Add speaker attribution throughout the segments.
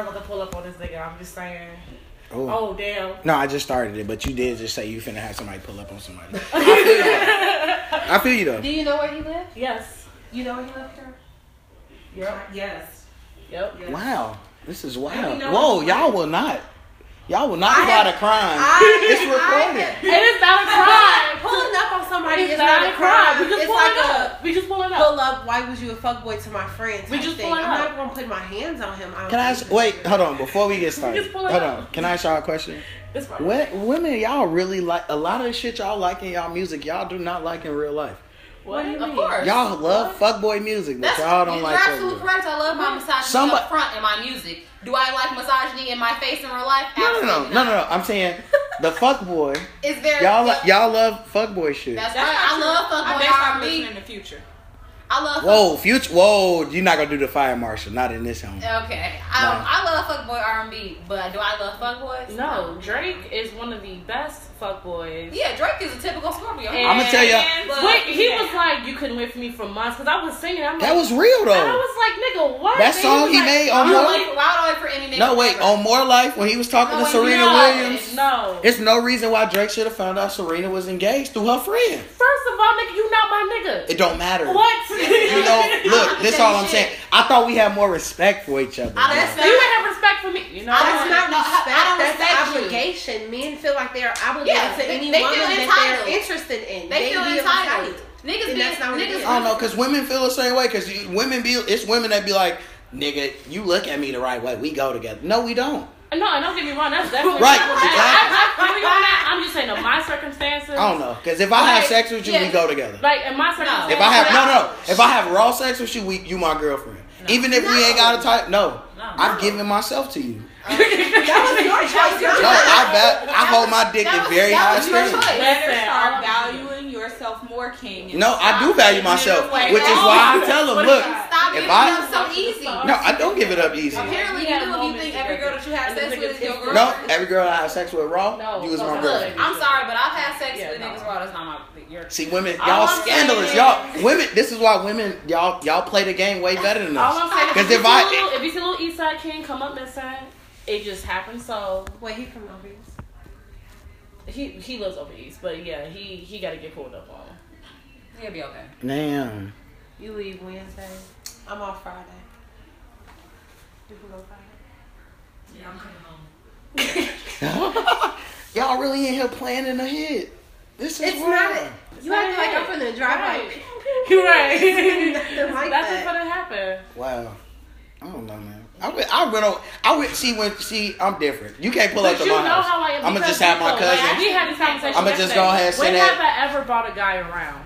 Speaker 1: was about to pull up on this nigga. I'm just saying. Oh damn.
Speaker 2: No, I just started it, but you did just say you finna have somebody pull up on somebody. I feel you though. I feel
Speaker 3: Do
Speaker 2: you
Speaker 3: you know where he lived?
Speaker 1: Yes.
Speaker 3: You know where he lived, Carol? Uh,
Speaker 1: Yep.
Speaker 4: Yes.
Speaker 1: Yep.
Speaker 2: though. Wow, this is
Speaker 4: And
Speaker 2: wild.
Speaker 4: you know
Speaker 2: Whoa,
Speaker 4: what?
Speaker 2: y'all will not. Y'all will not plot a crime. it's recorded.
Speaker 1: It is not a crime.
Speaker 4: Pulling up on somebody
Speaker 1: It
Speaker 4: is
Speaker 1: is not a crime. We just
Speaker 4: It's
Speaker 1: pulling
Speaker 4: like a
Speaker 1: up. We just pulling up.
Speaker 4: pull up. Why was you a fuckboy to my friends?
Speaker 1: We
Speaker 4: type
Speaker 1: just
Speaker 4: thing.
Speaker 1: pulling
Speaker 4: I'm
Speaker 1: up.
Speaker 4: not gonna put my hands on him. I don't
Speaker 2: Can I
Speaker 4: think
Speaker 2: ask?
Speaker 4: so.
Speaker 2: Wait, hold on. Before we get started,
Speaker 1: pull it
Speaker 2: hold
Speaker 1: up.
Speaker 2: on. Can I ask y'all a question?
Speaker 1: This part.
Speaker 2: What women y'all really like? A lot of the shit y'all like in y'all music, y'all do not like in real life.
Speaker 1: What do you
Speaker 3: Of
Speaker 1: mean?
Speaker 3: course.
Speaker 2: Y'all love fuckboy music, but y'all don't
Speaker 3: you're
Speaker 2: like
Speaker 3: absolutely
Speaker 2: fuckboy.
Speaker 3: correct. I love my misogyny
Speaker 2: Somebody-
Speaker 3: up front in my music. Do I like misogyny in my face in real life?
Speaker 2: No, no, no,
Speaker 3: Absolutely
Speaker 2: no, no,
Speaker 3: not.
Speaker 2: no. I'm saying the fuckboy.
Speaker 3: Is there
Speaker 2: Y'all, li- y'all love fuckboy shit.
Speaker 3: That's,
Speaker 5: That's
Speaker 3: right. I love
Speaker 5: I
Speaker 3: fucking
Speaker 5: may stop
Speaker 3: R&B.
Speaker 5: listening in the future.
Speaker 3: I love
Speaker 2: Whoa, future. Whoa, you're not gonna do the fire marshal. Not in this home.
Speaker 3: Okay, Um,
Speaker 2: No.
Speaker 3: I, I love fuckboy R and B, but do I love fuckboys?
Speaker 1: No, Drake is one of the best fuckboys.
Speaker 3: Yeah, Drake is a typical Scorpio.
Speaker 1: And-
Speaker 2: I'ma tell ya-
Speaker 3: But-
Speaker 1: Wait, he was like, "You couldn't wait for me for months," because I was singing. I'm
Speaker 2: That
Speaker 1: like,
Speaker 2: was real
Speaker 1: And I
Speaker 2: though.
Speaker 1: was like, "Nigga, what?" And
Speaker 2: That song
Speaker 1: was
Speaker 2: he
Speaker 1: like,
Speaker 2: made
Speaker 3: I
Speaker 2: on
Speaker 3: don't
Speaker 2: more.
Speaker 3: wait for, I don't wait for any nigga.
Speaker 2: No, wait, oh on more life when he was talking
Speaker 3: No,
Speaker 2: to
Speaker 3: wait,
Speaker 2: Serena
Speaker 3: no.
Speaker 2: Williams.
Speaker 1: No.
Speaker 2: It's no reason why Drake should have found out Serena was engaged through her friend.
Speaker 1: First of all, nigga, you not my nigga.
Speaker 2: It don't matter.
Speaker 1: What?
Speaker 2: You know, look, this all I'm saying. I thought we had more respect for each other.
Speaker 3: I
Speaker 4: That's
Speaker 3: don't
Speaker 1: You would have respect for me. You know.
Speaker 3: I
Speaker 4: That's
Speaker 3: don't-
Speaker 4: not
Speaker 3: no, I-
Speaker 4: respect.
Speaker 3: I don't
Speaker 4: That's
Speaker 3: respect you.
Speaker 4: obligation. Men feel like they are obligated
Speaker 3: Yeah,
Speaker 4: to
Speaker 3: they-
Speaker 4: any
Speaker 3: they feel
Speaker 4: woman that
Speaker 3: entitled.
Speaker 4: they're interested in.
Speaker 3: They feel
Speaker 4: be
Speaker 3: entitled. Niggas
Speaker 4: And
Speaker 3: be
Speaker 4: that's not what it is.
Speaker 3: niggas.
Speaker 2: I don't know, cause women feel the same way. Cause you, women be, it's women that be like, "Nigga, you look at me the right way. We go together." No, we don't.
Speaker 1: No, and don't get me wrong. That's definitely
Speaker 2: Right,
Speaker 1: not what that-
Speaker 2: exactly.
Speaker 1: I, I, don't get me wrong, that- I'm just saying, in my circumstances.
Speaker 2: I don't know, cause if I have
Speaker 3: Like,
Speaker 2: sex with you, we
Speaker 3: yeah.
Speaker 2: go together.
Speaker 1: Like in my circumstances.
Speaker 2: If I have no, no, if I have raw sex with you, we, you my girlfriend. Even if we ain't got a type, no,
Speaker 5: No.
Speaker 2: I've given myself to you.
Speaker 4: That was your choice. not
Speaker 2: No,
Speaker 4: mine.
Speaker 2: I bet I hold my dick in
Speaker 3: That was-
Speaker 2: very
Speaker 3: that
Speaker 2: high
Speaker 3: was your
Speaker 2: standards.
Speaker 3: choice.
Speaker 5: Better
Speaker 1: Listen, um,
Speaker 5: start
Speaker 1: I don't-
Speaker 5: valuing yourself more, King.
Speaker 2: No, I do value myself,
Speaker 5: Wait,
Speaker 2: which is why I tell them, look,
Speaker 3: Stop
Speaker 2: if
Speaker 3: giving
Speaker 2: I
Speaker 3: up so easy.
Speaker 2: no, I don't give it up easy.
Speaker 3: Apparently,
Speaker 1: We
Speaker 3: you
Speaker 1: had
Speaker 3: do. If you
Speaker 1: moments
Speaker 3: think every girl
Speaker 1: together.
Speaker 3: that you have
Speaker 1: And
Speaker 3: sex
Speaker 1: this
Speaker 3: with
Speaker 1: nigga
Speaker 3: is your
Speaker 1: just-
Speaker 3: girl.
Speaker 2: No, every girl I have sex with raw,
Speaker 1: No,
Speaker 2: you was my
Speaker 1: no,
Speaker 2: girlfriend.
Speaker 3: Look, I'm sorry, but I've had sex
Speaker 1: Yeah,
Speaker 3: with
Speaker 1: no.
Speaker 3: niggas raw. That's not my your.
Speaker 2: See, women,
Speaker 1: All
Speaker 2: y'all
Speaker 1: I'm
Speaker 2: scandalous.
Speaker 1: saying-
Speaker 2: Y'all women. This is why women, y'all, y'all play the game way better than
Speaker 1: All
Speaker 2: us.
Speaker 1: I'm saying is,
Speaker 2: 'Cause
Speaker 1: if,
Speaker 2: if
Speaker 1: you
Speaker 2: I-
Speaker 1: see little, if you see little Eastside King come up missing, it just happens. So
Speaker 4: Wait, he from Mobile.
Speaker 1: he he lives over east, but yeah, he he got to get pulled up on.
Speaker 3: He'll be okay.
Speaker 2: Damn.
Speaker 4: You leave Wednesday. I'm off Friday. You can go Friday.
Speaker 5: Yeah, I'm coming home.
Speaker 2: y'all really in here planning ahead. This is
Speaker 4: It's
Speaker 2: wild.
Speaker 4: not. You act like
Speaker 1: Right.
Speaker 4: I'm finna drive
Speaker 1: Right.
Speaker 4: like.
Speaker 1: You're right.
Speaker 4: Nothing like
Speaker 1: That's what's
Speaker 4: that.
Speaker 1: gonna happen.
Speaker 2: Wow. I don't know, man. I went. I went. On, I went. She went. She. I'm different. You can't pull
Speaker 1: But
Speaker 2: up to
Speaker 1: you
Speaker 2: my
Speaker 1: know
Speaker 2: house.
Speaker 1: how I am.
Speaker 2: I'm gonna
Speaker 1: because
Speaker 2: just have my
Speaker 1: people, like,
Speaker 2: cousin.
Speaker 1: we had this conversation.
Speaker 2: I'ma just
Speaker 1: yesterday.
Speaker 2: go ahead and say
Speaker 1: When
Speaker 2: that-
Speaker 1: have I ever brought a guy around?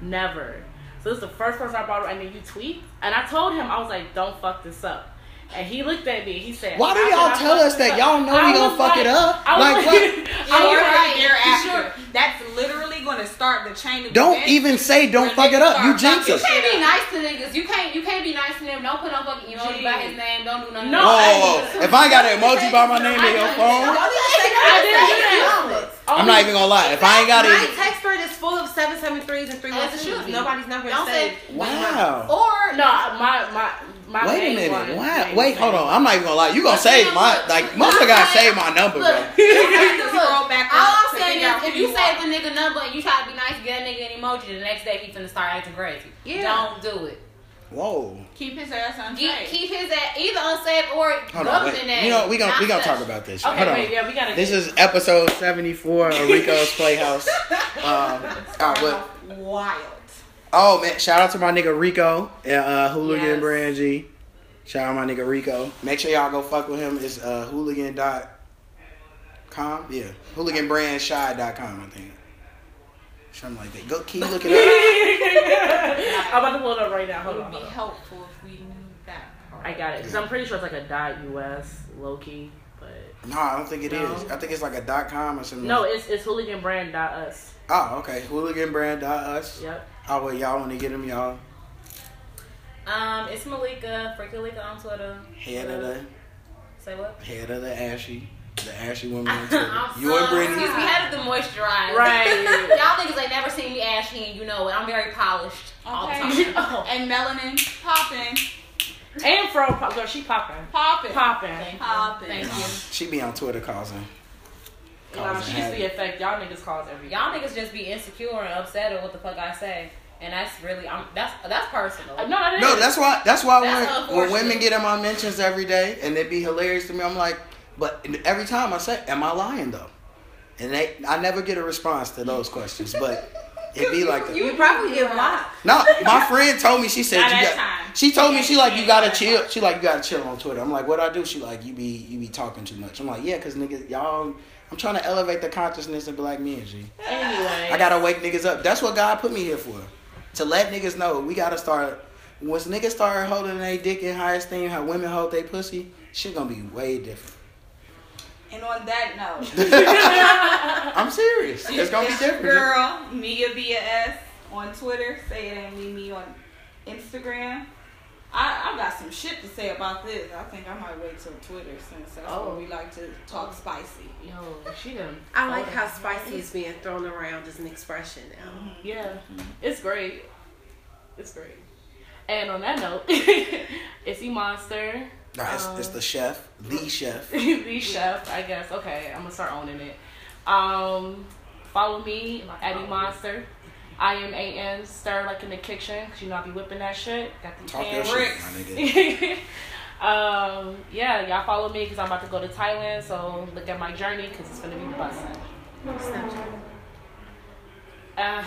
Speaker 1: Never. So this is the first person I brought around, and then you tweet, and I told him I was like, "Don't fuck this up." And he looked at me. He said,
Speaker 2: Why do
Speaker 1: "How can
Speaker 2: y'all
Speaker 1: I
Speaker 2: tell
Speaker 1: fuck
Speaker 2: us
Speaker 1: this
Speaker 2: that
Speaker 1: up?"
Speaker 2: y'all know
Speaker 1: I
Speaker 2: we gonna
Speaker 1: was
Speaker 2: fuck
Speaker 1: like-
Speaker 2: it up?
Speaker 1: I was
Speaker 2: Like what?
Speaker 1: I was
Speaker 5: Or
Speaker 1: like, Sure.
Speaker 5: thereafter. That's literally going to start the chain of
Speaker 2: Don't
Speaker 5: events
Speaker 2: even say don't fuck
Speaker 5: where
Speaker 2: it
Speaker 5: niggas
Speaker 2: up. You
Speaker 5: start
Speaker 2: jinx us.
Speaker 5: fucking
Speaker 3: You can't be
Speaker 5: shit up.
Speaker 3: nice to niggas. You can't. You can't be nice to them. Don't put no fucking emoji by his name. Don't do nothing.
Speaker 1: No,
Speaker 2: Whoa, whoa,
Speaker 1: I-
Speaker 2: whoa. If I ain't got an emoji by my name in your phone,
Speaker 4: Don't even say
Speaker 1: I didn't do
Speaker 4: that.
Speaker 1: that.
Speaker 2: I'm not even gonna lie. If I ain't got
Speaker 4: My
Speaker 2: it,
Speaker 4: text thread is full of 773s and
Speaker 3: As it should
Speaker 4: 312s.
Speaker 3: be.
Speaker 4: Nobody's number is
Speaker 3: Don't
Speaker 4: saved.
Speaker 2: wow.
Speaker 3: Or
Speaker 1: No, my my my.
Speaker 2: Wait a
Speaker 1: main
Speaker 2: minute.
Speaker 1: one-
Speaker 2: Why?
Speaker 1: main
Speaker 2: Wait,
Speaker 1: one.
Speaker 2: hold on. I'm not even gonna lie. You gonna
Speaker 3: But
Speaker 2: save
Speaker 3: still,
Speaker 2: my
Speaker 3: look,
Speaker 2: like
Speaker 3: look,
Speaker 2: motherfucker gotta
Speaker 3: I'm saying-
Speaker 2: save my number, bro.
Speaker 3: look,
Speaker 5: You have to scroll
Speaker 3: Look,
Speaker 5: back
Speaker 3: all
Speaker 5: up
Speaker 3: I'm
Speaker 5: to
Speaker 3: saying
Speaker 5: figure
Speaker 3: is,
Speaker 5: out
Speaker 3: if
Speaker 5: who
Speaker 3: you
Speaker 5: you
Speaker 3: save
Speaker 5: are.
Speaker 3: the nigga number and you try to be nice, get a nigga an emoji, the next day he's gonna start acting crazy.
Speaker 4: Yeah.
Speaker 3: Don't do it.
Speaker 2: Whoa.
Speaker 5: keep his ass on
Speaker 3: Get, Keep his at either unsafe or
Speaker 2: Hold
Speaker 3: government
Speaker 2: on. Wait.
Speaker 3: at
Speaker 2: You know we gonna
Speaker 3: not
Speaker 2: we gonna
Speaker 3: touch.
Speaker 2: talk about this.
Speaker 1: Okay,
Speaker 2: hold on.
Speaker 1: wait, yeah, we gotta.
Speaker 2: This is episode 74 of Rico's Playhouse. Um, all right, well,
Speaker 5: Wild.
Speaker 2: oh man, shout out to my nigga Rico, uh, uh, Hooligan
Speaker 5: Yes.
Speaker 2: Brand G. Shout out my nigga Rico. Make sure y'all go fuck with him. It's uh, hooligan.com. Yeah, hooliganbrandshy.com, I think. Something like that. Go keep looking up.
Speaker 1: I'm about to pull it up right now.
Speaker 5: It
Speaker 1: Hold
Speaker 5: would
Speaker 1: on.
Speaker 5: be
Speaker 1: Hold on.
Speaker 5: helpful if we knew that. part.
Speaker 1: I got it because I'm pretty sure it's like a dot US low key, but.
Speaker 2: No, I don't think it is.
Speaker 1: No.
Speaker 2: I think it's like a dot com or something.
Speaker 1: No, it's it's hooliganbrand.us.
Speaker 2: Oh, okay. Hooliganbrand.us.
Speaker 1: Yep.
Speaker 2: Oh, well, y'all want to get him, y'all.
Speaker 3: Um, it's Malika, Freakalika on Twitter.
Speaker 2: Head of the
Speaker 3: Say what?
Speaker 2: head of the ashy, the ashy woman. on Twitter.
Speaker 3: I'm
Speaker 2: you and
Speaker 3: sorry.
Speaker 2: Brittany.
Speaker 3: Excuse me, head of the moisturizer.
Speaker 1: Right.
Speaker 3: Y'all niggas ain't never seen me ashy, and you know it. I'm very polished all the time.
Speaker 5: Okay. and melanin popping.
Speaker 1: And Fro, pop- girl, she popping.
Speaker 5: Pop it.
Speaker 1: Popping.
Speaker 5: Pop it.
Speaker 3: Thank you.
Speaker 2: She be on Twitter causing.
Speaker 1: Nah,
Speaker 2: Causing
Speaker 1: um, she used to be
Speaker 2: havoc.
Speaker 1: affect. Y'all niggas cause every
Speaker 3: Y'all niggas just be insecure and upset at what the fuck I say, and that's really I'm that's that's personal.
Speaker 1: Uh, No, that is.
Speaker 2: No, that's why. That's why
Speaker 3: That's
Speaker 2: when, when
Speaker 3: unfortunate.
Speaker 2: women get in my mentions every day, and it be hilarious to me. I'm like, but every time I say, "Am I lying though?" And they, I never get a response to those questions. But it be like that.
Speaker 4: You probably get blocked.
Speaker 2: No, my friend told me she said
Speaker 5: Not
Speaker 2: you
Speaker 5: that
Speaker 2: got,
Speaker 5: time.
Speaker 2: she told me
Speaker 5: Yeah,
Speaker 2: she like
Speaker 5: yeah,
Speaker 2: you gotta
Speaker 5: yeah.
Speaker 2: chill. She like you gotta chill on Twitter. I'm like, what I do? She like you be you be talking too much. I'm like, yeah, cause niggas y'all. I'm trying to elevate the consciousness of black men. G.
Speaker 1: Anyway.
Speaker 2: I gotta wake niggas up. That's what God put me here for. To let niggas know we gotta start. Once niggas start holding their dick in high esteem, how women hold their pussy, shit gonna be way different.
Speaker 5: And on that note,
Speaker 2: I'm serious. It's gonna be
Speaker 5: your
Speaker 2: different.
Speaker 5: Girl, Mia Via S on Twitter. Say it ain't me, me on Instagram. I, I got some shit to say about this. I think I might wait till Twitter since that's
Speaker 1: Oh.
Speaker 5: where we like to talk spicy.
Speaker 1: Yo, she done.
Speaker 4: I like how spicy is being thrown around as an expression now.
Speaker 1: Yeah,
Speaker 2: Mm-hmm.
Speaker 1: it's great. It's great. And on that note, it's E Monster,
Speaker 2: Nah, it's, it's the chef, the chef.
Speaker 1: the chef, I guess. Okay, I'm gonna start owning it. Um, follow me at E Monster. I am A N stir like in the kitchen because you know I be whipping that shit. Got the
Speaker 2: Talk your
Speaker 1: pan
Speaker 2: shit,
Speaker 1: ricks.
Speaker 2: my nigga.
Speaker 1: um, yeah, y'all follow me because I'm about to go to Thailand. So look at my journey because it's gonna be busting.
Speaker 4: Snapchat.
Speaker 1: Uh,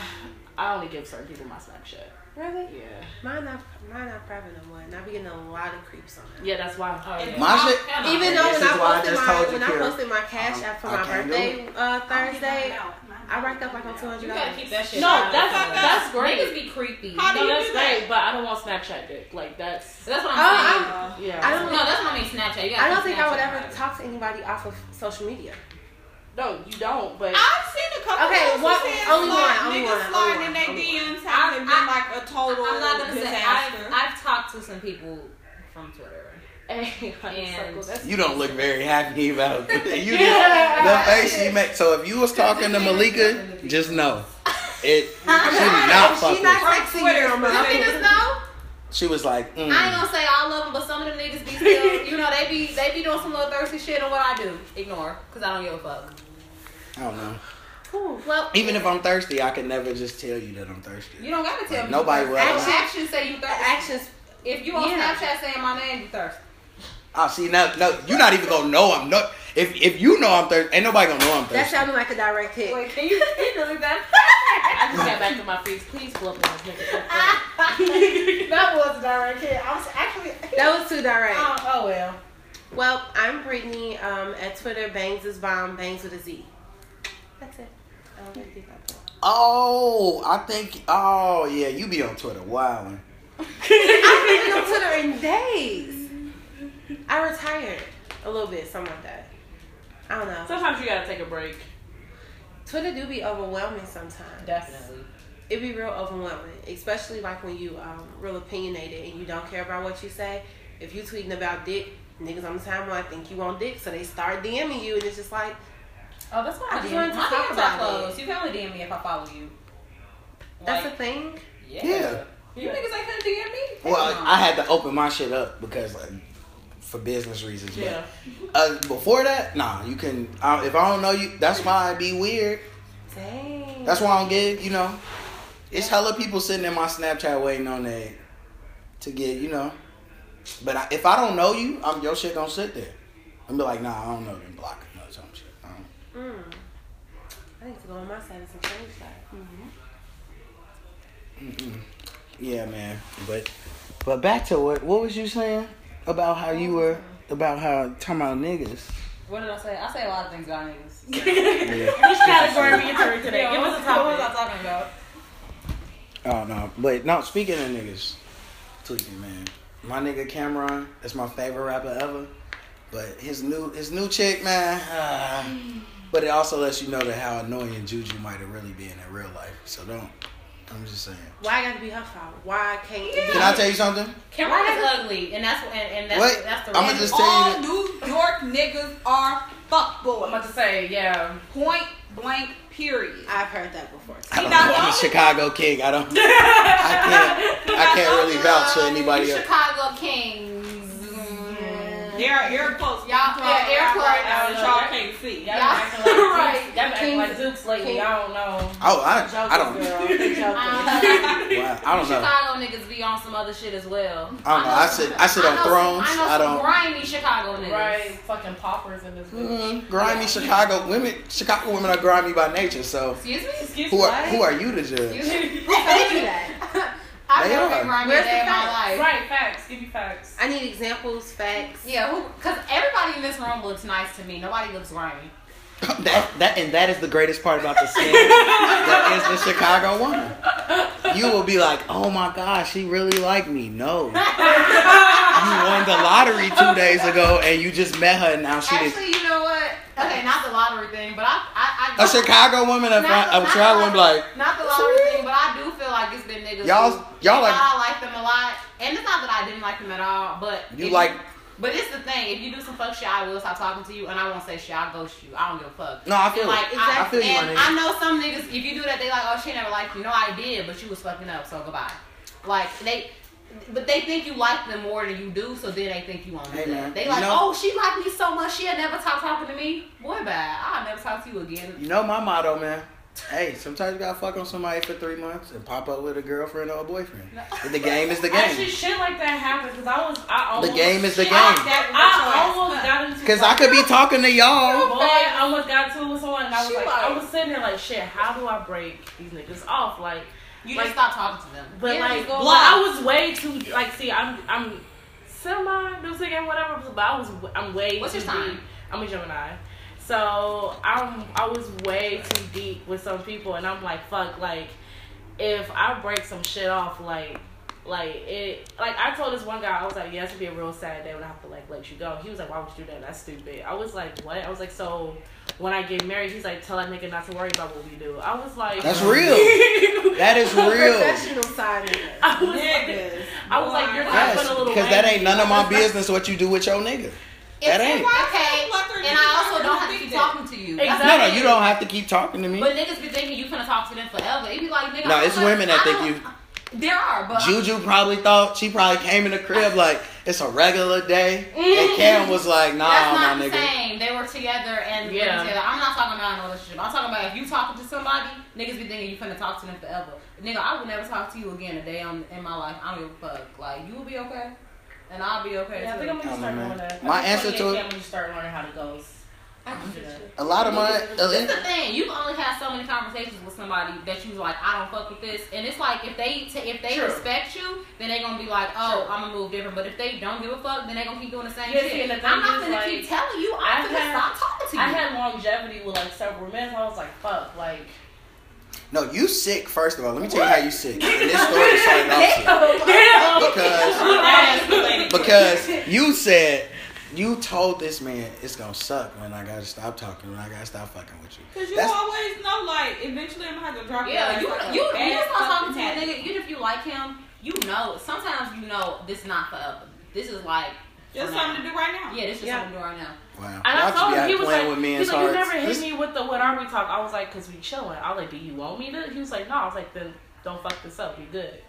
Speaker 1: I only give certain people my Snapchat.
Speaker 4: Really?
Speaker 1: Yeah,
Speaker 4: Mine not mine not private no more. And I be getting a lot of creeps on it.
Speaker 1: yeah, that's why. Oh, yeah.
Speaker 2: My shit.
Speaker 4: Even
Speaker 2: And
Speaker 4: though
Speaker 2: this
Speaker 4: when
Speaker 2: is
Speaker 4: I
Speaker 2: why I
Speaker 4: posted
Speaker 2: just
Speaker 4: my
Speaker 2: told you,
Speaker 4: when I
Speaker 2: Kira,
Speaker 4: posted my cash
Speaker 2: um,
Speaker 4: app for
Speaker 2: I
Speaker 4: my
Speaker 2: can't do
Speaker 4: birthday uh, Thursday, I racked
Speaker 5: racked
Speaker 4: up like on two hundred
Speaker 3: you gotta
Speaker 4: dollars.
Speaker 3: keep that shit.
Speaker 1: No,
Speaker 3: out.
Speaker 1: that's-
Speaker 3: Fuck
Speaker 1: that's
Speaker 3: up.
Speaker 1: great.
Speaker 3: Niggas be creepy.
Speaker 5: How do
Speaker 1: no,
Speaker 5: you
Speaker 1: that's
Speaker 5: do that?
Speaker 1: great, but I don't want Snapchat dick. Like that's
Speaker 3: So that's what I'm saying.
Speaker 4: Oh,
Speaker 1: yeah.
Speaker 4: I don't-
Speaker 3: no, that's what I mean. Snapchat. You
Speaker 4: I,
Speaker 3: gotta
Speaker 4: I don't
Speaker 3: keep
Speaker 4: think I would
Speaker 3: Snapchat
Speaker 4: ever
Speaker 3: private.
Speaker 4: talk to anybody off of social media.
Speaker 1: no, you don't. But
Speaker 5: I've seen a couple
Speaker 4: Okay,
Speaker 5: girls who
Speaker 4: what-
Speaker 5: said
Speaker 4: only
Speaker 5: slide-
Speaker 4: one, only
Speaker 5: niggas
Speaker 4: one, only
Speaker 5: sliding
Speaker 4: one,
Speaker 5: in their
Speaker 4: only one.
Speaker 5: DMs have been
Speaker 3: I-
Speaker 5: like a total
Speaker 3: I'm not gonna say
Speaker 5: disaster.
Speaker 3: I've, I've talked to some people from Twitter.
Speaker 1: hey,
Speaker 3: And-
Speaker 1: honeysuckle, that's
Speaker 2: You don't look very happy about it. You
Speaker 1: Yeah.
Speaker 2: just, the face you make. So if you was talking to Malika, just know it. She not
Speaker 4: She
Speaker 2: fucking.
Speaker 4: not
Speaker 5: Fuck
Speaker 4: texting
Speaker 5: Twitter.
Speaker 4: you on
Speaker 3: Some
Speaker 4: my
Speaker 3: niggas though,
Speaker 2: She was like, mm.
Speaker 3: I ain't gonna say all of them, but some of them niggas be still, you know, they be they be doing some little thirsty shit on what I do. Ignore, cause I don't give a fuck.
Speaker 2: I don't know.
Speaker 3: Well,
Speaker 2: Even if I'm thirsty, I can never just tell you that I'm thirsty.
Speaker 3: you don't gotta tell
Speaker 2: Like,
Speaker 3: me.
Speaker 2: nobody
Speaker 3: Your
Speaker 2: will.
Speaker 3: actions say you thirsty.
Speaker 4: actions.
Speaker 3: If you on
Speaker 4: Yeah.
Speaker 3: Snapchat saying my name, you thirsty.
Speaker 2: I Ah, see now. No, you're not even gonna know I'm not. If if you know I'm thirsty, ain't nobody gonna know I'm
Speaker 4: That
Speaker 2: thirsty.
Speaker 4: sounded like a direct hit.
Speaker 3: Wait, can you ignore that?
Speaker 1: I just got back to my face. Please blow up on this nigga.
Speaker 4: that was direct hit. I was actually that was too direct.
Speaker 3: uh,
Speaker 5: oh well.
Speaker 4: Well, I'm Brittany. Um, at Twitter, Bangs is bomb. Bangs with a Z. That's it. I don't really think that's it.
Speaker 2: Oh, I think. Oh yeah, you be on Twitter wilding.
Speaker 4: I haven't been on Twitter in days. I retired a little bit, something like that. I don't know.
Speaker 1: Sometimes you gotta take a break.
Speaker 4: Twitter do be overwhelming sometimes.
Speaker 3: Definitely.
Speaker 4: It be real overwhelming, especially like when you um real opinionated and you don't care about what you say. If you tweeting about dick, niggas on the timeline think you want dick, so they start DMing you, and it's just like,
Speaker 3: Oh, that's why
Speaker 4: I
Speaker 3: I,
Speaker 4: just
Speaker 3: DM.
Speaker 4: wanted to
Speaker 3: my
Speaker 4: talk
Speaker 3: DMs are
Speaker 4: about
Speaker 3: closed. You can only DM me if I follow you.
Speaker 4: that's
Speaker 3: Like,
Speaker 4: a thing.
Speaker 3: yeah.
Speaker 2: Yeah.
Speaker 3: You niggas ain't gonna DM me.
Speaker 2: Well,
Speaker 3: Hell no.
Speaker 2: I, I had to open my shit up because like, for business reasons. But
Speaker 1: Yeah.
Speaker 2: Uh, before that, nah, you can. I, if I don't know you, that's why it be weird.
Speaker 4: Dang.
Speaker 2: That's why I don't give. You know, it's hella people sitting in my Snapchat waiting on that to get. You know, but I, if I don't know you, I'm your shit gonna sit there and be like, nah, I don't know, then block it or some shit. I don't-
Speaker 4: Mm. I need to go on my status and change that.
Speaker 2: Yeah, man. But but back to what what was you saying about how you were about how talking about niggas.
Speaker 3: what did I say? I say a lot of things about niggas.
Speaker 1: Which category we entering today? Give us a
Speaker 3: What was
Speaker 1: topic.
Speaker 3: I talking about?
Speaker 2: Oh no, but no. Speaking of niggas, tweaking man, my nigga Cameron is my favorite rapper ever. But his new his new chick, man. ah. but it also lets you know that how annoying Juju might have really been in real life. So don't. I'm just saying.
Speaker 4: Why I gotta be her fault? Why I can't it be?
Speaker 2: Can I tell you something?
Speaker 3: Cameron is ugly, and that's and, and that's
Speaker 2: What?
Speaker 3: that's the
Speaker 2: I'ma
Speaker 3: reason.
Speaker 2: just-
Speaker 5: All
Speaker 2: Tell you
Speaker 5: New York niggas are
Speaker 1: I'm about
Speaker 5: fuckboys.
Speaker 1: to say, yeah.
Speaker 5: Point blank. Period.
Speaker 4: I've heard that before. Too.
Speaker 2: I don't know.
Speaker 5: not
Speaker 2: I'm a
Speaker 5: wrong.
Speaker 2: Chicago King. I don't. I can't. I can't really vouch for anybody else.
Speaker 3: Chicago King.
Speaker 5: air air quotes.
Speaker 3: Y'all- yeah, air quotes.
Speaker 5: Y'all, y'all can't see.
Speaker 1: Y'all
Speaker 3: Yeah.
Speaker 1: acting like Dukes-
Speaker 3: Right.
Speaker 1: Y'all acting like
Speaker 4: Kings-
Speaker 1: Dukes lately. I don't know.
Speaker 2: Oh, I, I don't.
Speaker 4: Girl, good joke.
Speaker 1: Uh-huh.
Speaker 3: Um,
Speaker 2: Wow, I don't know.
Speaker 3: Chicago niggas be on some other shit as well.
Speaker 2: I don't know. I sit. I sit on
Speaker 3: know
Speaker 2: thrones.
Speaker 3: Some, I know
Speaker 2: I
Speaker 3: some
Speaker 2: don't.
Speaker 3: grimy Chicago niggas.
Speaker 1: Right. Fucking paupers in this bitch.
Speaker 4: Mm-hmm.
Speaker 2: Mm, grimy Chicago women. Chicago women are grimy by nature. So
Speaker 3: Excuse me.
Speaker 1: Excuse
Speaker 2: who
Speaker 1: me.
Speaker 2: are who are you to judge?
Speaker 3: Excuse me. Who told you that? I've
Speaker 2: They
Speaker 3: never
Speaker 2: are.
Speaker 3: been grimy
Speaker 4: Where's
Speaker 3: a day
Speaker 4: the
Speaker 3: in my
Speaker 4: facts?
Speaker 3: life.
Speaker 1: Right. Facts. Give me facts.
Speaker 4: I need examples, facts.
Speaker 3: Yeah, who? Because everybody in this room looks nice to me. Nobody looks grimy.
Speaker 2: That that and that is the greatest part about the scene. that is the Chicago woman. You will be like, oh my gosh, she really liked me. No, you won the lottery two days ago, and you just met her, and now she is
Speaker 3: Actually, you know what? Okay, not the lottery thing, but I, I, I
Speaker 2: a Chicago woman. A,
Speaker 3: Not-
Speaker 2: a Chicago woman be like,
Speaker 3: Not the lottery thing, but I do feel like it's been niggas.
Speaker 2: Y'all-
Speaker 3: who-
Speaker 2: y'all
Speaker 3: they
Speaker 2: like-
Speaker 3: thought I like them a lot, and it's not that I didn't like them at all, but
Speaker 2: You
Speaker 3: if
Speaker 2: like-
Speaker 3: But it's the thing. If you do some fuck shit, I will stop talking to you, and I won't say shit. I'll ghost you. I don't give a fuck.
Speaker 2: no, I feel
Speaker 3: And
Speaker 2: like
Speaker 3: like
Speaker 2: I feel you, my
Speaker 3: and
Speaker 2: nigga.
Speaker 3: I know some niggas. If you do that, they like, oh, she never liked you. No, I did, but you was fucking up, so goodbye. Like they, but they think you like them more than you do, so then they think you want
Speaker 2: Hey,
Speaker 3: to.
Speaker 2: man,
Speaker 3: They
Speaker 2: you
Speaker 3: like,
Speaker 2: know-
Speaker 3: oh, she liked me so much, she'll never stop talking to me. Boy, bad. I'll never talk to you again.
Speaker 2: You know my motto, man. Hey, sometimes you gotta fuck on somebody for three months and pop up with a girlfriend or a boyfriend. The game is the
Speaker 1: Actually,
Speaker 2: game.
Speaker 1: shit like that happens because I was. I almost.
Speaker 2: The game is the
Speaker 5: Y'all
Speaker 2: game.
Speaker 5: that with
Speaker 1: I
Speaker 5: your ass
Speaker 1: almost
Speaker 5: cut.
Speaker 1: got into.
Speaker 2: Cause I could be talking to y'all.
Speaker 1: Boy, I almost got to it with someone, and I was
Speaker 4: She
Speaker 1: like,
Speaker 4: like-
Speaker 1: I was sitting there like, shit, how do I break these niggas off? Like,
Speaker 3: You
Speaker 1: Like-
Speaker 3: just stop talking to them.
Speaker 1: but
Speaker 5: Yeah,
Speaker 1: like,
Speaker 5: just go
Speaker 1: well,
Speaker 5: block.
Speaker 1: I was way too like, see, I'm, I'm semi music and whatever, but I was, I'm way.
Speaker 3: What's
Speaker 1: too
Speaker 3: your sign?
Speaker 1: deep. I'm a Gemini, so I'm, I was way too deep with some people, and I'm like, fuck, like, if I break some shit off, like. Like it, like I told this one guy, I was like, "Yeah, it's gonna be a real sad day when I have to like let you go." He was like, "Why would you do that? That's stupid." I was like, "What?" I was like, "So when I get married, he's like, tell that nigga not to worry about what we do." I was like,
Speaker 2: That's real. That is real.
Speaker 4: Professional side of it.
Speaker 1: I was like,
Speaker 5: Niggas.
Speaker 1: I was like, you're not
Speaker 2: Yes,
Speaker 1: putting a little.
Speaker 2: because that ain't none of my business what you do with your nigga. That
Speaker 3: It's-
Speaker 2: ain't.
Speaker 3: Okay, and I also don't have to keep talking to you. That's-
Speaker 1: Exactly.
Speaker 2: No, no, you don't have to keep talking to me.
Speaker 3: But niggas be thinking you finna talk to them forever. It be like, nigga,
Speaker 2: No,
Speaker 3: I
Speaker 2: it's
Speaker 3: don't-
Speaker 2: women that
Speaker 3: I
Speaker 2: think
Speaker 3: don't- There are, but
Speaker 2: Juju probably thought she probably came in the crib like it's a regular day, and Cam was like, "Nah,
Speaker 3: Mm-hmm. That's not
Speaker 2: my
Speaker 3: the
Speaker 2: nigga."
Speaker 3: same. They were together and living
Speaker 1: Oh, Yeah.
Speaker 3: together. I'm not talking about in a relationship. I'm talking about if you talking to somebody, niggas be thinking you finna talk to them forever. Nigga, I will never talk to you again a day on, in my life. I don't give a fuck. Like you will be okay, and I'll be okay
Speaker 1: Yeah, I think I'm
Speaker 3: too.
Speaker 1: gonna
Speaker 2: Oh,
Speaker 1: start
Speaker 2: man.
Speaker 1: doing that.
Speaker 2: My
Speaker 1: I think
Speaker 2: answer to
Speaker 1: 28
Speaker 2: it-
Speaker 1: when you start learning how to ghost.
Speaker 3: I can do that.
Speaker 2: A lot of my
Speaker 3: That's the thing. You've only had so many conversations with somebody that you was like, I don't fuck with this, and it's like if they t- if they
Speaker 1: True.
Speaker 3: respect you, then they gonna be like, oh, I'm gonna move different. But if they don't give a fuck, then they gonna keep doing the same
Speaker 1: Yeah,
Speaker 3: shit.
Speaker 1: see, and the
Speaker 3: I'm
Speaker 1: thing
Speaker 3: not
Speaker 1: is,
Speaker 3: gonna
Speaker 1: like,
Speaker 3: keep telling you.
Speaker 1: I've
Speaker 3: I'm gonna
Speaker 1: had-
Speaker 3: stop talking to you.
Speaker 1: I had longevity with like several men. so I was like, fuck, like.
Speaker 2: No, you sick. First of all, let me tell you how you sick. And this story started
Speaker 1: Oh
Speaker 2: off
Speaker 1: Damn.
Speaker 2: sick
Speaker 1: Damn.
Speaker 2: because because you said you told this man it's gonna suck when I gotta stop talking when I gotta stop fucking with
Speaker 5: Cause
Speaker 2: you.
Speaker 5: you
Speaker 2: That's
Speaker 5: always know, like, eventually I'm gonna have to drop.
Speaker 3: Yeah, you
Speaker 5: your ass like a
Speaker 3: you you
Speaker 5: bad
Speaker 3: just not talking
Speaker 5: fucking
Speaker 3: to a
Speaker 5: habit.
Speaker 3: nigga. Even if you like him, you know. Sometimes you know this is not forever. This is like for
Speaker 5: Just
Speaker 3: now.
Speaker 5: something to do right now.
Speaker 3: Yeah, this is
Speaker 4: Yeah.
Speaker 3: something to do right now.
Speaker 2: wow.
Speaker 1: And I
Speaker 2: Y'all just
Speaker 1: told
Speaker 2: be
Speaker 1: him
Speaker 2: out
Speaker 1: he was
Speaker 2: playing
Speaker 1: like,
Speaker 2: with men's
Speaker 1: he's like, you
Speaker 2: hearts.
Speaker 1: never hit
Speaker 2: This-
Speaker 1: me with the what are we talk. I was like, cause we chilling. I was like, do you want me to? He was like, no. I was like, then don't fuck this up. We good.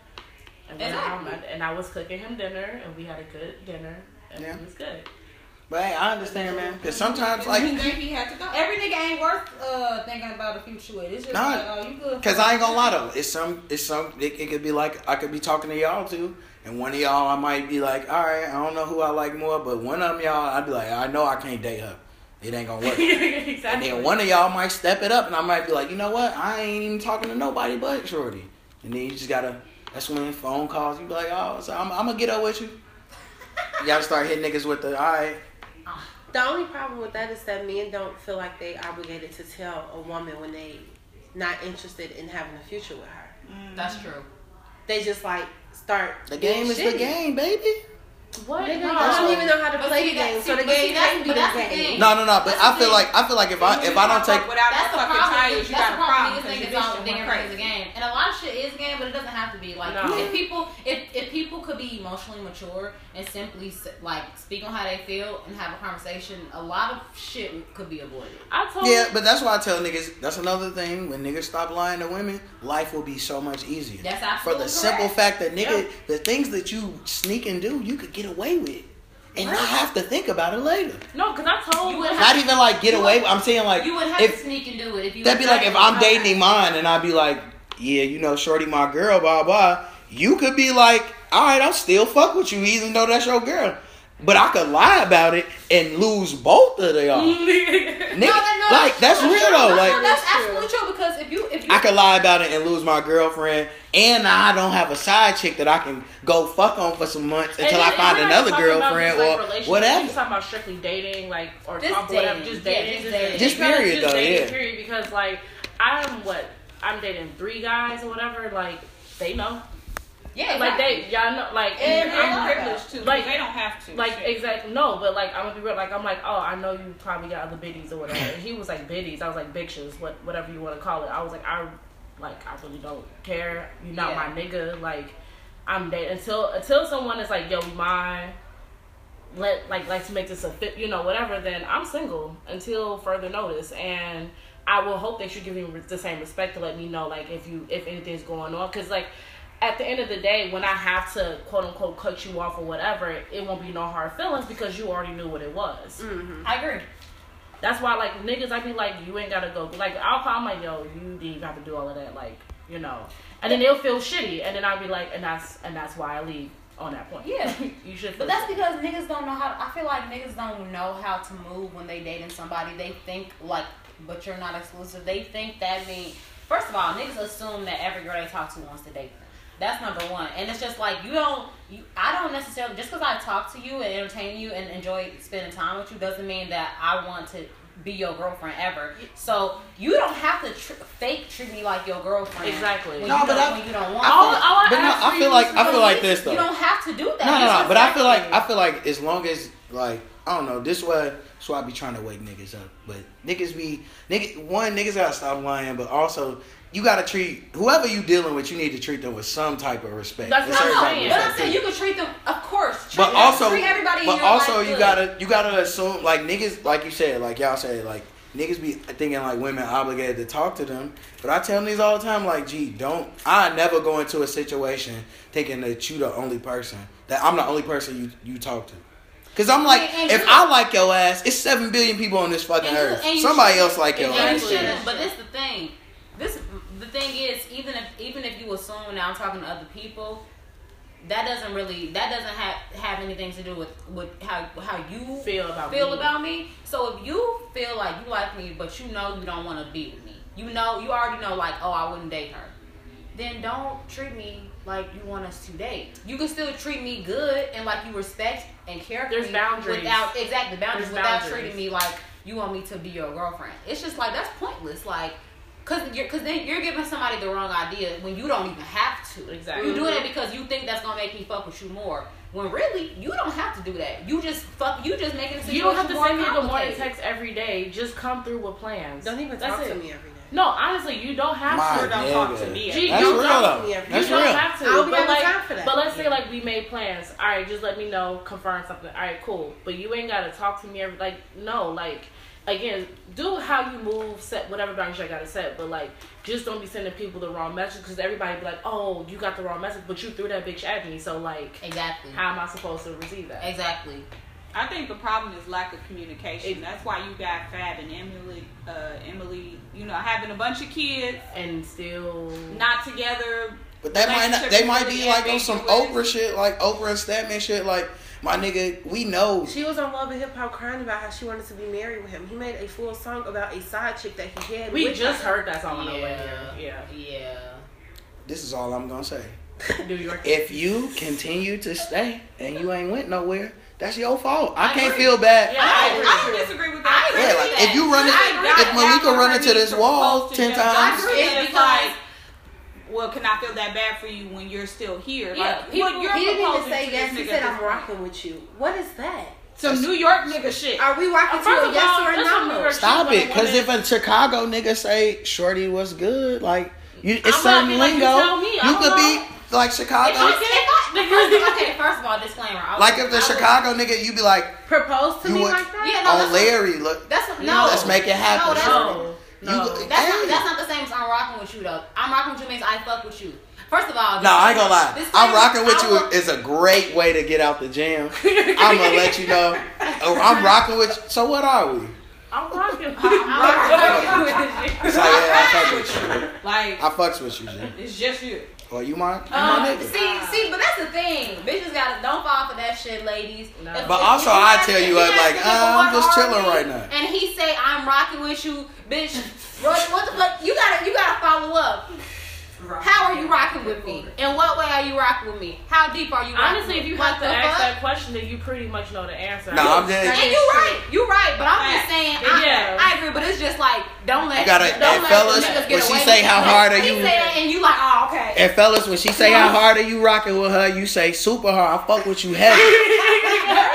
Speaker 1: And, then
Speaker 3: Exactly.
Speaker 1: I'm- and I was cooking him dinner, and we had a good dinner, and
Speaker 2: Yeah.
Speaker 1: it was good.
Speaker 2: But hey, I understand, man. Because sometimes, like,
Speaker 5: And then he had to go.
Speaker 3: Every nigga ain't worth uh, thinking about the future with. It's just
Speaker 2: Nah.
Speaker 3: like, oh, you good.
Speaker 2: because I ain't gonna lie though, it's some, it's some. It, it could be like I could be talking to y'all too, and one of y'all I might be like, all right, I don't know who I like more, but one of them y'all I'd be like, I know I can't date her. It ain't gonna work. And
Speaker 1: exactly.
Speaker 2: then one of y'all might step it up, and I might be like, you know what? I ain't even talking to nobody but Shorty. And then you just gotta. That's when phone calls. You be like, oh, so I'm, I'm gonna get up with you. You gotta start hitting niggas with the all right.
Speaker 4: The only problem with that is that men don't feel like they obligated to tell a woman when they not interested in having a future with her.
Speaker 3: That's true.
Speaker 4: They just like start.
Speaker 2: The game is the
Speaker 4: shitty.
Speaker 2: game, baby.
Speaker 1: What?
Speaker 4: Nigga,
Speaker 1: No.
Speaker 4: I don't even know how to
Speaker 3: But
Speaker 4: play
Speaker 3: see,
Speaker 4: the
Speaker 3: that-
Speaker 4: game,
Speaker 3: see,
Speaker 4: so the
Speaker 3: but see,
Speaker 4: game
Speaker 3: that's-
Speaker 4: can't be
Speaker 3: but
Speaker 4: the
Speaker 3: that's the
Speaker 4: game.
Speaker 3: thing.
Speaker 2: No, no, no. But
Speaker 3: That's
Speaker 2: I
Speaker 3: the
Speaker 2: feel
Speaker 3: thing.
Speaker 2: like I feel like if I if I don't take
Speaker 5: without
Speaker 3: That's the
Speaker 5: no fucking
Speaker 3: problem.
Speaker 5: tires, you
Speaker 3: That's
Speaker 5: got
Speaker 3: the
Speaker 5: a problem.
Speaker 3: problem. Niggas
Speaker 5: because
Speaker 3: think
Speaker 5: your
Speaker 3: it's all damn thing
Speaker 5: vision went
Speaker 3: is a
Speaker 5: crazy.
Speaker 3: game, and a lot of shit is game, but it doesn't have to be. Like
Speaker 1: No.
Speaker 3: if people, if if people could be emotionally mature and simply s- like speak on how they feel and have a conversation, a lot of shit could be avoided.
Speaker 1: I told
Speaker 2: yeah, but that's why I tell niggas. That's another thing. When niggas stop lying to women, life will be so much easier.
Speaker 3: That's
Speaker 2: for the
Speaker 3: absolutely
Speaker 2: simple
Speaker 3: correct.
Speaker 2: fact that nigga,
Speaker 1: Yeah.
Speaker 2: the things that you sneak and do, you could get away with. and not have to think about it later.
Speaker 1: No, because I told
Speaker 3: You
Speaker 1: you
Speaker 3: would
Speaker 2: Not even like get away. I'm saying like
Speaker 3: You would have
Speaker 2: if
Speaker 3: to sneak and do it if you.
Speaker 2: that'd be
Speaker 3: was
Speaker 2: like if
Speaker 3: dating
Speaker 2: I'm
Speaker 3: somebody.
Speaker 2: dating mine and I'd be like, yeah, you know, shorty, my girl, blah blah. You could be like, all right, I'll still fuck with you even though that's your girl. But I could lie about it and lose both of y'all. Nigga,
Speaker 3: No, no, no,
Speaker 2: like that's
Speaker 3: true.
Speaker 2: real though.
Speaker 3: No, no,
Speaker 2: Like
Speaker 3: that's absolutely true because if you if you
Speaker 2: I could lie about it and lose my girlfriend, and I don't have a side chick that I can go fuck on for some months until I find another girlfriend or
Speaker 1: You
Speaker 2: whatever.
Speaker 1: talking about strictly dating, like or
Speaker 3: Just
Speaker 1: couple, whatever,
Speaker 3: dating.
Speaker 1: just
Speaker 3: Yeah,
Speaker 1: dating,
Speaker 3: just dating.
Speaker 2: Just
Speaker 1: because-
Speaker 2: period, though,
Speaker 1: dating,
Speaker 2: yeah.
Speaker 1: Period, because like I'm what I'm dating three guys or whatever. Like they know,
Speaker 3: yeah
Speaker 1: like they y'all know, like
Speaker 5: And
Speaker 1: I'm
Speaker 5: they're
Speaker 1: privileged.
Speaker 5: privileged too.
Speaker 1: Like-
Speaker 5: Like they don't have to.
Speaker 1: Like
Speaker 5: Shit.
Speaker 1: exactly no, but like I'm gonna be real. Like I'm like, oh, I know you probably got other biddies or whatever. And he was like biddies. I was like bitches, what whatever you want to call it. I was like, I like I really don't care. You're not
Speaker 3: Yeah.
Speaker 1: my nigga. Like I'm dating until until someone is like, yo, we mine. Let like let's make this a fit, you know, whatever. Then I'm single until further notice, and I will hope that you give me the same respect to let me know like if you if anything's going on, because like at the end of the day, when I have to quote unquote cut you off or whatever, it won't be no hard feelings because you already knew what it was.
Speaker 3: I agree.
Speaker 1: That's why like niggas, I be like, you ain't gotta go. Like I'll call my yo, you didn't even have to do all of that. Like you know, and then they'll feel shitty, and then I'll be like, and that's and that's why I leave on that point.
Speaker 3: Yeah.
Speaker 1: you should.
Speaker 3: But that's because niggas don't know how. I feel like niggas don't know how to move when they dating somebody. They think like, but you're not exclusive. They think that means. First of all, niggas assume that every girl they talk to wants to date them. That's number one, and it's just like you don't. You, I don't necessarily just because I talk to you and entertain you and enjoy spending time with you doesn't mean that I want to be your girlfriend ever. So you don't have to tr- fake treat me like your girlfriend.
Speaker 1: Exactly.
Speaker 3: When
Speaker 2: No,
Speaker 3: you
Speaker 2: but
Speaker 3: don't,
Speaker 2: I-
Speaker 3: when you don't want.
Speaker 2: I
Speaker 1: all,
Speaker 3: that.
Speaker 1: all I
Speaker 2: But no,
Speaker 1: ask
Speaker 2: I
Speaker 1: for
Speaker 2: feel
Speaker 1: you
Speaker 2: like
Speaker 1: is
Speaker 2: I feel like this
Speaker 3: You
Speaker 2: though.
Speaker 3: don't have to do that.
Speaker 2: No, no,
Speaker 3: It's
Speaker 2: no. But I feel like
Speaker 3: respectful.
Speaker 2: I feel like as long as like I don't know, this way that's why I be trying to wake niggas up. But niggas be nigga one, niggas gotta stop lying, but also you gotta treat whoever you dealing with, you need to treat them with some type of respect.
Speaker 1: That's
Speaker 2: A
Speaker 1: what I'm
Speaker 2: certain type of
Speaker 1: saying.
Speaker 3: But
Speaker 2: respect.
Speaker 3: I'm saying you can treat them, of course. Treat
Speaker 2: But
Speaker 3: them-
Speaker 2: also,
Speaker 3: treat everybody in
Speaker 2: but
Speaker 3: your
Speaker 2: also
Speaker 3: life
Speaker 2: you
Speaker 3: good.
Speaker 2: gotta you gotta assume like niggas like you said like y'all said like niggas be thinking like women obligated to talk to them. But I tell niggas all the time like, gee, don't I never go into a situation thinking that you the only person that I'm the only person you you talk to. Cause I'm like,
Speaker 3: And- and
Speaker 2: if
Speaker 3: you-
Speaker 2: I like your ass, it's seven billion people on this fucking
Speaker 3: And you-
Speaker 2: earth.
Speaker 3: and you
Speaker 2: Somebody
Speaker 3: shouldn't-
Speaker 2: else like your
Speaker 3: And
Speaker 2: ass.
Speaker 3: you
Speaker 1: Exactly.
Speaker 3: shouldn't. But this is the thing. This the thing is, even if even if you assume now I'm talking to other people, that doesn't really that doesn't have have anything to do with with how how you
Speaker 1: Feel about
Speaker 3: feel
Speaker 1: me.
Speaker 3: about me. So if you feel like you like me, but you know you don't want to be with me, you know you already know like oh I wouldn't date her. Then don't treat me like you want us to date. You can still treat me good and like you respect and care for
Speaker 1: There's
Speaker 3: me
Speaker 1: boundaries.
Speaker 3: without exactly boundaries
Speaker 1: There's
Speaker 3: without
Speaker 1: boundaries.
Speaker 3: treating me be like you want me to be your girlfriend. It's just like that's pointless. Like, cause you're cause then you're giving somebody the wrong idea when you don't even have to.
Speaker 1: Exactly.
Speaker 3: You're doing it because you think that's gonna make me fuck with you more. When really you don't have to do that. You just fuck. You just making the situation
Speaker 1: You don't have to
Speaker 3: more
Speaker 1: send me a good morning
Speaker 3: complicated.
Speaker 1: text every day. Just come through with plans.
Speaker 4: Don't even
Speaker 1: That's
Speaker 4: talk to
Speaker 1: it.
Speaker 4: me every day.
Speaker 1: No, honestly, you don't have
Speaker 2: My
Speaker 1: to.
Speaker 5: Sure don't talk to
Speaker 2: nigga.
Speaker 5: me.
Speaker 1: Gee,
Speaker 2: That's
Speaker 1: you
Speaker 2: real
Speaker 1: don't-
Speaker 2: though.
Speaker 4: Yeah,
Speaker 1: You
Speaker 2: That's
Speaker 1: don't
Speaker 2: real.
Speaker 1: have to.
Speaker 4: I don't be
Speaker 1: but
Speaker 4: having
Speaker 1: like,
Speaker 4: time for that.
Speaker 1: but let's say
Speaker 4: Yeah.
Speaker 1: like we made plans. All right, just let me know, confirm something. All right, cool. But you ain't gotta talk to me every like no like again do how you move set whatever boundaries I gotta set. But like just don't be sending people the wrong message because everybody be like, oh, you got the wrong message, but you threw that bitch at me. So like,
Speaker 3: Exactly.
Speaker 1: how am I supposed to receive that?
Speaker 3: Exactly.
Speaker 5: I think the problem is lack of communication.
Speaker 1: It-
Speaker 5: That's why you got Fab and Emily, uh, Emily, you know, having a bunch of kids,
Speaker 1: And still
Speaker 5: not together.
Speaker 2: But they might not, they might be
Speaker 5: Relationship
Speaker 2: like on
Speaker 5: is
Speaker 2: some
Speaker 5: ambiguous.
Speaker 2: Oprah shit, like Oprah and Statman shit, like my nigga, we know
Speaker 4: She was on Love and Hip Hop crying about how she wanted to be married with him. He made a full song about a side chick that he had.
Speaker 1: we
Speaker 4: with
Speaker 1: just
Speaker 4: her.
Speaker 1: heard that song on the way here.
Speaker 3: Yeah.
Speaker 1: Yeah.
Speaker 3: Yeah.
Speaker 2: this is all I'm gonna say.
Speaker 1: New York.
Speaker 2: If you continue to stay and you ain't went nowhere, that's your fault. I,
Speaker 3: I
Speaker 2: can't
Speaker 3: agree.
Speaker 2: feel bad.
Speaker 1: Yeah,
Speaker 5: I,
Speaker 1: I
Speaker 5: don't-
Speaker 1: agree.
Speaker 5: I don't disagree with that.
Speaker 3: I
Speaker 2: Yeah,
Speaker 3: agree
Speaker 2: like
Speaker 3: with
Speaker 2: if you run,
Speaker 5: I
Speaker 2: it,
Speaker 5: agree with
Speaker 2: if
Speaker 5: that.
Speaker 2: Malika run into
Speaker 5: Everybody
Speaker 2: this wall
Speaker 5: proposed to
Speaker 2: ten
Speaker 5: them. I
Speaker 2: times,
Speaker 5: agree.
Speaker 3: It's
Speaker 5: It's
Speaker 3: because
Speaker 5: like, well, can I feel that bad for you when you're still here?
Speaker 3: Yeah,
Speaker 5: like,
Speaker 3: people-
Speaker 5: what you're
Speaker 4: He didn't even
Speaker 5: proposing
Speaker 4: say
Speaker 5: to
Speaker 4: yes.
Speaker 5: this
Speaker 4: He
Speaker 5: nigga
Speaker 4: said,
Speaker 5: at
Speaker 4: "I'm
Speaker 5: this point."
Speaker 4: rocking with you." What is that?
Speaker 5: Some New York nigga shit.
Speaker 4: Are we rocking
Speaker 1: First
Speaker 4: to a
Speaker 1: of
Speaker 4: yes
Speaker 1: all,
Speaker 4: or a
Speaker 1: that's what we
Speaker 4: no?
Speaker 1: were-
Speaker 2: stop
Speaker 1: She
Speaker 2: it. Because
Speaker 1: wanna-
Speaker 2: if a Chicago nigga say "Shorty, what's good?" like you, it's
Speaker 1: I'm
Speaker 2: certain
Speaker 1: gonna be like, you
Speaker 2: lingo.
Speaker 1: tell me. I don't
Speaker 2: could
Speaker 1: know.
Speaker 2: be like Chicago.
Speaker 3: If I, if I, first of, okay, first of all, disclaimer. I
Speaker 2: like
Speaker 3: would-
Speaker 2: if the
Speaker 3: I would-
Speaker 2: Chicago nigga, you be like,
Speaker 4: Propose to
Speaker 2: You
Speaker 4: me
Speaker 2: would-
Speaker 4: like that?
Speaker 3: Yeah, no,
Speaker 2: "Oh
Speaker 3: that's what-
Speaker 2: Larry, look,
Speaker 3: That's what,
Speaker 1: No.
Speaker 3: no.
Speaker 2: let's make it happen."
Speaker 3: No, that's
Speaker 2: shorty.
Speaker 1: No.
Speaker 2: You-
Speaker 1: No.
Speaker 3: That's
Speaker 2: Hey.
Speaker 3: not that's not the same as I'm rocking with you though. I'm rocking with you means I fuck with you. First of all,
Speaker 2: No, I ain't gonna lie.
Speaker 3: disclaimer,
Speaker 2: I'm rocking with
Speaker 3: I
Speaker 2: you
Speaker 3: will-
Speaker 2: is a great way to get out the jam. I'm gonna let you know. Oh, I'm rocking with. You. So what are we?
Speaker 1: I'm rocking.
Speaker 3: I will rock with this shit.
Speaker 2: It's like, yeah, I fucks with you.
Speaker 5: Like
Speaker 2: I fucks with you, Jim.
Speaker 5: it's just you.
Speaker 2: Well, you my, you my
Speaker 3: Um,
Speaker 2: nigga.
Speaker 3: see, see, but that's the thing. Bitches gotta don't fall for that shit, ladies.
Speaker 1: No.
Speaker 3: If-
Speaker 2: But
Speaker 3: if
Speaker 2: also,
Speaker 3: you
Speaker 2: I
Speaker 3: ask-
Speaker 2: tell
Speaker 3: if
Speaker 2: you what,
Speaker 3: ask
Speaker 2: like,
Speaker 3: a nigga
Speaker 2: uh, I'm
Speaker 3: what
Speaker 2: just
Speaker 3: are
Speaker 2: chilling
Speaker 3: we,
Speaker 2: right now.
Speaker 3: And he say, "I'm rocking with you, bitch." Bro, what the fuck? You gotta, you gotta follow up. How are you rocking with me? In what way are you rocking with me? How deep are you? Rocking
Speaker 1: Honestly,
Speaker 3: with
Speaker 1: if you
Speaker 3: me? What
Speaker 1: have to
Speaker 3: the
Speaker 1: ask
Speaker 3: fuck?
Speaker 1: that question, then you pretty much know the answer.
Speaker 2: No, I'm just.
Speaker 3: And you right, you right, but I'm just
Speaker 5: Facts.
Speaker 3: saying, I,
Speaker 1: Yeah.
Speaker 3: I agree, but it's just like don't let
Speaker 2: You gotta-
Speaker 3: don't
Speaker 2: hey,
Speaker 3: let
Speaker 2: fellas,
Speaker 3: the niggas get
Speaker 2: when she
Speaker 3: away
Speaker 2: say
Speaker 3: with
Speaker 2: how
Speaker 3: it.
Speaker 2: hard are
Speaker 3: He
Speaker 2: you-
Speaker 3: say that and you like, oh okay.
Speaker 2: And fellas, when she say how hard are you rocking with her, you say super hard. I fuck with you heavy.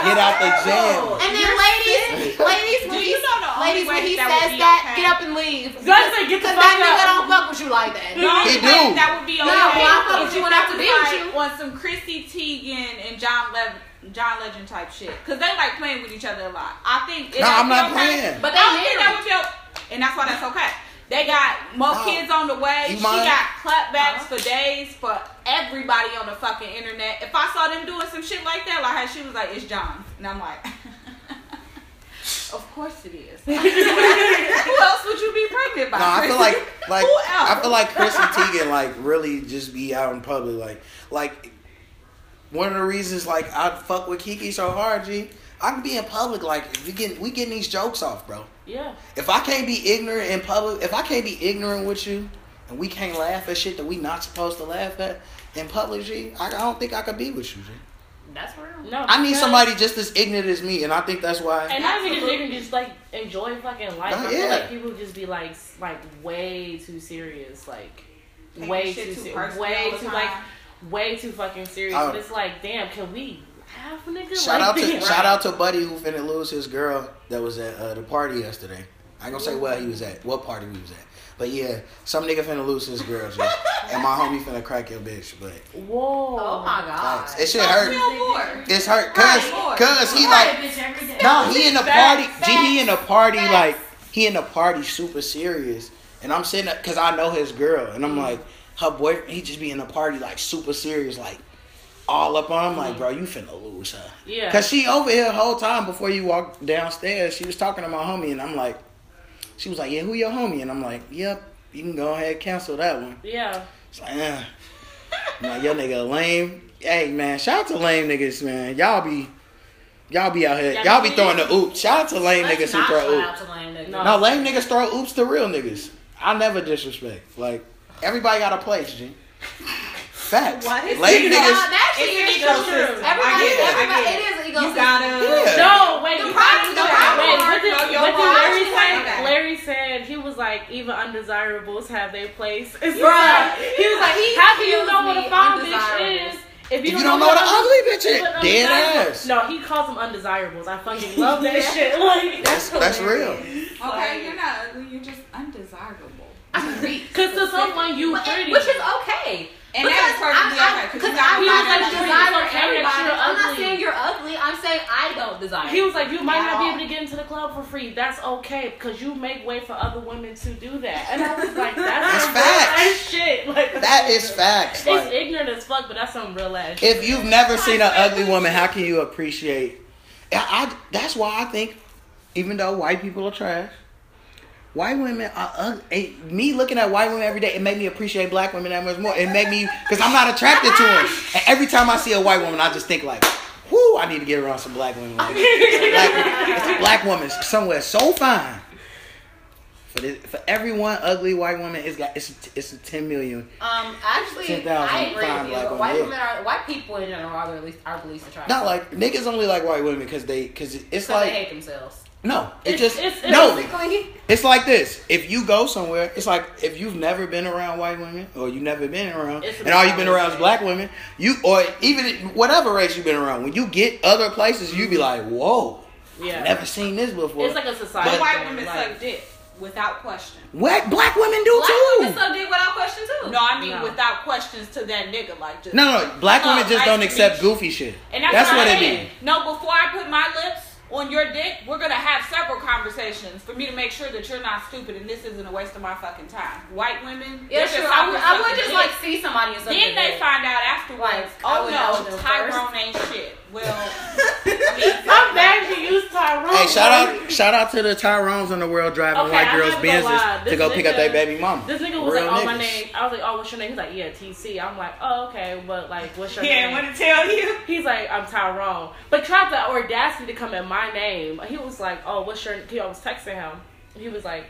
Speaker 2: Get out the jam.
Speaker 3: And then ladies, ladies, when
Speaker 5: Do
Speaker 3: he,
Speaker 5: you know the
Speaker 3: ladies,
Speaker 5: only
Speaker 3: when
Speaker 5: way
Speaker 3: he
Speaker 5: that would
Speaker 3: says
Speaker 5: be
Speaker 3: that,
Speaker 5: okay?
Speaker 3: get up and leave.
Speaker 1: Cause I say, get the
Speaker 3: Because
Speaker 1: fuck
Speaker 3: that nigga
Speaker 1: up.
Speaker 3: don't fuck with you like that.
Speaker 5: The only
Speaker 2: He
Speaker 5: way
Speaker 2: do.
Speaker 5: that would be okay.
Speaker 3: Yeah, well, I fuck with
Speaker 5: is
Speaker 3: you
Speaker 5: if
Speaker 3: and I
Speaker 5: that
Speaker 3: could
Speaker 5: was
Speaker 3: be with
Speaker 5: like
Speaker 3: you.
Speaker 5: on some Chrissy Teigen and John Le- John Legend type shit. Cause they like playing with each other a lot. I think
Speaker 2: No, I'm not playing.
Speaker 3: But
Speaker 5: But
Speaker 3: they
Speaker 5: I don't think that
Speaker 3: married.
Speaker 5: would be okay. and that's why that's okay. They got more
Speaker 2: No.
Speaker 5: kids on the way.
Speaker 2: You
Speaker 5: She
Speaker 2: mind?
Speaker 5: got clapbacks for days for everybody on the fucking internet. If I saw them doing some shit like that, like how she was like, "It's John," and I'm like, "Of course it is." Who else would you be pregnant by?
Speaker 2: No, I feel like
Speaker 5: Chris?
Speaker 2: like
Speaker 5: Who else?
Speaker 2: I feel like Chrissy Teigen like really just be out in public like like one of the reasons like I fuck with Kiki so hard, G. I can be in public like if we get we getting these jokes off, bro.
Speaker 1: Yeah.
Speaker 2: If I can't be ignorant in public, if I can't be ignorant with you, and we can't laugh at shit that we not supposed to laugh at in public, G, I, I don't think I could be with you, G.
Speaker 3: That's real.
Speaker 1: No.
Speaker 2: I need
Speaker 1: because-
Speaker 2: somebody just as ignorant as me, and I think that's why.
Speaker 1: And I think it's ignorant. Just like enjoy fucking life.
Speaker 2: Oh,
Speaker 1: I feel
Speaker 2: yeah.
Speaker 1: like people just be like, s- like way too serious, like
Speaker 5: Taking
Speaker 1: way
Speaker 5: shit
Speaker 1: too,
Speaker 5: too
Speaker 1: se-
Speaker 5: personally
Speaker 1: way
Speaker 5: all the
Speaker 1: too like
Speaker 5: time.
Speaker 1: way too fucking serious.
Speaker 2: Oh.
Speaker 1: But it's like, damn, can we laugh, nigga?
Speaker 2: shout
Speaker 1: like,
Speaker 2: out to
Speaker 1: damn.
Speaker 2: shout out to buddy who finna lose his girl that was at uh, the party yesterday. I ain't gonna say where he was at, what party he was at, but yeah, some nigga finna lose his girl, G. and my homie finna crack your bitch, but
Speaker 1: Whoa.
Speaker 3: Oh my god.
Speaker 2: facts. it should
Speaker 5: Fuck
Speaker 2: hurt.
Speaker 5: no more.
Speaker 2: It's hurt, cause
Speaker 5: Right.
Speaker 2: cause he like No, he in the party.
Speaker 1: Facts,
Speaker 2: G, he in the party
Speaker 3: facts.
Speaker 2: like he in the party super serious, and I'm sitting because I know his girl, and I'm
Speaker 1: Mm-hmm.
Speaker 2: like her boyfriend. He just be in the party like super serious, like all up on. I'm like, bro, you finna lose her.
Speaker 1: Mm-hmm. Yeah.
Speaker 2: Cause she over here the whole time before you walked downstairs. She was talking to my homie, and I'm like, she was like, yeah, who your homie? And I'm like, yep, you can go ahead and cancel that one.
Speaker 1: Yeah.
Speaker 2: It's like, eh. Now your nigga lame. Hey man, shout out to lame niggas, man. Y'all be y'all be out here.
Speaker 1: Yeah,
Speaker 2: Y'all be
Speaker 1: please.
Speaker 2: throwing the oops. Shout out to lame
Speaker 3: Let's
Speaker 2: niggas who
Speaker 3: not
Speaker 2: throw
Speaker 3: shout
Speaker 2: oops.
Speaker 3: out to lame niggas.
Speaker 1: No.
Speaker 2: No, lame niggas throw oops to real niggas. I never disrespect. Like everybody got a place, G. Facts.
Speaker 5: What is-
Speaker 2: lame
Speaker 3: No,
Speaker 2: niggas
Speaker 3: that shit is
Speaker 5: It's
Speaker 3: true.
Speaker 5: an ecosystem.
Speaker 3: Everybody,
Speaker 5: I get it, I
Speaker 3: everybody,
Speaker 5: get it.
Speaker 3: it is an
Speaker 5: You
Speaker 3: ecosystem.
Speaker 5: gotta.
Speaker 2: Yeah.
Speaker 1: No, wait.
Speaker 3: The
Speaker 1: you gotta-
Speaker 3: problem- the problem
Speaker 1: wait,
Speaker 5: is
Speaker 1: what did,
Speaker 5: know your
Speaker 1: what did
Speaker 5: problem.
Speaker 1: Larry say?
Speaker 5: Okay.
Speaker 1: Larry said he was like, even undesirables have their place. It's
Speaker 3: Bruh.
Speaker 1: like- he was like,
Speaker 3: He
Speaker 1: how do you
Speaker 3: kills
Speaker 1: know what
Speaker 3: me,
Speaker 1: a fine bitch
Speaker 3: undesirables.
Speaker 1: is if
Speaker 2: If you don't know what an ugly bitch is,
Speaker 1: what
Speaker 2: dead
Speaker 1: undesirable-
Speaker 2: ass.
Speaker 1: No, he calls them undesirables. I fucking love that shit. Like,
Speaker 2: That's that's real.
Speaker 5: Okay, you're not ugly. You're just undesirable.
Speaker 3: I'm weak.
Speaker 1: cause to someone you
Speaker 3: But-
Speaker 1: pretty.
Speaker 3: Which is okay.
Speaker 5: And
Speaker 3: Because
Speaker 5: that is perfectly
Speaker 3: I'm-
Speaker 5: okay,
Speaker 3: I'm-
Speaker 5: 'cause
Speaker 3: Because
Speaker 5: you
Speaker 3: I'm
Speaker 5: gotta
Speaker 3: not
Speaker 5: find
Speaker 3: a
Speaker 5: out
Speaker 3: designer
Speaker 1: that
Speaker 3: for
Speaker 1: you're
Speaker 3: everybody. I'm not
Speaker 1: ugly.
Speaker 3: saying you're ugly. I'm saying I don't desire.
Speaker 1: he was like, you might not be
Speaker 5: Wow.
Speaker 1: able to get into the club for free. That's okay, because you make way for other women to do that. And I was like, that's,
Speaker 2: That's
Speaker 1: some
Speaker 2: facts.
Speaker 1: real ass shit. Like,
Speaker 2: That is facts.
Speaker 1: It's
Speaker 2: Like,
Speaker 1: ignorant as fuck, but that's some real ass. shit.
Speaker 2: if you've never seen an ugly woman, how can you appreciate? I, I- that's why I think, even though white people are trash, white women are ugly. It- me looking at white women every day, it made me appreciate black women that much more. It made me because I'm not attracted to them. And every time I see a white woman, I just think like, "Whoo, I need to get around some black women." Like, black, women- it's a black woman somewhere so fine. For, this, for every one ugly white woman, it's got it's it's a ten million.
Speaker 3: Um, actually,
Speaker 2: 10,000
Speaker 3: I agree
Speaker 2: fine
Speaker 3: with you.
Speaker 2: black women,
Speaker 3: white
Speaker 2: yeah.
Speaker 3: women are white people in general are at least are least attractive.
Speaker 2: Not like niggas only like white women because they because it's
Speaker 3: because
Speaker 2: like
Speaker 3: they hate themselves.
Speaker 2: No, it
Speaker 1: It's-
Speaker 2: just
Speaker 1: it's-
Speaker 2: no.
Speaker 3: Basically,
Speaker 2: It's like this: if you go somewhere, it's like if you've never been around white women, or you've never been around,
Speaker 1: It's a
Speaker 2: and all you've been around is
Speaker 1: mentality.
Speaker 2: black women. You or even whatever race you've been around, when you get other places, you be like, "Whoa,
Speaker 1: Yeah.
Speaker 2: never seen this before."
Speaker 1: It's like a society.
Speaker 2: But-
Speaker 5: White
Speaker 1: thing,
Speaker 5: women
Speaker 1: like-
Speaker 5: suck dick without question.
Speaker 2: what black women do
Speaker 3: black
Speaker 2: too.
Speaker 3: women suck dick without question too.
Speaker 5: No, I mean
Speaker 1: No.
Speaker 5: without questions to that nigga, like just.
Speaker 2: no, no, black
Speaker 5: Oh,
Speaker 2: women just
Speaker 5: nice
Speaker 2: don't
Speaker 5: to
Speaker 2: accept
Speaker 5: meet you.
Speaker 2: goofy shit.
Speaker 5: And that's,
Speaker 2: That's
Speaker 5: what,
Speaker 2: what
Speaker 5: I
Speaker 2: it
Speaker 5: mean. No, before I put my lips on your dick, we're gonna have several conversations for me to make sure that you're not stupid and this isn't a waste of my fucking time. White women,
Speaker 3: Yeah,
Speaker 5: they're
Speaker 3: sure.
Speaker 5: just
Speaker 3: I
Speaker 5: out
Speaker 3: would,
Speaker 5: here
Speaker 3: I would
Speaker 5: sucking
Speaker 3: just
Speaker 5: dick.
Speaker 3: like see somebody and something.
Speaker 5: Then they find out afterwards.
Speaker 3: Like, I
Speaker 5: oh
Speaker 3: would know
Speaker 5: no,
Speaker 3: them
Speaker 5: Tyrone ain't shit. Well,
Speaker 1: I'm mad you used Tyrone.
Speaker 2: Hey, shout out, shout out to the Tyrones in the world driving
Speaker 1: Oh, Okay,
Speaker 2: white
Speaker 1: I'm
Speaker 2: girls'
Speaker 1: not gonna
Speaker 2: Benzes
Speaker 1: lie.
Speaker 2: to
Speaker 1: This
Speaker 2: go pick up
Speaker 1: nigga-
Speaker 2: their baby mama.
Speaker 1: This nigga was
Speaker 2: Real
Speaker 1: like, oh, my
Speaker 2: niggas.
Speaker 1: name. I was like, oh, what's your name? He's like, yeah, TC. I'm like, oh, okay, but like, what's your
Speaker 5: he ain't
Speaker 1: name?
Speaker 5: want to tell you.
Speaker 1: He's like, I'm Tyrone. But tried the audacity to come at my name. He was like, oh, what's your He I was texting him. He was like,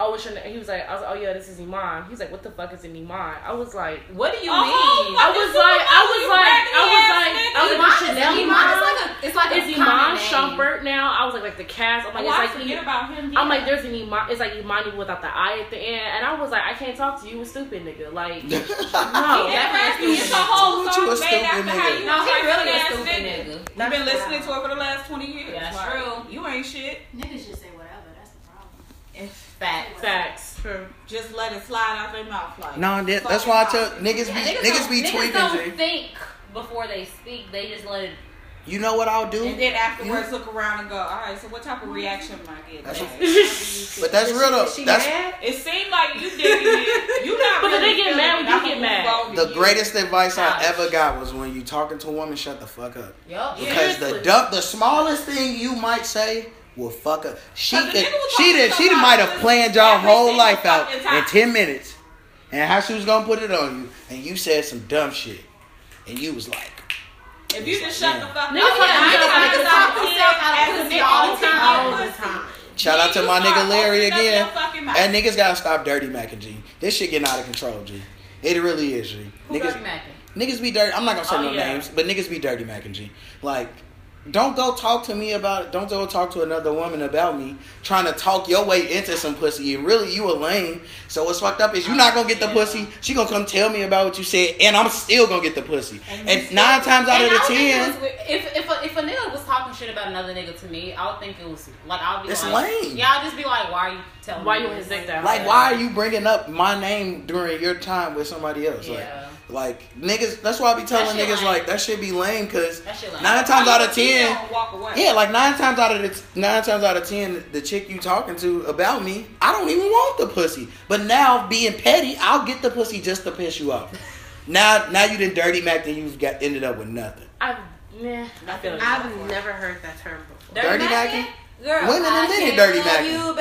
Speaker 1: oh, what's your name? He was like, I was like, oh, yeah, this is Iman. He was like, what the fuck is an Iman? I was like,
Speaker 3: What do you
Speaker 5: A whole
Speaker 3: mean?
Speaker 1: I
Speaker 5: fucking
Speaker 1: was like, I was
Speaker 5: supermodel,
Speaker 1: like,
Speaker 5: you
Speaker 1: I was like,
Speaker 5: raggedy
Speaker 1: I
Speaker 5: ass
Speaker 1: was like,
Speaker 5: nigga.
Speaker 3: Iman
Speaker 1: Chanel
Speaker 3: is, Iman is like a, it's like
Speaker 1: is
Speaker 3: a
Speaker 1: Iman
Speaker 3: common name.
Speaker 1: Shumpert now? I was like, like the cast. I'm like,
Speaker 5: Why
Speaker 1: it's like
Speaker 5: Oh, forget about him?
Speaker 1: I'm like, there's an Iman. It's like Imani without the I at the end, and I was like, I can't talk to you, you a stupid nigga. Like, no,
Speaker 5: Yeah,
Speaker 1: oh, that-
Speaker 5: Rascal, it's a whole
Speaker 2: You a
Speaker 5: song
Speaker 2: stupid
Speaker 5: made after how
Speaker 2: nigga.
Speaker 5: you
Speaker 3: No, he really a
Speaker 5: ass
Speaker 3: stupid
Speaker 5: nigga.
Speaker 3: nigga.
Speaker 5: You've been listening to it for the last 20 years.
Speaker 3: Yeah, that's
Speaker 5: Like,
Speaker 3: true.
Speaker 5: You ain't shit.
Speaker 6: Niggas just say whatever. That's the problem.
Speaker 3: Facts.
Speaker 1: facts.
Speaker 4: True.
Speaker 5: Just let it slide out their mouth. Like,
Speaker 2: No, that, that's why I tell
Speaker 5: fucking
Speaker 2: niggas be niggas
Speaker 3: don't-
Speaker 2: be
Speaker 3: niggas
Speaker 2: tweaking.
Speaker 3: don't
Speaker 2: G.
Speaker 3: think before they speak. They just let it.
Speaker 2: You know what I'll do?
Speaker 5: And then afterwards, look around and go, all right, so what type of reaction am I getting?
Speaker 2: That's what- But
Speaker 5: Like,
Speaker 2: that's real though. That's
Speaker 5: it seemed like you digging it. You not
Speaker 1: But then
Speaker 5: really
Speaker 1: they get
Speaker 5: feeling
Speaker 1: mad
Speaker 5: it.
Speaker 1: when you
Speaker 5: I'ma
Speaker 1: get
Speaker 5: move
Speaker 1: mad.
Speaker 5: on to
Speaker 2: the
Speaker 5: you.
Speaker 2: greatest advice I
Speaker 3: Ouch.
Speaker 2: ever got was when you talking to a woman, shut the fuck up.
Speaker 3: Yup.
Speaker 1: Yeah.
Speaker 2: Because the
Speaker 1: Seriously.
Speaker 2: dumb, the smallest thing you might say will fuck up. She
Speaker 5: Cause the
Speaker 2: could,
Speaker 5: nigga was
Speaker 2: she
Speaker 5: talking
Speaker 2: did, she
Speaker 5: to
Speaker 2: might have
Speaker 5: somebody
Speaker 2: planned y'all
Speaker 5: every
Speaker 2: whole
Speaker 5: single
Speaker 2: life out
Speaker 5: fucking
Speaker 2: in
Speaker 5: time.
Speaker 2: ten minutes, and how she was gonna put it on you, and you said some dumb shit, and you was like,
Speaker 5: If you just shut
Speaker 2: Yeah.
Speaker 5: the fuck up.
Speaker 1: Niggas like
Speaker 5: I
Speaker 1: niggas
Speaker 5: got
Speaker 1: like
Speaker 5: a
Speaker 1: to
Speaker 5: top
Speaker 1: talk
Speaker 3: themselves out of
Speaker 5: ten as a
Speaker 3: pussy
Speaker 5: nigga
Speaker 3: all
Speaker 5: who
Speaker 3: the
Speaker 5: can
Speaker 3: time.
Speaker 5: get
Speaker 3: All the
Speaker 5: pussy.
Speaker 4: time.
Speaker 2: shout out to my
Speaker 5: You
Speaker 2: nigga
Speaker 5: start
Speaker 2: Larry
Speaker 5: opening up your
Speaker 2: again.
Speaker 5: fucking mouth.
Speaker 2: And niggas gotta stop dirty macking G. This shit getting out of control G. It really is G.
Speaker 3: Who
Speaker 2: niggas,
Speaker 3: dirty macking?
Speaker 2: Niggas be dirty. I'm not gonna say
Speaker 1: Oh,
Speaker 2: no
Speaker 1: yeah.
Speaker 2: names, but niggas be dirty, Mac and G. Like, don't go talk to me about it. Don't go talk to another woman about me trying to talk your way into some pussy. And really, you a lame. So what's fucked up is you not gonna get the
Speaker 3: Yeah.
Speaker 2: pussy. She gonna come tell me about what you said, and I'm still gonna get the pussy. And,
Speaker 5: And you
Speaker 2: nine times out
Speaker 3: And
Speaker 2: of the
Speaker 3: I would think it
Speaker 2: ten,
Speaker 3: was weird. if if a, if a nigga was talking shit about another nigga to me, I would think it was like I'll be
Speaker 2: It's
Speaker 3: like,
Speaker 2: lame.
Speaker 3: yeah, I'll just be like, why are you telling
Speaker 1: Why
Speaker 3: me
Speaker 1: you on
Speaker 3: this?
Speaker 1: his dick that
Speaker 2: like, why are you bringing up my name during your time with somebody else?
Speaker 3: Yeah.
Speaker 2: Like, like niggas. That's why I be telling
Speaker 3: shit
Speaker 2: niggas
Speaker 3: lame.
Speaker 2: like that should be lame because
Speaker 3: That shit lame.
Speaker 2: nine times out of
Speaker 5: You
Speaker 2: ten.
Speaker 5: don't walk away.
Speaker 2: Yeah, like nine times out of the nine times out of ten, the chick you talking to about me, I don't even want the pussy. But now being petty, I'll get the pussy just to piss you off. Now, now you done dirty mac and you've got ended up with nothing.
Speaker 1: I, yeah, I feel it.
Speaker 4: I've never heard that term before.
Speaker 2: Dirty macking?
Speaker 3: Girl,
Speaker 2: Women
Speaker 3: I
Speaker 2: and men
Speaker 3: can
Speaker 2: are dirty
Speaker 3: love
Speaker 2: macking.
Speaker 3: you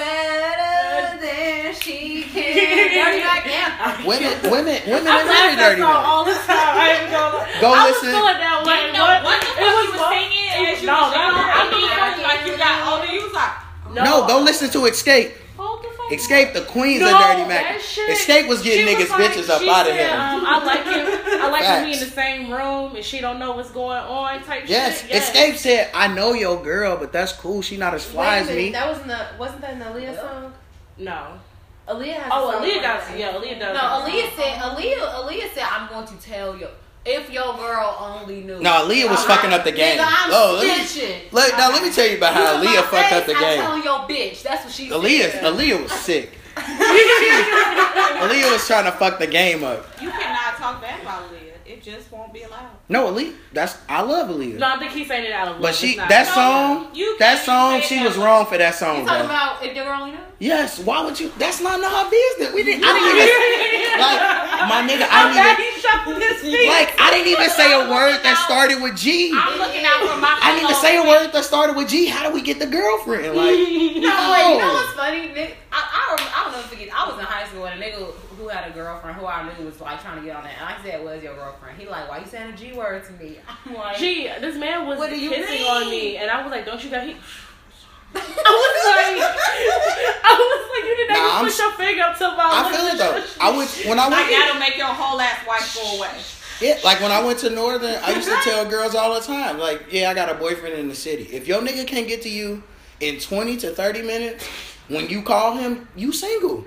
Speaker 3: better than she can. dirty macking.
Speaker 2: Women, women, women,
Speaker 1: I
Speaker 2: and
Speaker 1: laugh
Speaker 2: men
Speaker 1: that
Speaker 2: are dirty
Speaker 1: song
Speaker 2: mac.
Speaker 1: all the time. I ain't gonna lie.
Speaker 2: Go
Speaker 1: I
Speaker 2: listen.
Speaker 1: was feeling that way.
Speaker 5: You know what, the fuck
Speaker 1: It was
Speaker 5: you was
Speaker 1: what-
Speaker 5: singing
Speaker 1: it
Speaker 5: as you
Speaker 1: no,
Speaker 5: was
Speaker 1: that
Speaker 5: young?
Speaker 1: was-
Speaker 5: I know
Speaker 1: I
Speaker 5: you like you got older, you was like,
Speaker 2: No, go listen to Escape.
Speaker 5: hold the fuck
Speaker 2: Escape, the queens
Speaker 1: No,
Speaker 2: of dirty
Speaker 1: that
Speaker 2: mac.
Speaker 1: shit-
Speaker 2: Escape was getting
Speaker 1: she was
Speaker 2: niggas
Speaker 1: like-
Speaker 2: bitches up
Speaker 1: she
Speaker 2: out of
Speaker 1: said,
Speaker 2: here.
Speaker 1: Um, I like him. I like him
Speaker 2: Facts.
Speaker 1: being in the same room and she don't know what's going on type
Speaker 2: yes,
Speaker 1: shit.
Speaker 2: Escape said, "I know your girl, but that's cool. She not as fly as me."
Speaker 4: That wasn't the wasn't that an Aaliyah song?
Speaker 1: No.
Speaker 4: Aaliyah has.
Speaker 1: Oh, Aaliyah does. Yeah, Aaliyah does.
Speaker 3: No, Aaliyah said. Aaliyah, Aaliyah said, I'm going to tell you if your girl only knew.
Speaker 2: No, Leah was
Speaker 3: All
Speaker 2: fucking up the game.
Speaker 3: Nigga, I'm
Speaker 2: Oh, let me-
Speaker 3: snitching.
Speaker 2: Let, now let me tell you about
Speaker 3: You
Speaker 2: how
Speaker 3: in my
Speaker 2: Aaliyah fucked up the
Speaker 3: face, I'm
Speaker 2: game.
Speaker 3: telling your bitch. That's what she.
Speaker 2: Aaliyah,
Speaker 3: said.
Speaker 2: Aaliyah was sick. Aaliyah was trying to fuck the game up.
Speaker 5: You cannot talk bad about Leah. It just won't be allowed.
Speaker 2: No, Aaliyah, that's I love Aaliyah.
Speaker 1: No, I think he's saying it out of love.
Speaker 2: but she
Speaker 1: It's not-
Speaker 2: that
Speaker 5: No,
Speaker 2: song,
Speaker 5: you
Speaker 2: that
Speaker 5: can't
Speaker 2: song,
Speaker 5: say
Speaker 2: she
Speaker 5: that.
Speaker 2: was wrong for that
Speaker 3: You
Speaker 2: song,
Speaker 3: talking
Speaker 2: bro.
Speaker 3: about if your girl only knew?
Speaker 2: Yes, why would you? That's not none of her business. We didn't. I didn't even like my nigga. I
Speaker 1: I'm glad
Speaker 2: didn't
Speaker 1: he shuffled his
Speaker 2: even
Speaker 1: feet.
Speaker 2: like. I didn't even say a word that started with G. I
Speaker 5: I'm looking out for my.
Speaker 2: didn't even say a word that started with G. How do we get the girlfriend? Like
Speaker 3: No, wait, you know
Speaker 2: No.
Speaker 3: what's funny? Nick, I, I, rem- I don't know if forget. I was in high school and a nigga who had a girlfriend who I knew was like trying to get on that. And I said, "Where's your girlfriend?" He like, "Why you saying a G word to me?" I'm like,
Speaker 1: Gee, this man was
Speaker 3: What do you
Speaker 1: kissing
Speaker 3: mean?
Speaker 1: on me, and I was like, "Don't you got he?" I was like, I was like, you didn't
Speaker 2: Nah, I'm
Speaker 1: even push
Speaker 2: s-
Speaker 1: your finger up to my.
Speaker 2: I feel it though. I would when I
Speaker 5: Like
Speaker 2: went.
Speaker 5: that'll make your whole ass wife go away.
Speaker 2: Yeah, like when I went to Northern, I used to tell girls all the time, like, yeah, I got a boyfriend in the city. If your nigga can't get to you in 20 to 30 minutes, when you call him, you single.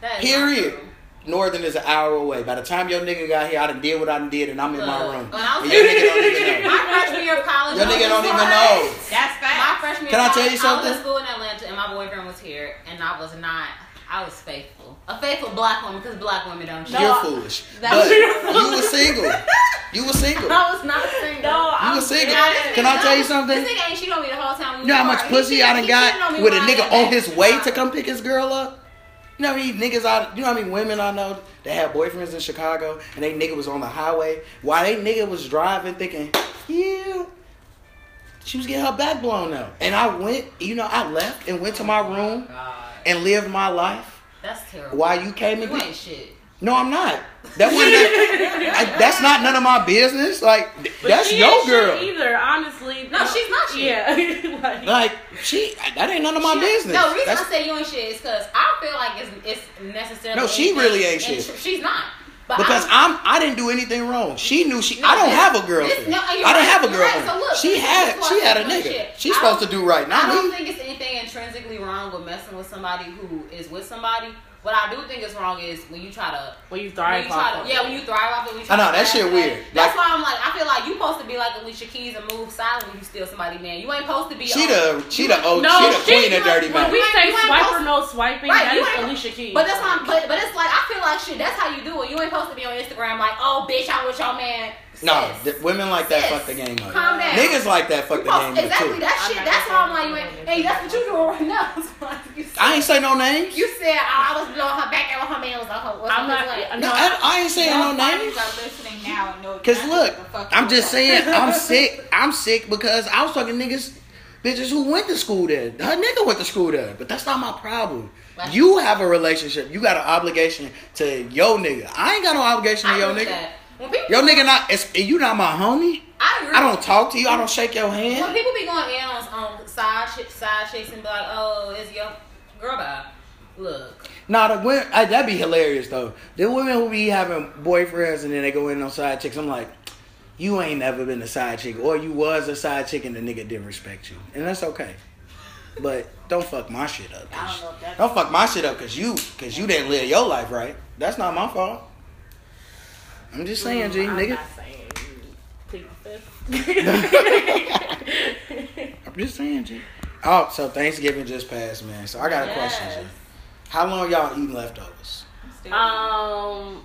Speaker 3: that is not
Speaker 2: Period.
Speaker 3: true.
Speaker 2: Northern is an hour away. By the time your nigga got here, I done did what I done did, and I'm in my
Speaker 3: Look,
Speaker 2: room.
Speaker 3: when I was-
Speaker 2: And your nigga don't even know.
Speaker 3: My freshman year of college,
Speaker 2: Your
Speaker 3: I
Speaker 2: nigga
Speaker 3: was
Speaker 2: don't even
Speaker 3: like-
Speaker 2: know.
Speaker 5: That's
Speaker 3: My
Speaker 5: fact.
Speaker 3: freshman year,
Speaker 2: Can I
Speaker 3: of
Speaker 2: tell you
Speaker 3: college, I was
Speaker 2: something?
Speaker 3: in school in Atlanta, and my boyfriend was here, and I was not. I was faithful. A faithful black woman, because black women don't cheat.
Speaker 2: You're foolish.
Speaker 3: that-
Speaker 2: But you were single. You were single. You
Speaker 3: I was not single.
Speaker 1: No,
Speaker 2: were
Speaker 1: Oh, I'm
Speaker 2: single.
Speaker 3: Nah, this
Speaker 2: Can
Speaker 3: nigga-
Speaker 2: I tell you
Speaker 3: this-
Speaker 2: something?
Speaker 3: This nigga ain't cheating on me the whole time. we
Speaker 2: You know how
Speaker 3: was
Speaker 2: much
Speaker 3: apart. He
Speaker 2: pussy I done
Speaker 3: cheated- he cheated
Speaker 2: got
Speaker 3: on me
Speaker 2: with a
Speaker 3: while I
Speaker 2: nigga
Speaker 3: was
Speaker 2: on his
Speaker 3: back.
Speaker 2: way to come pick his girl up? You know how many niggas I, you know how many women I know that have boyfriends in Chicago and they nigga was on the highway while they nigga was driving thinking, yeah, she was getting her back blown out. And I went, you know, I left and went to my room
Speaker 3: God,
Speaker 2: and lived my life
Speaker 3: that's terrible.
Speaker 2: while you came and
Speaker 3: You
Speaker 2: picked
Speaker 3: ain't shit.
Speaker 2: No, I'm not. That wasn't. That, I- that's not none of my business. Like th-
Speaker 1: But
Speaker 2: that's
Speaker 1: she
Speaker 2: your
Speaker 1: ain't shit
Speaker 2: girl.
Speaker 1: Either honestly,
Speaker 3: No, she's not shit.
Speaker 1: Yeah, like,
Speaker 2: Like she, that ain't none of my
Speaker 3: She-
Speaker 2: business.
Speaker 3: No, the reason
Speaker 2: That's-
Speaker 3: I say you ain't shit is because I feel like it's, it's necessary.
Speaker 2: No, she really ain't shit.
Speaker 3: she's not. But
Speaker 2: because
Speaker 3: I,
Speaker 2: I'm, I didn't do anything wrong. She knew she.
Speaker 3: No,
Speaker 2: I don't
Speaker 3: this-
Speaker 2: have a girlfriend.
Speaker 3: this- no, you're
Speaker 2: I don't
Speaker 3: right,
Speaker 2: have a
Speaker 3: you're right.
Speaker 2: girlfriend.
Speaker 3: So look,
Speaker 2: she
Speaker 3: this is
Speaker 2: had,
Speaker 3: why
Speaker 2: she had a
Speaker 3: people
Speaker 2: nigga.
Speaker 3: shit.
Speaker 2: She's
Speaker 3: I
Speaker 2: supposed to
Speaker 3: don't-
Speaker 2: do right.
Speaker 3: I
Speaker 2: Not
Speaker 3: don't
Speaker 2: me.
Speaker 3: think it's anything intrinsically wrong with messing with somebody who is with somebody. What I do think is wrong is when you try to
Speaker 1: when you
Speaker 3: When
Speaker 1: thrive
Speaker 3: you
Speaker 1: off of
Speaker 3: try to,
Speaker 1: it.
Speaker 3: yeah, when you thrive off it, when you
Speaker 2: I know,
Speaker 3: try to
Speaker 2: that shit
Speaker 3: thrive
Speaker 2: weird.
Speaker 3: off it.
Speaker 2: Like-
Speaker 3: That's why I'm like, I feel like you supposed to be like Alicia Keys and move silent when you steal somebody man. You ain't supposed to be.
Speaker 2: She
Speaker 3: on-
Speaker 2: the, she the, oh,
Speaker 1: No,
Speaker 2: she the queen
Speaker 1: she-
Speaker 2: of dirty
Speaker 1: when
Speaker 2: mouth.
Speaker 1: we
Speaker 3: You ain't-
Speaker 1: say
Speaker 3: you ain't
Speaker 1: swipe or
Speaker 3: supposed-
Speaker 1: no swiping,
Speaker 3: Right,
Speaker 1: that
Speaker 3: you
Speaker 1: is
Speaker 3: ain't-
Speaker 1: Alicia Keys.
Speaker 3: But that's why. I'm, but, but it's like I feel like shit. That's how you do it. You ain't supposed to be on Instagram like, oh bitch, I'm with your man. Sis.
Speaker 2: No, th- women like that
Speaker 3: Sis.
Speaker 2: fuck the game up.
Speaker 3: Calm down.
Speaker 2: Niggas like that fuck
Speaker 3: You
Speaker 2: the game
Speaker 3: supposed-
Speaker 2: up
Speaker 3: exactly
Speaker 2: too.
Speaker 3: that
Speaker 1: I'm
Speaker 3: shit.
Speaker 1: not
Speaker 3: That's why I'm
Speaker 1: gonna say
Speaker 3: like, you
Speaker 1: anything.
Speaker 3: ain't, hey, that's what you doing right now. It's like, you, said,
Speaker 2: I ain't say no names.
Speaker 3: you said oh, I was blowing her back out when her man was oh, on her. was
Speaker 1: I'm
Speaker 3: on
Speaker 1: not.
Speaker 3: his leg.
Speaker 2: No, I, I ain't saying no
Speaker 5: Both
Speaker 2: names.
Speaker 5: parties are listening now and know
Speaker 2: Cause
Speaker 5: exactly
Speaker 2: look,
Speaker 5: what the fuck
Speaker 2: I'm
Speaker 5: you
Speaker 2: just
Speaker 5: are.
Speaker 2: saying, I'm sick. I'm sick because I was talking niggas, bitches who went to school there. Her nigga went to school there, but that's not my problem.
Speaker 3: Right.
Speaker 2: You have a relationship. You got an obligation to yo nigga. I ain't got no obligation
Speaker 3: I
Speaker 2: to yo
Speaker 3: agree with
Speaker 2: nigga.
Speaker 3: that. When people,
Speaker 2: Yo nigga, not it's, you not my homie.
Speaker 3: I agree.
Speaker 2: I don't talk to you. I don't shake your
Speaker 3: When
Speaker 2: hand.
Speaker 3: people be going in on, on side chi- side chicks and be like, "Oh, it's your girl vibe." Look,
Speaker 2: Nah, the women, I, that'd be hilarious though. The women who be having boyfriends and then they go in on side chicks. I'm like. You ain't never been a side chick, or you was a side chick and the nigga didn't respect you, and that's okay. But don't fuck my shit up.
Speaker 6: I
Speaker 2: 'cause-
Speaker 6: don't know if that's-
Speaker 2: Don't fuck my shit up because you because you didn't live your life right. That's not my fault. I'm just saying, G,
Speaker 1: I'm
Speaker 2: nigga.
Speaker 1: not saying plead the fifth.
Speaker 2: I'm just saying, G. Oh, so Thanksgiving just passed, man. So I got a question, G.
Speaker 1: Yes.
Speaker 2: How long y'all eating leftovers?
Speaker 5: Still-
Speaker 1: Um,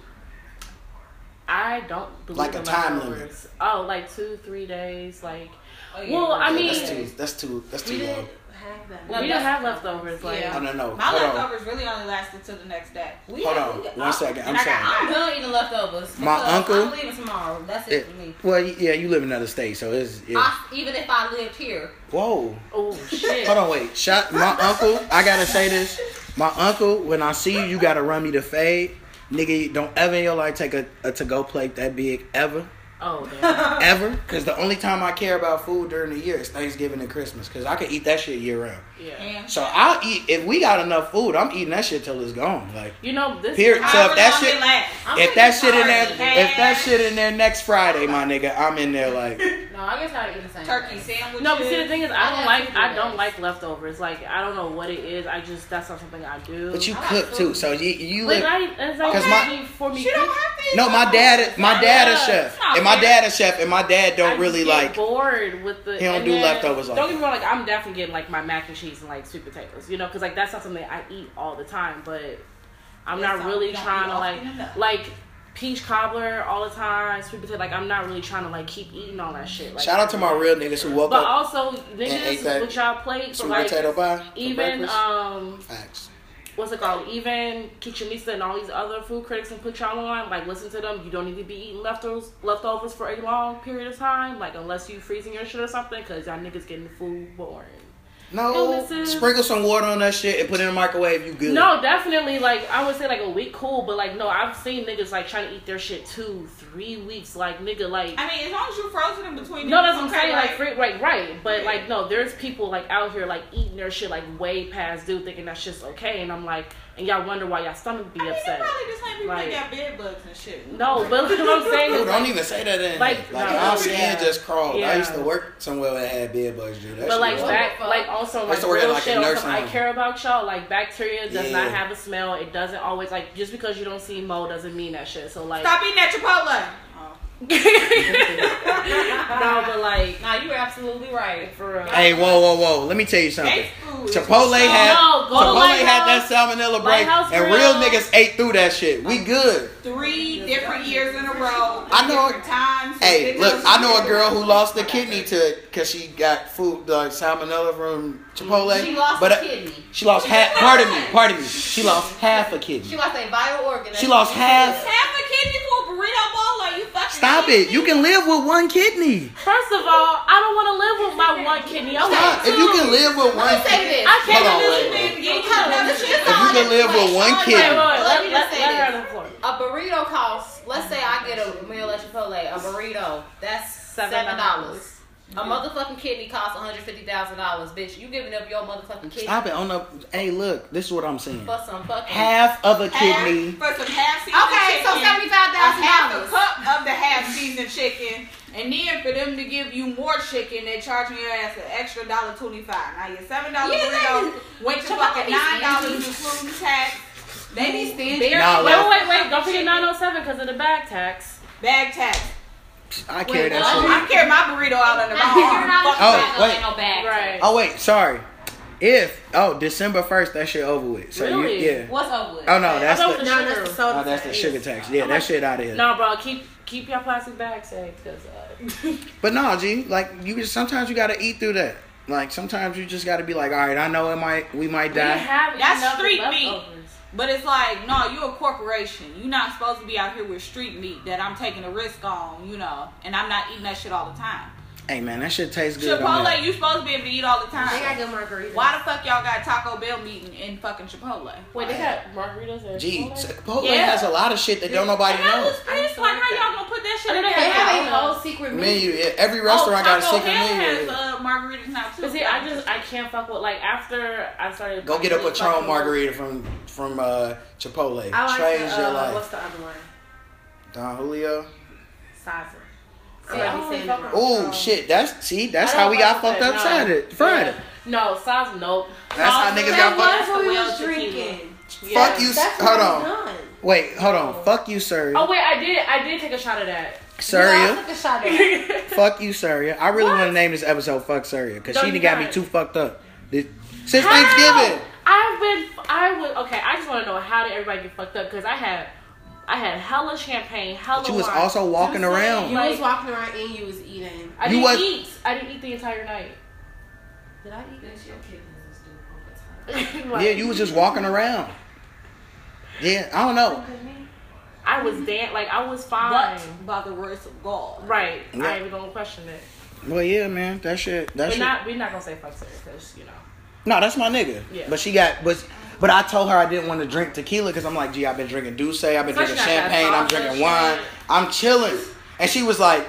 Speaker 1: I don't believe
Speaker 2: Like a
Speaker 1: in
Speaker 2: time
Speaker 1: leftovers. Oh, like two, three days. Like
Speaker 3: Oh, yeah.
Speaker 1: Well, I
Speaker 2: Yeah,
Speaker 1: mean-
Speaker 2: that's too. That's too. That's
Speaker 4: We
Speaker 2: too long.
Speaker 4: didn't have that.
Speaker 3: No,
Speaker 1: we
Speaker 3: that's-
Speaker 1: don't have leftovers. Like
Speaker 4: Yeah.
Speaker 2: I don't know.
Speaker 5: My
Speaker 2: Hold on.
Speaker 5: leftovers really only lasted till the next day.
Speaker 3: we
Speaker 2: Hold
Speaker 3: have-
Speaker 2: on.
Speaker 3: we-
Speaker 2: One
Speaker 3: I-
Speaker 2: second. I'm
Speaker 5: and I got-
Speaker 2: sorry.
Speaker 3: I'm done eating leftovers.
Speaker 2: My
Speaker 3: because
Speaker 2: uncle-
Speaker 3: I'm leaving tomorrow. That's it,
Speaker 2: It-
Speaker 3: for me. Ah.
Speaker 2: well, yeah, you live in another state, so it's. Yeah.
Speaker 3: I, even if I lived here,
Speaker 2: Whoa.
Speaker 1: oh shit.
Speaker 2: Hold on, wait. Shot my uncle. I gotta say this. My uncle, when I see you, you gotta run me the fade. Nigga, don't ever in your life take a, a to go plate that big ever,
Speaker 1: Oh damn.
Speaker 2: ever. Cause the only time I care about food during the year is Thanksgiving and Christmas. Cause I can eat that shit year round.
Speaker 1: Yeah.
Speaker 5: And
Speaker 2: So I'll eat if we got enough food. I'm eating that shit till it's gone. Like
Speaker 1: You know this.
Speaker 2: Period. So if
Speaker 5: however
Speaker 2: that
Speaker 5: long
Speaker 2: shit-
Speaker 5: it lasts.
Speaker 3: I'm
Speaker 2: if that shit in there,
Speaker 3: tired.
Speaker 2: if that shit in there next Friday, my nigga, I'm in there like
Speaker 3: No, I get tired of eating the same.
Speaker 5: turkey
Speaker 3: thing.
Speaker 5: sandwiches.
Speaker 1: No, but see the thing is, I
Speaker 3: I
Speaker 1: don't
Speaker 3: got
Speaker 1: like
Speaker 3: two
Speaker 1: I don't
Speaker 3: days.
Speaker 1: like leftovers. Like I don't know what it is. I just that's not something I do.
Speaker 2: But you cook too, so you you
Speaker 1: like
Speaker 2: live.
Speaker 1: I it's like
Speaker 2: 'Cause my-
Speaker 1: easy for me.
Speaker 5: She don't have to.
Speaker 2: No, my dad, my dad a chef, and my dad a chef, and my dad
Speaker 1: I
Speaker 2: don't
Speaker 1: just
Speaker 2: really
Speaker 1: get
Speaker 2: like
Speaker 1: bored with the.
Speaker 2: He don't
Speaker 1: and
Speaker 2: do
Speaker 1: then-
Speaker 2: leftovers like
Speaker 1: Don't get me wrong. Like I'm definitely getting like my mac and cheese and like sweet potatoes. You know, because like that's not something I eat all the time. But I'm
Speaker 5: That's
Speaker 1: not
Speaker 5: all
Speaker 1: really
Speaker 5: we don't
Speaker 1: trying
Speaker 5: eat
Speaker 1: to like
Speaker 5: often enough.
Speaker 1: like peach cobbler all the time, sweet potato. Like I'm not really trying to like keep eating all that shit. Like,
Speaker 2: Shout out to my real niggas who woke
Speaker 1: But
Speaker 2: up
Speaker 1: also
Speaker 2: ate
Speaker 1: niggas
Speaker 2: that
Speaker 1: with y'all plates
Speaker 2: sweet
Speaker 1: or like
Speaker 2: potato pie. for
Speaker 1: even
Speaker 2: breakfast.
Speaker 1: um
Speaker 2: Facts.
Speaker 1: what's it called? Even Kichenista and all these other food critics and put y'all on. Like, listen to them. You don't need to be eating leftovers leftovers for a long period of time. Like, unless you freezing your shit or something, because y'all niggas getting the food boring.
Speaker 2: No,
Speaker 1: illnesses.
Speaker 2: sprinkle some water on that shit and put it in the microwave. You good?
Speaker 1: No, definitely. Like, I would say like a week, cool. But like, no, I've seen niggas like trying to eat their shit two, three weeks. Like, nigga, like.
Speaker 5: I mean, as long as you frozen in between.
Speaker 1: no,
Speaker 5: them,
Speaker 1: that's what I'm
Speaker 5: okay,
Speaker 1: saying. Like, free, right, right. But like, no, there's people like out here like eating their shit like way past due, thinking that shit's okay, and I'm like, and y'all wonder why y'all stomach be
Speaker 5: I mean, they
Speaker 1: upset.
Speaker 5: probably just like people
Speaker 1: Like-
Speaker 5: that got bed bugs and shit.
Speaker 1: No, but what I'm saying
Speaker 2: Dude,
Speaker 1: is,
Speaker 2: don't even say that in
Speaker 1: Like,
Speaker 2: like, like
Speaker 1: no,
Speaker 2: our skin
Speaker 1: yeah.
Speaker 2: just crawled. I
Speaker 1: Yeah.
Speaker 2: used to work somewhere that had bed bugs, dude. That
Speaker 1: But
Speaker 2: shit
Speaker 1: like
Speaker 2: was-
Speaker 3: What
Speaker 1: back,
Speaker 3: the fuck?
Speaker 1: like also
Speaker 2: That's
Speaker 1: like
Speaker 2: the word I
Speaker 1: real
Speaker 2: like,
Speaker 1: shit.
Speaker 2: a
Speaker 1: on
Speaker 2: nursing
Speaker 1: something I
Speaker 2: home.
Speaker 1: care about y'all. Like bacteria does
Speaker 2: Yeah.
Speaker 1: not have a smell. It doesn't always like just because you don't see mold doesn't mean that shit. So like
Speaker 5: Stop eating that Chipotle.
Speaker 1: no, but like
Speaker 3: Nah, you're absolutely right.
Speaker 1: for real.
Speaker 2: Hey, whoa, whoa, whoa! Let me tell you something.
Speaker 5: Fast food
Speaker 4: food.
Speaker 2: Chipotle had
Speaker 1: No, go to
Speaker 2: Chipotle had that
Speaker 1: Lighthouse.
Speaker 2: salmonella break,
Speaker 1: Lighthouse
Speaker 2: and real
Speaker 1: Grill.
Speaker 2: niggas ate through that shit. We good.
Speaker 5: Three different years in a row.
Speaker 2: I know-
Speaker 5: Different times.
Speaker 2: Hey, look,
Speaker 5: ridiculous
Speaker 2: I know a
Speaker 5: shit.
Speaker 2: girl who lost a kidney to because she got food like salmonella from Chipotle.
Speaker 3: She lost
Speaker 2: but
Speaker 3: a
Speaker 2: uh,
Speaker 3: kidney.
Speaker 2: She lost half. Pardon me. Pardon me. She lost half a kidney.
Speaker 3: She lost a vital organ.
Speaker 2: She lost half.
Speaker 5: Half a kidney for a burrito bowl? Are you fucking
Speaker 2: Stop
Speaker 5: kidding
Speaker 2: it.
Speaker 5: me?
Speaker 2: You can live with one kidney.
Speaker 1: First of all, I don't want to live with my one kidney. I
Speaker 2: Stop.
Speaker 1: want two.
Speaker 2: If you can live with one,
Speaker 3: Let me say
Speaker 2: kidney,
Speaker 3: this.
Speaker 1: I can't
Speaker 2: Hold
Speaker 1: live
Speaker 2: on, wait,
Speaker 1: with
Speaker 2: wait.
Speaker 1: this nigga.
Speaker 2: if you can live with one
Speaker 1: Wait,
Speaker 2: kidney,
Speaker 1: wait, wait.
Speaker 3: Let
Speaker 1: Let,
Speaker 3: me
Speaker 1: let,
Speaker 3: just say
Speaker 1: let her
Speaker 3: this.
Speaker 1: on the floor.
Speaker 3: A burrito costs. Let's say I get a meal at Chipotle. A burrito. That's seven dollars. A motherfucking kidney costs one hundred fifty thousand dollars, bitch. You giving up your motherfucking kidney
Speaker 2: Stop it. On the hey, look. This is what I'm saying.
Speaker 3: for some fucking.
Speaker 2: Half of a
Speaker 5: Half-
Speaker 2: kidney.
Speaker 5: For some half seasoned
Speaker 3: okay, so
Speaker 5: chicken.
Speaker 3: seventy five
Speaker 5: a half a
Speaker 3: thousand dollars.
Speaker 5: cup of the half seasoned chicken, and then for them to give you more chicken, they charging your ass an extra dollar twenty five. Now your seven dollar
Speaker 3: Yeah, they
Speaker 5: burrito went to
Speaker 3: Chipotle
Speaker 5: fucking
Speaker 3: be
Speaker 5: nine dollars
Speaker 3: stingy.
Speaker 5: including tax. They be stingy.
Speaker 3: Barely-
Speaker 2: Nah,
Speaker 1: Wait, wait, wait, wait. Don't forget 907 because oh of the bag tax.
Speaker 5: Bag tax.
Speaker 2: I carry that
Speaker 3: what?
Speaker 2: shit.
Speaker 5: I carry my burrito out under my
Speaker 3: You're not
Speaker 5: arm.
Speaker 3: a
Speaker 5: Fuck
Speaker 2: Oh,
Speaker 3: bag,
Speaker 2: wait.
Speaker 3: no bag.
Speaker 1: Right.
Speaker 2: Oh wait, sorry. If oh December first, that shit over with. So
Speaker 1: Really?
Speaker 2: you, yeah.
Speaker 3: What's up with?
Speaker 2: Oh no, that's
Speaker 1: I thought it
Speaker 2: the
Speaker 1: was
Speaker 4: No,
Speaker 1: sugar.
Speaker 4: that's the soda.
Speaker 2: oh, that's the
Speaker 4: tax.
Speaker 2: sugar tax. Yeah, that shit out of here.
Speaker 1: No, bro, keep keep your plastic bag safe because uh,
Speaker 2: But no, G, like you just sometimes you gotta eat through that. Like sometimes you just gotta be like, all right, I know it might we might
Speaker 1: we
Speaker 2: die.
Speaker 1: have
Speaker 5: That's
Speaker 1: enough
Speaker 5: street meat.
Speaker 1: leftovers.
Speaker 5: But it's like, no, you're a corporation. You're not supposed to be out here with street meat that I'm taking a risk on, you know, and I'm not eating that shit all the time.
Speaker 2: hey man, that shit tastes good. on
Speaker 5: Chipotle,
Speaker 2: that.
Speaker 5: you supposed to be able to eat all the time.
Speaker 4: They got good margaritas.
Speaker 5: Why the fuck y'all got Taco Bell meat in, in fucking Chipotle?
Speaker 1: Wait, they got margaritas and
Speaker 2: Gee, Chipotle
Speaker 5: Yeah.
Speaker 2: has a lot of shit that don't nobody
Speaker 5: And I
Speaker 2: know.
Speaker 5: was pissed, like, how y'all gonna put that shit
Speaker 1: I
Speaker 5: in
Speaker 1: didn't
Speaker 5: there?
Speaker 3: They have a
Speaker 1: Yeah.
Speaker 3: whole secret menu.
Speaker 2: Menu, yeah, every restaurant got a
Speaker 5: Taco
Speaker 2: secret
Speaker 5: Bell
Speaker 2: menu.
Speaker 5: has uh, margaritas now too.
Speaker 1: But see, I just I can't fuck with like after I started.
Speaker 2: Go get a Patron
Speaker 1: fucking-
Speaker 2: margarita from from uh, Chipotle.
Speaker 4: I like
Speaker 2: Change
Speaker 4: the,
Speaker 2: your
Speaker 4: uh,
Speaker 2: life.
Speaker 4: What's the other one?
Speaker 2: Don Julio.
Speaker 4: Sizer.
Speaker 1: See, I only fuck with-
Speaker 2: Oh
Speaker 1: Um,
Speaker 2: shit, that's see, that's
Speaker 1: I don't
Speaker 2: how we got
Speaker 1: fuck
Speaker 2: fucked
Speaker 1: with
Speaker 2: up
Speaker 1: that, no.
Speaker 2: Saturday, Friday.
Speaker 1: Yeah. No, size nope.
Speaker 2: That's how niggas got fucked.
Speaker 1: That's the well tequila. Yeah.
Speaker 2: Fuck you.
Speaker 4: That's
Speaker 2: hold on.
Speaker 4: what I'm done.
Speaker 2: Wait, hold on. Fuck you, sir.
Speaker 1: Oh wait, I did I did take a shot of that.
Speaker 3: Yeah, I
Speaker 2: Surya.
Speaker 3: took a shot at it.
Speaker 2: Fuck you, Surya. I really
Speaker 1: What?
Speaker 2: want to name this episode "Fuck Surya" because
Speaker 1: No,
Speaker 2: she
Speaker 1: you
Speaker 2: done got me
Speaker 1: not.
Speaker 2: too fucked up This- since
Speaker 1: How?
Speaker 2: Thanksgiving.
Speaker 1: I've been I was okay. I just want to know how did everybody get fucked up because I had I had hella champagne, hella.
Speaker 2: But you was
Speaker 1: wine.
Speaker 2: also walking
Speaker 4: You
Speaker 2: around.
Speaker 4: You was
Speaker 1: Like-
Speaker 4: walking around and you was eating.
Speaker 1: I
Speaker 2: you
Speaker 1: didn't
Speaker 2: was-
Speaker 1: eat. I didn't eat the entire night.
Speaker 4: Did I eat this?
Speaker 1: Like,
Speaker 2: yeah, you was just walking around. Yeah, I don't know.
Speaker 1: I was dan like I was fine.
Speaker 5: But by the words of God.
Speaker 1: right.
Speaker 2: Yeah.
Speaker 1: I ain't even gonna question it.
Speaker 2: Well, yeah, man, that shit. That
Speaker 1: We're
Speaker 2: shit.
Speaker 1: not we're not gonna say fuck serious because you know.
Speaker 2: no, that's my nigga.
Speaker 1: Yeah.
Speaker 2: But she got was. But I told her I didn't want to drink tequila because I'm like, gee, I've been drinking Douce, I've been
Speaker 1: Plus
Speaker 2: drinking
Speaker 1: you got that
Speaker 2: champagne, I'm
Speaker 1: salsa
Speaker 2: drinking
Speaker 1: shit.
Speaker 2: wine, I'm chilling. And she was like,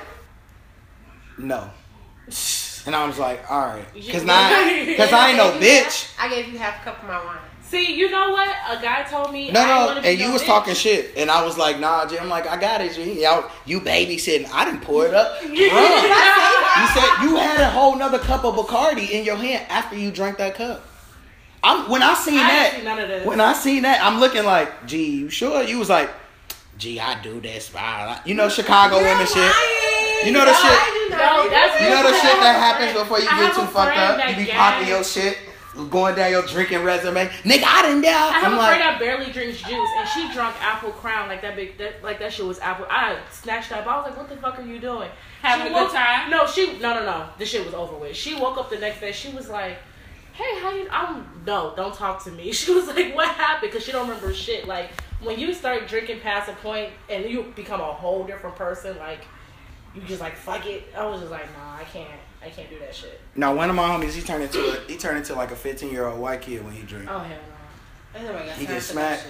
Speaker 2: no. And I was like, all right, because I ain't no bitch.
Speaker 4: I gave you half a cup of my wine.
Speaker 1: See, you know what? A guy told me
Speaker 2: No,
Speaker 1: I
Speaker 2: no,
Speaker 1: wanna be
Speaker 2: and you
Speaker 1: no
Speaker 2: was
Speaker 1: bitch.
Speaker 2: talking shit, and I was like, "Nah, G." I'm like, "I got it, G." Y'all, you babysitting? I didn't pour it up. Bruh. you said you had a whole nother cup of Bacardi in your hand after you drank that cup. I'm when I seen
Speaker 1: I
Speaker 2: that,
Speaker 1: didn't see none of this.
Speaker 2: when I seen that, I'm looking like, "Gee, you sure?" You was like, "Gee, I do this, blah, blah." you know, Chicago women shit. You know the shit.
Speaker 1: No, that's
Speaker 2: You know the shit that happens before you
Speaker 1: I
Speaker 2: get
Speaker 1: have a
Speaker 2: too fucked
Speaker 1: friend
Speaker 2: up.
Speaker 1: that
Speaker 2: You be
Speaker 1: gas-
Speaker 2: popping your shit, going down your drinking resume. Nigga, I didn't die.
Speaker 1: I have
Speaker 2: I'm
Speaker 1: a
Speaker 2: like,
Speaker 1: friend that barely drinks juice, and she drunk apple crown like that big, that, like that shit was apple. I snatched up. I was like, "What the fuck are you doing?
Speaker 5: Having
Speaker 1: She
Speaker 5: a good
Speaker 1: woke-
Speaker 5: time?
Speaker 1: No, she no no no. The shit was over with. She woke up the next day. She was like, "Hey, how you? I'm no, don't talk to me." She was like, "What happened?" Because she don't remember shit. Like when you start drinking past a point, and you become a whole different person. Like you just like fuck it. I was just like, "Nah, I can't. I can't do that shit."
Speaker 2: No, one of my homies, he turned into a, he turned into like a fifteen year old white kid when he drink.
Speaker 1: Oh hell no.
Speaker 2: He get smacked.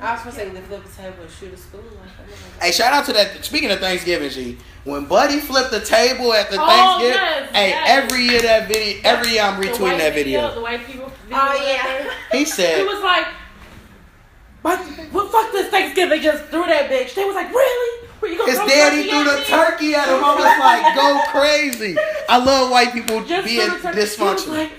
Speaker 4: I was supposed to say, lift up the table and shoot a spoon. Like,
Speaker 2: Hey, shout out to that. Speaking of Thanksgiving, G, when Buddy flipped the table at the
Speaker 1: Oh,
Speaker 2: Thanksgiving,
Speaker 1: yes,
Speaker 2: hey,
Speaker 1: yes.
Speaker 2: every year that video, every year I'm
Speaker 1: The white
Speaker 2: retweeting that
Speaker 1: video,
Speaker 2: video.
Speaker 1: The white people. Video
Speaker 4: Oh,
Speaker 1: that
Speaker 4: yeah.
Speaker 1: they- He
Speaker 2: He said,
Speaker 1: was like, but well, fuck this Thanksgiving. They just threw that bitch. They was like, really? Were you gonna
Speaker 2: "His
Speaker 1: throw
Speaker 2: daddy
Speaker 1: turkey
Speaker 2: threw
Speaker 1: at
Speaker 2: the
Speaker 1: me?"
Speaker 2: turkey at him." I was like, "Go crazy!" I love white people
Speaker 1: Just
Speaker 2: being
Speaker 1: threw the turkey. He was
Speaker 2: dysfunctional.
Speaker 1: like,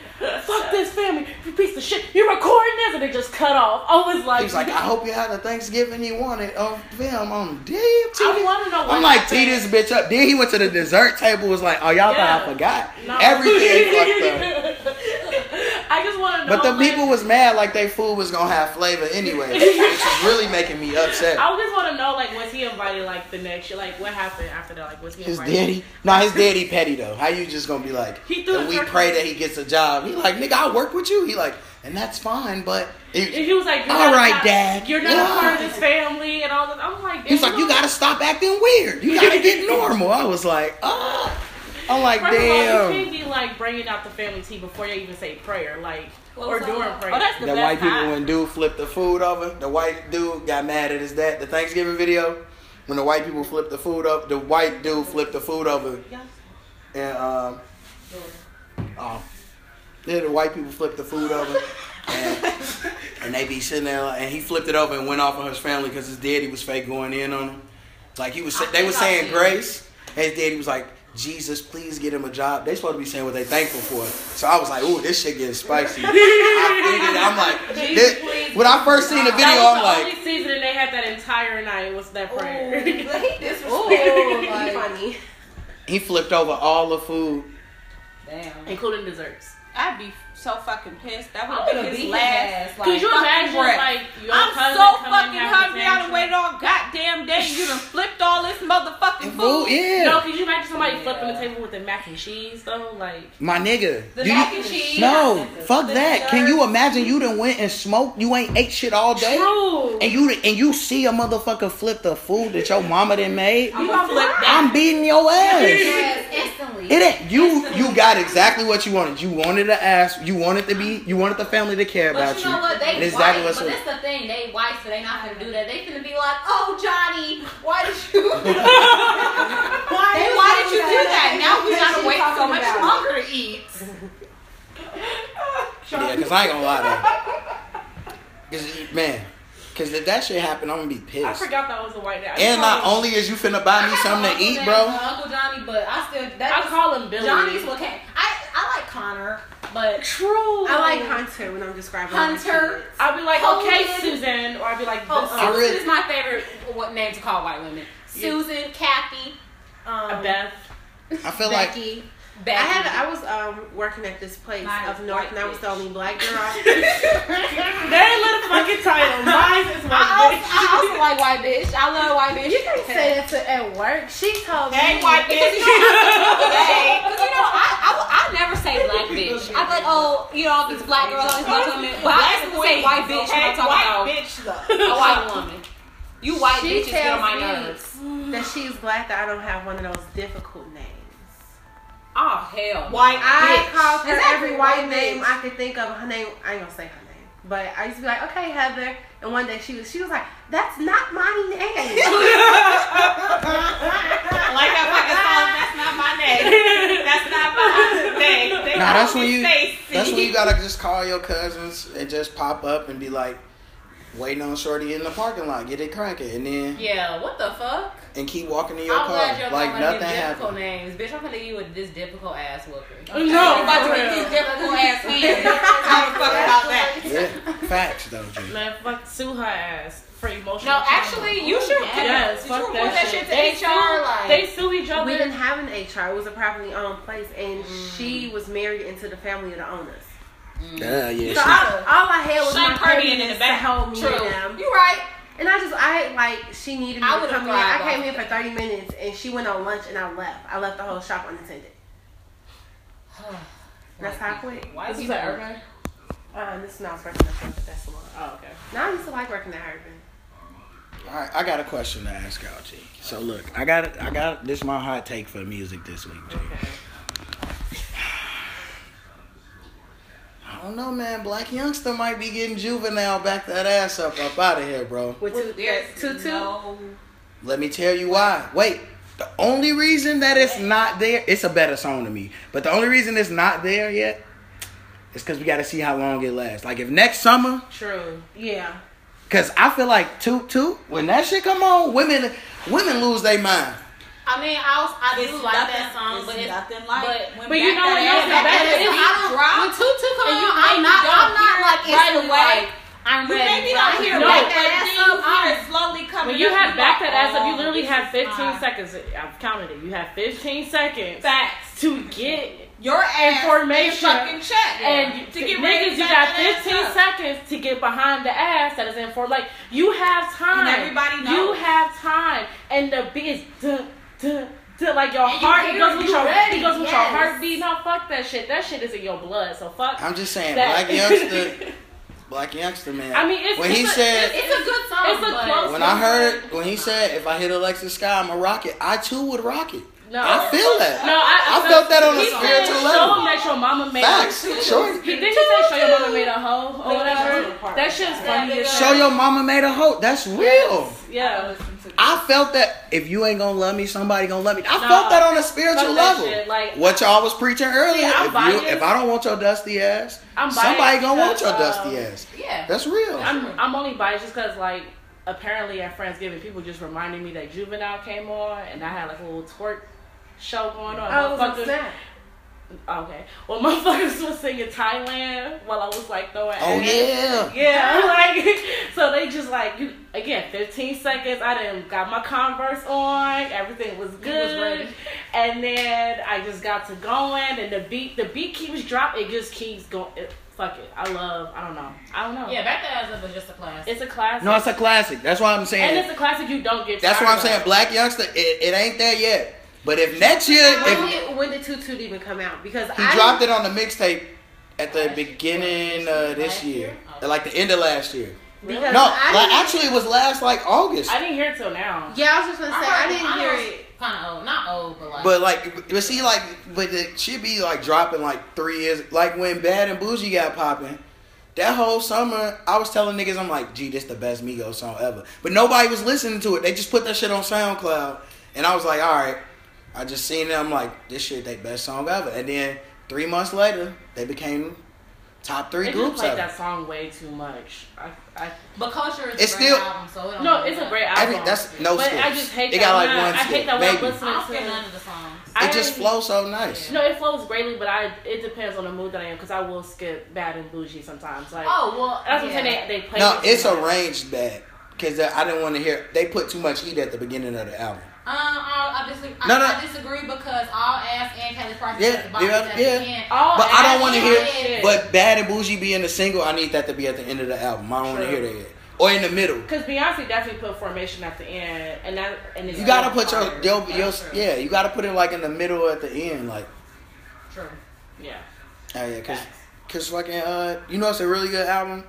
Speaker 1: fuck this family. You piece of shit. You're recording this. after they just cut off, I was like,
Speaker 2: He's like, I hope you had the Thanksgiving you wanted on film on damn
Speaker 1: I
Speaker 2: TV.
Speaker 1: want to know. What
Speaker 2: I'm like, tee
Speaker 1: happened.
Speaker 2: this bitch up. Then he went to the dessert table. Was like, oh y'all
Speaker 1: Yeah.
Speaker 2: thought I forgot
Speaker 1: No.
Speaker 2: everything. fucked up.
Speaker 1: I just want to know.
Speaker 2: But the
Speaker 1: like,
Speaker 2: people was mad like they food was gonna have flavor anyway, which is really making me upset.
Speaker 1: I just want to know, like, was he invited, like, the next year? Like, what happened after that? Like, was he
Speaker 2: His
Speaker 1: invited?
Speaker 2: daddy, no, his daddy petty though. How you just gonna be like?
Speaker 1: He threw
Speaker 2: and
Speaker 1: the
Speaker 2: we
Speaker 1: turkey.
Speaker 2: pray that he gets a job. He like, nigga, I work with you. He like, and that's fine, but it-
Speaker 1: And he was like, you're
Speaker 2: All
Speaker 1: not-
Speaker 2: right, Dad.
Speaker 1: You're not a part of
Speaker 2: Yeah.
Speaker 1: this family and all that. I'm like,
Speaker 2: He's like, you gotta stop acting weird. You gotta get normal. I was like, oh. I'm like,
Speaker 1: First of all, you
Speaker 2: damn.
Speaker 1: can't be like bringing out the family tea before you even say prayer, like,
Speaker 5: Well,
Speaker 1: or
Speaker 5: so-
Speaker 1: during prayer.
Speaker 5: Oh, that's the,
Speaker 2: The
Speaker 5: best
Speaker 2: white people
Speaker 5: time.
Speaker 2: when dude flipped the food over, the white dude got mad at his dad. The Thanksgiving video, when the white people flipped the food up, the white dude flipped the food over, and um, oh, yeah, the white people flipped the food over, and, and they be sitting there, and he flipped it over and went off on his family because his daddy was fake going in on him. Like he was, sa-
Speaker 5: I
Speaker 2: they
Speaker 5: think
Speaker 2: were
Speaker 5: I
Speaker 2: saying
Speaker 5: see.
Speaker 2: grace. And his daddy was like, Jesus, please get him a job. They supposed to be saying what they thankful for. So I was like, ooh, this shit getting spicy. I figured, I'm like,
Speaker 1: Jesus,
Speaker 2: this-
Speaker 1: please.
Speaker 2: when I first seen the video,
Speaker 1: that was
Speaker 2: I'm
Speaker 1: the
Speaker 2: like,
Speaker 1: only season they had that entire night was
Speaker 4: Oh,
Speaker 1: that prayer.
Speaker 4: but he
Speaker 3: Ooh,
Speaker 4: He
Speaker 3: like,
Speaker 4: funny.
Speaker 2: he flipped over all the food.
Speaker 3: damn.
Speaker 1: Including desserts.
Speaker 5: I'd be so fucking pissed. That would
Speaker 3: I
Speaker 5: have
Speaker 3: would
Speaker 5: been
Speaker 3: have
Speaker 5: his
Speaker 3: beat his
Speaker 5: last.
Speaker 3: ass.
Speaker 1: Could
Speaker 3: Like,
Speaker 1: you
Speaker 5: fucking
Speaker 1: imagine,
Speaker 5: breath.
Speaker 1: like, your
Speaker 5: I'm
Speaker 1: cousin
Speaker 5: so
Speaker 1: coming
Speaker 5: fucking
Speaker 1: having
Speaker 5: hungry. I done
Speaker 1: tantrum?
Speaker 5: waited all goddamn day. You done flipped all this motherfucking
Speaker 2: Food,
Speaker 5: food.
Speaker 2: yeah.
Speaker 1: No, could you imagine somebody
Speaker 3: Yeah.
Speaker 1: flipping the table with the mac and cheese though? Like,
Speaker 2: My nigga.
Speaker 3: The
Speaker 2: do you-
Speaker 3: mac and cheese.
Speaker 2: no, fuck
Speaker 3: The
Speaker 2: that. Can you
Speaker 3: dessert.
Speaker 2: imagine you done went and smoked? You ain't ate shit all day.
Speaker 1: true.
Speaker 2: And you and you see a motherfucker flip the food that your mama done made.
Speaker 1: You gonna flip that?
Speaker 2: I'm beating your ass.
Speaker 3: Yes, instantly.
Speaker 2: It ain't you. You got exactly what you wanted. You wanted to ask. You wanted to be. You wanted the family to care about
Speaker 3: But you know what? They
Speaker 2: and
Speaker 3: white,
Speaker 2: exactly what's
Speaker 3: but that's the thing. They white, so they not gonna do that. They gonna be like, "Oh, Johnny, why did you? why,
Speaker 5: Why did you do that? Now we
Speaker 4: What
Speaker 5: gotta
Speaker 4: you
Speaker 5: wait so
Speaker 4: talking
Speaker 5: much
Speaker 4: about?
Speaker 5: longer to eat.
Speaker 2: yeah. Because I ain't gonna lie to you. 'Cause, man, because if that shit happened, I'm gonna be
Speaker 1: I
Speaker 2: pissed.
Speaker 1: forgot that was a white dad. I
Speaker 2: And
Speaker 1: call
Speaker 2: not
Speaker 1: him-
Speaker 2: only is you finna buy me something to eat, bro.
Speaker 3: Uncle Johnny, but I still
Speaker 1: I
Speaker 3: that was,
Speaker 1: call him Billy.
Speaker 3: Johnny's what came. I I like Connor, but
Speaker 1: True.
Speaker 4: I like Hunter when I'm describing my
Speaker 3: Hunter.
Speaker 4: kids.
Speaker 1: I'd be like,
Speaker 3: Hold
Speaker 1: okay,
Speaker 3: it.
Speaker 1: Susan, or I'd be like,
Speaker 3: oh,
Speaker 1: this
Speaker 2: I
Speaker 3: Susan
Speaker 2: really-
Speaker 3: is my favorite what name to call white women. Susan, Kathy, um,
Speaker 1: Beth.
Speaker 2: I feel like
Speaker 3: Becky.
Speaker 4: I
Speaker 3: Becky.
Speaker 4: had I was um working at this place
Speaker 5: Mine is
Speaker 4: up north, and I was
Speaker 5: white
Speaker 4: the only black girl.
Speaker 1: They ain't let a fucking title. Mine is
Speaker 3: I
Speaker 1: my
Speaker 3: also,
Speaker 1: bitch.
Speaker 3: I also like white bitch. I love white bitch.
Speaker 7: You can say that to at work. She told
Speaker 5: Hey,
Speaker 7: me.
Speaker 5: white bitch.
Speaker 3: Because you know, I, I, I never say black bitch. I'm like, oh, you know, all these black girls, all these black women. But I just say white bitch when I
Speaker 5: Hey,
Speaker 3: talk about
Speaker 5: white bitch though.
Speaker 3: a white woman. You white
Speaker 7: She
Speaker 3: bitches get on my
Speaker 7: tells me.
Speaker 3: nerves.
Speaker 4: that she's black. That I don't have one of those difficult names.
Speaker 3: Oh hell.
Speaker 5: White
Speaker 4: I
Speaker 5: bitch.
Speaker 4: called her
Speaker 7: Exactly,
Speaker 4: every
Speaker 7: white
Speaker 4: white name
Speaker 7: bitch.
Speaker 4: I could think of. Her name, I ain't gonna say her name, but I used to be like, okay, Heather. And one day she was, she was like, that's not my name.
Speaker 5: like that fucking song. That's not my name. That's not my name. They
Speaker 2: Nah,
Speaker 5: call
Speaker 2: that's when
Speaker 5: me
Speaker 2: you-
Speaker 5: Stacey.
Speaker 2: that's when you gotta just call your cousins and just pop up and be like, waiting on Shorty in the parking lot, get it cracking, and then
Speaker 3: Yeah, what the fuck?
Speaker 2: and keep walking to your
Speaker 3: I'm glad
Speaker 2: car
Speaker 3: you're
Speaker 2: like
Speaker 3: calling
Speaker 2: nothing
Speaker 3: these difficult
Speaker 2: happened.
Speaker 3: names. Bitch, I'm gonna give you with this difficult ass whooping.
Speaker 1: No,
Speaker 3: I'm about to
Speaker 1: for
Speaker 3: get
Speaker 1: real.
Speaker 3: this difficult ass hand.
Speaker 5: I don't fuck about that.
Speaker 2: Yeah, facts though. G.
Speaker 1: Man, fuck, sue her ass for emotional.
Speaker 3: No,
Speaker 1: trauma.
Speaker 3: actually, you should.
Speaker 1: Yes,
Speaker 3: did
Speaker 1: fuck
Speaker 3: you report
Speaker 1: that
Speaker 3: that
Speaker 1: shit.
Speaker 3: shit
Speaker 1: They
Speaker 3: to HR? Like,
Speaker 1: they sue each other.
Speaker 4: we didn't have an HR. It was a privately owned place, and she was married into the family of the owners.
Speaker 2: Yeah, yeah.
Speaker 4: So I, all I had was
Speaker 5: Shine
Speaker 4: my
Speaker 5: Cardi
Speaker 4: party
Speaker 5: in the
Speaker 4: in the back.
Speaker 5: back.
Speaker 4: To hold me
Speaker 3: True.
Speaker 4: down.
Speaker 3: You right.
Speaker 4: And I just, I like, she needed me
Speaker 3: I
Speaker 4: to
Speaker 3: would've
Speaker 4: come in.
Speaker 3: thrived
Speaker 4: I came
Speaker 3: off
Speaker 4: in for 30 minutes and she went on lunch and I left. I left the whole shop unattended. That's how I quit.
Speaker 3: Why
Speaker 1: This
Speaker 3: is
Speaker 1: is
Speaker 3: he
Speaker 1: at
Speaker 3: urban?
Speaker 1: Urban.
Speaker 4: Um, this is not working at Urban, but that's the one.
Speaker 1: Oh, okay.
Speaker 4: Now I used to like working at Urban.
Speaker 2: All right, I got a question to ask y'all, G. So look, I got, I got this. Is my hot take for music this week, G. I don't know, man. Black youngster might be getting juvenile. Back that ass up, up out of here, bro.
Speaker 4: With two,
Speaker 5: There's
Speaker 4: two, two.
Speaker 5: no-
Speaker 2: Let me tell you why. Wait, the only reason that it's not there, it's a better song to me. But the only reason it's not there yet is because we got to see how long it lasts. Like if next summer,
Speaker 1: True.
Speaker 4: Yeah.
Speaker 2: because I feel like toot toot when that shit come on, women women lose their mind.
Speaker 3: I mean, I was, I
Speaker 5: It's
Speaker 3: do like that
Speaker 5: nothing-
Speaker 3: song,
Speaker 5: it's
Speaker 3: but it's
Speaker 5: nothing like
Speaker 3: but-
Speaker 5: when
Speaker 1: but you
Speaker 5: Back
Speaker 1: know what else is
Speaker 5: That Ass Up
Speaker 1: better?
Speaker 3: I
Speaker 5: beat
Speaker 3: don't.
Speaker 5: dropped.
Speaker 3: When Tutu come
Speaker 5: and you
Speaker 3: on, I'm
Speaker 5: think
Speaker 3: not.
Speaker 5: you
Speaker 3: I'm
Speaker 5: don't
Speaker 3: not like
Speaker 5: hear it right
Speaker 3: instantly
Speaker 5: away.
Speaker 3: like I'm
Speaker 5: You
Speaker 3: ready.
Speaker 5: maybe
Speaker 3: Right.
Speaker 5: don't hear
Speaker 1: No,
Speaker 5: back
Speaker 1: but
Speaker 5: that ass up. You hear it slowly coming.
Speaker 1: When you
Speaker 5: up,
Speaker 1: have back
Speaker 5: like,
Speaker 1: that ass up,
Speaker 5: oh,
Speaker 1: you literally
Speaker 5: this
Speaker 1: have
Speaker 5: is
Speaker 1: 15
Speaker 5: fine.
Speaker 1: seconds. I've counted it. You have 15 seconds
Speaker 5: Facts.
Speaker 1: to get
Speaker 5: Your ass
Speaker 1: Information.
Speaker 5: information. fucking check.
Speaker 1: and
Speaker 5: to get ready
Speaker 1: niggas, you
Speaker 5: to
Speaker 1: got
Speaker 5: back that ass
Speaker 1: 15
Speaker 5: up.
Speaker 1: seconds to get behind the ass that is in for. Like you have time.
Speaker 5: And everybody
Speaker 1: You
Speaker 5: knows.
Speaker 1: have time, and the beat is duh, duh, duh. Like your
Speaker 3: And you
Speaker 1: heart, it
Speaker 3: hear
Speaker 1: goes
Speaker 3: it,
Speaker 1: with
Speaker 3: you
Speaker 1: your,
Speaker 3: ready,
Speaker 1: it goes with your
Speaker 3: yes.
Speaker 1: heartbeat. No, fuck that shit. That shit is in your blood. So fuck.
Speaker 2: I'm just saying,
Speaker 1: that.
Speaker 2: black youngster, black youngster, man.
Speaker 1: I mean, it's-
Speaker 2: when he
Speaker 1: it's a-
Speaker 2: said,
Speaker 3: It's a good song.
Speaker 1: It's a
Speaker 3: but
Speaker 1: close-
Speaker 2: when I heard, when he said, if I hit Alexis Sky, I'm a rocket. I too would rock it.
Speaker 1: No.
Speaker 2: I feel that.
Speaker 1: No, I,
Speaker 2: I felt that on a
Speaker 1: he
Speaker 2: spiritual
Speaker 1: said,
Speaker 2: level.
Speaker 1: Show him that your mama made.
Speaker 2: Facts, sure.
Speaker 1: He didn't say show your mama made a hoe or whatever. That shit's funny as
Speaker 2: Show your mama made a hoe. That's real.
Speaker 1: Yeah.
Speaker 2: I felt that if you ain't gonna love me, somebody gonna love me. I
Speaker 1: No.
Speaker 2: felt that on a spiritual
Speaker 1: Fuck that
Speaker 2: level.
Speaker 1: shit, like-
Speaker 2: what y'all was preaching earlier.
Speaker 1: I'm
Speaker 2: if,
Speaker 1: biased.
Speaker 2: if I don't want your dusty ass,
Speaker 1: I'm biased
Speaker 2: somebody gonna want your
Speaker 1: because,
Speaker 2: dusty
Speaker 1: um,
Speaker 2: ass.
Speaker 3: Yeah.
Speaker 2: That's real.
Speaker 1: I'm I'm only biased just because like apparently at Friendsgiving people just reminded me that Juvenile came on and I had like a little twerk show going on.
Speaker 4: Oh,
Speaker 7: I was
Speaker 1: Motherfuckers-
Speaker 7: upset.
Speaker 1: Okay. Well, motherfuckers was singing Thailand while I was like throwing.
Speaker 2: oh
Speaker 1: ass.
Speaker 2: yeah.
Speaker 1: Yeah, like so they just like you again. Fifteen seconds. I didn't got my Converse on. Everything was good.
Speaker 3: ready.
Speaker 1: And then I just got to going, and the beat the beat keeps dropping. It just keeps going. It, fuck it. I love. I don't know. I don't know.
Speaker 3: Yeah, back that ass up was just a class.
Speaker 1: It's a classic.
Speaker 2: No, it's a classic. That's why I'm saying.
Speaker 1: and it's a classic you don't get.
Speaker 2: That's
Speaker 1: tired
Speaker 2: why I'm
Speaker 1: of.
Speaker 2: saying black youngster, it, it ain't there yet. But if next year,
Speaker 4: When
Speaker 2: if
Speaker 4: did, when did Toot Toot even come out? Because
Speaker 2: he
Speaker 4: I
Speaker 2: dropped it on the mixtape at the
Speaker 3: Last year?
Speaker 2: beginning uh, this
Speaker 3: Last
Speaker 2: year,
Speaker 3: year?
Speaker 2: like the end of last year.
Speaker 4: Because
Speaker 2: No,
Speaker 4: I
Speaker 2: like
Speaker 4: didn't-
Speaker 2: actually it was last like August.
Speaker 1: I didn't hear it till now.
Speaker 4: Yeah, I was just gonna say I, didn't hear it.
Speaker 3: Kind of old, not old, but like.
Speaker 2: But like, but see, like, but it should be like dropping like three years. Like when Bad and Bougie got popping, that whole summer, I was telling niggas, I'm like, gee, this the best Migos song ever. But nobody was listening to it. They just put that shit on SoundCloud, and I was like, all right, I just seen it. I'm like, this shit, they best song ever. And then three months later, they became top three
Speaker 1: They just
Speaker 2: groups
Speaker 1: played
Speaker 2: ever.
Speaker 1: that song way too much. I, I,
Speaker 3: but culture is
Speaker 2: It's
Speaker 3: a great
Speaker 2: still-
Speaker 3: album, so it don't
Speaker 1: no,
Speaker 3: matter.
Speaker 1: it's a great album.
Speaker 2: Every, that's no
Speaker 1: but
Speaker 2: skip.
Speaker 1: I just hate
Speaker 2: it
Speaker 1: that.
Speaker 2: got like
Speaker 1: when I-
Speaker 2: one
Speaker 1: I
Speaker 2: skip.
Speaker 1: hate that
Speaker 2: maybe.
Speaker 1: when
Speaker 3: I don't skip
Speaker 1: I'm
Speaker 3: none
Speaker 1: listening
Speaker 3: of the songs.
Speaker 1: to.
Speaker 2: it just
Speaker 1: I-
Speaker 2: flows so nice.
Speaker 1: No, it flows greatly, but I it depends on the mood that I am because I will skip bad and bougie sometimes. Like
Speaker 3: Oh well,
Speaker 1: that's
Speaker 3: yeah.
Speaker 1: what I'm saying. They, they play.
Speaker 2: No,
Speaker 1: it too
Speaker 2: it's
Speaker 1: much.
Speaker 2: arranged bad because I didn't want to hear. They put too much heat at the beginning of the album.
Speaker 3: Um, I, I disagree.
Speaker 2: No,
Speaker 3: I,
Speaker 2: no.
Speaker 3: I disagree because all ass and Kelly Price
Speaker 2: Yeah,
Speaker 3: at the bottom
Speaker 2: yeah,
Speaker 3: at
Speaker 2: yeah.
Speaker 3: the end.
Speaker 1: Oh,
Speaker 2: But I don't want to
Speaker 3: that's
Speaker 2: hear.
Speaker 3: it.
Speaker 2: But Bad and Bougie being a single, I need that to be at the end of the album. I don't want to hear
Speaker 1: True.
Speaker 2: that yet. Or in the middle.
Speaker 1: because Beyonce definitely put formation at the end, and that and it's
Speaker 2: You gotta put your, your, your
Speaker 3: That's true.
Speaker 2: yeah. You gotta put it like in the middle at the end, like
Speaker 3: True.
Speaker 1: yeah.
Speaker 2: oh yeah, cause, cause fucking uh, you know it's a really good album.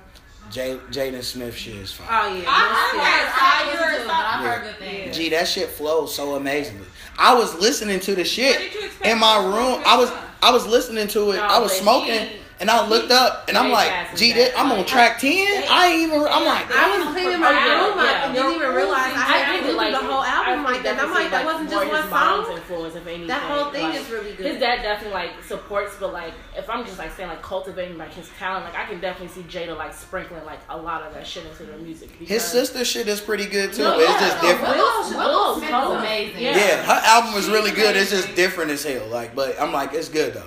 Speaker 2: J, Jaden Smith shit is fine.
Speaker 4: Oh yeah.
Speaker 5: I
Speaker 4: that's
Speaker 5: heard
Speaker 4: it.
Speaker 5: that.
Speaker 3: I listened to it, but I
Speaker 2: Yeah.
Speaker 3: heard good things.
Speaker 2: Gee, that shit flows so amazingly. I was listening to the shit
Speaker 5: did you expect
Speaker 2: in my
Speaker 5: from
Speaker 2: room.
Speaker 5: Smith
Speaker 2: I was
Speaker 5: Sons?
Speaker 2: I was listening to it.
Speaker 1: No,
Speaker 2: I was
Speaker 1: but
Speaker 2: smoking,
Speaker 1: he-
Speaker 2: and I looked up, and I'm
Speaker 1: way
Speaker 2: like,
Speaker 1: past
Speaker 2: gee,
Speaker 1: that.
Speaker 2: that, I'm on
Speaker 1: Like,
Speaker 2: track ten. I ain't even. I'm like,
Speaker 4: I was cleaning my
Speaker 1: Oh, Yeah,
Speaker 4: room up
Speaker 1: yeah.
Speaker 4: and didn't even realize I
Speaker 1: I
Speaker 4: had
Speaker 1: did
Speaker 4: to do
Speaker 1: like
Speaker 4: the whole album like that. And I'm like, that wasn't just one song.
Speaker 1: Influence, if anything.
Speaker 4: That whole thing
Speaker 1: like,
Speaker 4: is really
Speaker 1: His
Speaker 4: good.
Speaker 1: dad definitely like supports, but like if I'm just like saying like cultivating like his talent, like I can definitely see Jada like sprinkling like a lot of that shit into the music.
Speaker 2: his
Speaker 1: because-
Speaker 2: sister shit is pretty good too,
Speaker 1: No,
Speaker 2: but it's just
Speaker 3: no,
Speaker 2: different.
Speaker 3: Willow,
Speaker 1: Willow's-
Speaker 3: Willow
Speaker 1: Willow's
Speaker 3: Smith
Speaker 1: cold.
Speaker 3: is amazing.
Speaker 1: Yeah.
Speaker 2: Yeah. her album was
Speaker 3: She's
Speaker 2: really good. It's just
Speaker 3: amazing.
Speaker 2: different as hell. Like, but I'm like, it's good though.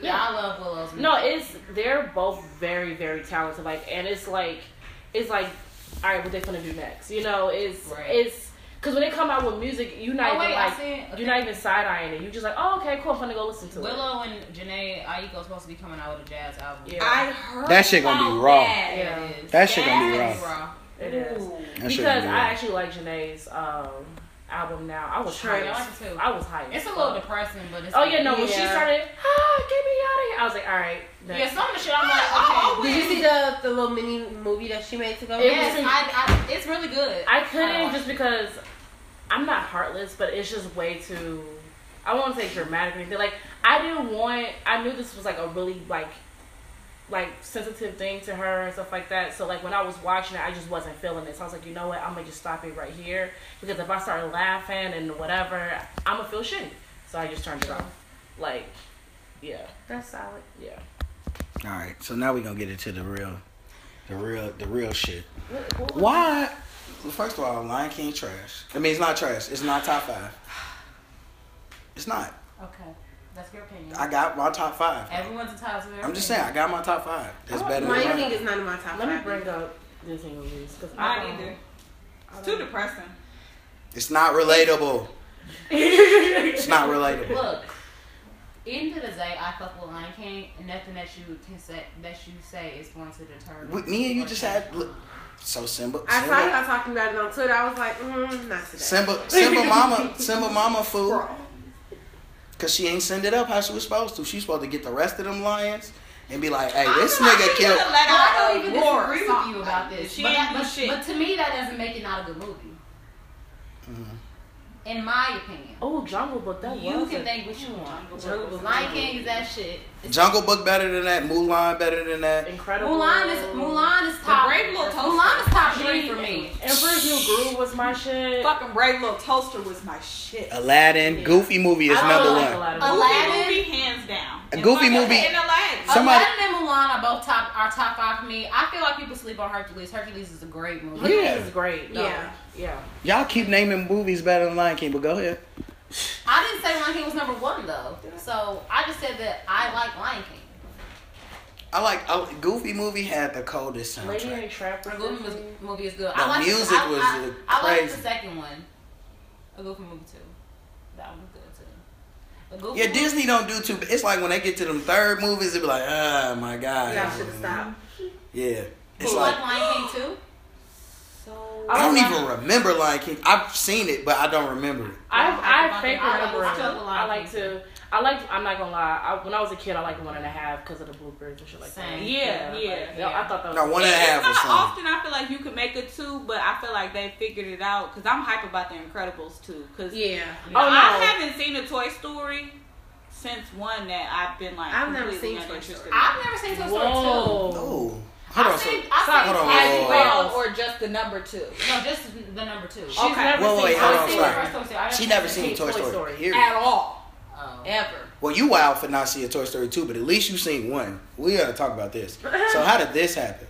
Speaker 3: Yeah, I love Willow Smith.
Speaker 1: No, it's they're both very very talented. Like, and it's like, it's like, all right, what they gonna do next? You know, it's
Speaker 3: Right.
Speaker 1: it's because when they come out with music, you
Speaker 3: Oh,
Speaker 1: not even
Speaker 3: wait, I
Speaker 1: like
Speaker 3: seen- okay.
Speaker 1: you're not even side eyeing it. You just like, oh okay, cool, I'm gonna go listen to it.
Speaker 3: Willow and Janae Aiko are supposed to be coming out with a jazz album.
Speaker 1: Yeah.
Speaker 5: I heard
Speaker 2: That shit gonna be
Speaker 5: about
Speaker 2: raw.
Speaker 5: that.
Speaker 1: Yeah.
Speaker 3: It is.
Speaker 2: That shit gonna be
Speaker 3: Yes.
Speaker 2: raw.
Speaker 1: It is
Speaker 2: That shit
Speaker 1: because
Speaker 2: good.
Speaker 1: I actually like Janae's um album now. I was
Speaker 4: Sure,
Speaker 1: high.
Speaker 3: I
Speaker 1: as-
Speaker 3: like it too.
Speaker 1: I was high. as
Speaker 3: It's a
Speaker 1: fuck.
Speaker 3: little depressing, but it's
Speaker 1: Oh yeah, no. When she
Speaker 4: Yeah.
Speaker 1: started, ah, get me out of here. I was like, all right. next.
Speaker 3: Yeah, some of the shit I'm
Speaker 5: Oh,
Speaker 3: like, okay.
Speaker 4: Did you see the the little mini movie that she made to go?
Speaker 1: It
Speaker 3: Yes, I, I, it's really good.
Speaker 1: I
Speaker 3: I
Speaker 1: couldn't
Speaker 3: watched
Speaker 1: just because I'm not heartless, but it's just way too. I won't say dramatic or anything. Like I didn't want. I knew this was like a really like, like sensitive thing to her and stuff like that. So like when I was watching it, I just wasn't feeling it. So I was like, you know what? I'm gonna just stop it right here because if I start laughing and whatever, I'm gonna feel shitty. So I just turned it off. Like, yeah,
Speaker 4: That's solid.
Speaker 1: yeah.
Speaker 2: All right, so now we gonna get into the real, the real, the real shit.
Speaker 1: What- what was-
Speaker 2: Why? Well, first of all, Lion King trash. I mean, it's not trash. It's not top five. It's not.
Speaker 3: Okay. That's your opinion.
Speaker 2: I got my top five.
Speaker 3: Everyone's entitled to their
Speaker 2: I'm just saying, I got my top five.
Speaker 1: Oh,
Speaker 2: That's better
Speaker 4: My
Speaker 2: than
Speaker 4: thing
Speaker 2: mine.
Speaker 4: is not in my top
Speaker 1: Let me
Speaker 4: five.
Speaker 1: bring up Disney movies because I
Speaker 5: Mine
Speaker 1: don't-
Speaker 5: either. It's too depressing.
Speaker 2: It's not relatable. It's not relatable.
Speaker 3: Look, end of the day, I fuck with Lion King. and Nothing that you can say that you say is going to deter
Speaker 2: We- me and you
Speaker 3: or
Speaker 2: just
Speaker 3: change
Speaker 2: had-
Speaker 3: my
Speaker 2: look-
Speaker 3: mind.
Speaker 2: So Simba,
Speaker 4: I saw
Speaker 2: Simba,
Speaker 4: y'all talking about it on Twitter. I was like, mm, not today.
Speaker 2: Simba, Simba, mama, Simba, mama, fool. Cause she ain't send it up how she was supposed to. She's supposed to get the rest of them lions and be like, "Hey, this
Speaker 5: I feel like
Speaker 2: nigga
Speaker 5: she
Speaker 2: killed."
Speaker 5: would've let
Speaker 3: Now, I
Speaker 5: out
Speaker 3: don't
Speaker 5: a
Speaker 3: even
Speaker 5: roar or
Speaker 3: disagree with
Speaker 5: something.
Speaker 3: you about this,
Speaker 5: She
Speaker 3: but,
Speaker 5: ain't
Speaker 3: that,
Speaker 5: do
Speaker 3: but,
Speaker 5: shit.
Speaker 3: but to me, that doesn't make it not a good movie. Mm-hmm. In my opinion,
Speaker 1: Oh, Jungle Book. That
Speaker 3: you
Speaker 1: was
Speaker 3: can
Speaker 1: a-
Speaker 3: think what you want.
Speaker 1: Jungle Book.
Speaker 3: Lion King is that shit.
Speaker 2: Jungle Book better than that. Mulan better than that.
Speaker 1: Incredible.
Speaker 3: Mulan is Mulan is top.
Speaker 5: Brave Little Toaster.
Speaker 3: Mulan is top three for me.
Speaker 1: Emperor's New Groove was my shit.
Speaker 5: Fucking Brave Little Toaster was my shit.
Speaker 2: Aladdin, Goofy movie is
Speaker 1: I
Speaker 2: number
Speaker 1: don't like
Speaker 2: one.
Speaker 1: Aladdin.
Speaker 5: Goofy
Speaker 3: Aladdin?
Speaker 5: movie, hands down.
Speaker 2: A Goofy
Speaker 5: fucking-
Speaker 2: movie-
Speaker 5: And Aladdin.
Speaker 2: Somebody-
Speaker 3: Aladdin and Mulan are both top are top five for me. I feel like people sleep on Hercules. Hercules is a great movie.
Speaker 1: Hercules
Speaker 2: Yeah.
Speaker 1: is great. though.
Speaker 4: Yeah.
Speaker 1: yeah.
Speaker 2: Y'all keep naming movies better than Lion King, but go ahead.
Speaker 3: I didn't say Lion King was number one though. So I just said that I like Lion King.
Speaker 2: I like I, like- Goofy movie had the coldest
Speaker 1: Lady
Speaker 2: soundtrack.
Speaker 1: and the Trap was
Speaker 3: The Goofy
Speaker 1: Disney.
Speaker 3: was, movie is good.
Speaker 2: The
Speaker 3: I like
Speaker 2: music
Speaker 3: I,
Speaker 2: was,
Speaker 3: I,
Speaker 2: uh,
Speaker 3: I liked
Speaker 2: crazy.
Speaker 3: the second one. A Goofy movie too. That one was good too. The Goofy
Speaker 2: Yeah,
Speaker 3: movie-
Speaker 2: Disney don't do too. It's like when they get to them third movies, they be like, oh my god.
Speaker 4: Y'all should have stopped.
Speaker 2: Yeah, it's
Speaker 3: You
Speaker 2: like
Speaker 3: like Lion King too?
Speaker 2: I don't
Speaker 1: like-
Speaker 2: even remember Lion King. I've seen it, but I don't remember it.
Speaker 1: I I
Speaker 3: I
Speaker 1: fake
Speaker 3: like
Speaker 1: remember.
Speaker 3: Lion King.
Speaker 1: it. I like to. I like. I'm not gonna lie. I, when I was a kid, I liked one and a half because of the bloopers and shit like that.
Speaker 3: Same.
Speaker 5: Yeah,
Speaker 1: like,
Speaker 5: yeah,
Speaker 1: yo,
Speaker 3: yeah.
Speaker 1: I thought that was.
Speaker 2: No, one and a
Speaker 5: It's
Speaker 2: half or
Speaker 5: not
Speaker 2: something.
Speaker 5: often I feel like you could make a two, but I feel like they figured it out. Cause I'm hype about the Incredibles too. Cause
Speaker 4: Yeah.
Speaker 1: Oh
Speaker 5: I
Speaker 1: no.
Speaker 5: haven't seen a Toy Story since one that I've been like
Speaker 4: I've never
Speaker 5: completely
Speaker 4: seen Toy
Speaker 5: uninterested in.
Speaker 3: I've never seen Toy Story two.
Speaker 1: Whoa.
Speaker 2: Oh, hold on.
Speaker 3: I've
Speaker 2: So,
Speaker 3: seen,
Speaker 1: Stop,
Speaker 3: I've seen
Speaker 2: hold on,
Speaker 3: Toy
Speaker 2: whoa,
Speaker 3: Story.
Speaker 2: whoa, whoa.
Speaker 5: Well, or just the number two.
Speaker 3: No, just the number two.
Speaker 1: She's never
Speaker 2: Whoa,
Speaker 1: seen
Speaker 2: wait,
Speaker 1: Toy
Speaker 2: Oh, hold
Speaker 3: I've
Speaker 2: on,
Speaker 3: seen
Speaker 1: Story.
Speaker 3: the
Speaker 2: sorry.
Speaker 3: first Toy Story. I
Speaker 2: she
Speaker 3: haven't
Speaker 2: never
Speaker 1: seen
Speaker 2: seen Toy,
Speaker 1: Toy
Speaker 2: Story.
Speaker 1: Story.
Speaker 2: Here.
Speaker 5: At all.
Speaker 3: Oh.
Speaker 5: Ever.
Speaker 2: Well, you wild for not seeing Toy Story 2, but at least you seen one. We gotta talk about this. So how did this happen?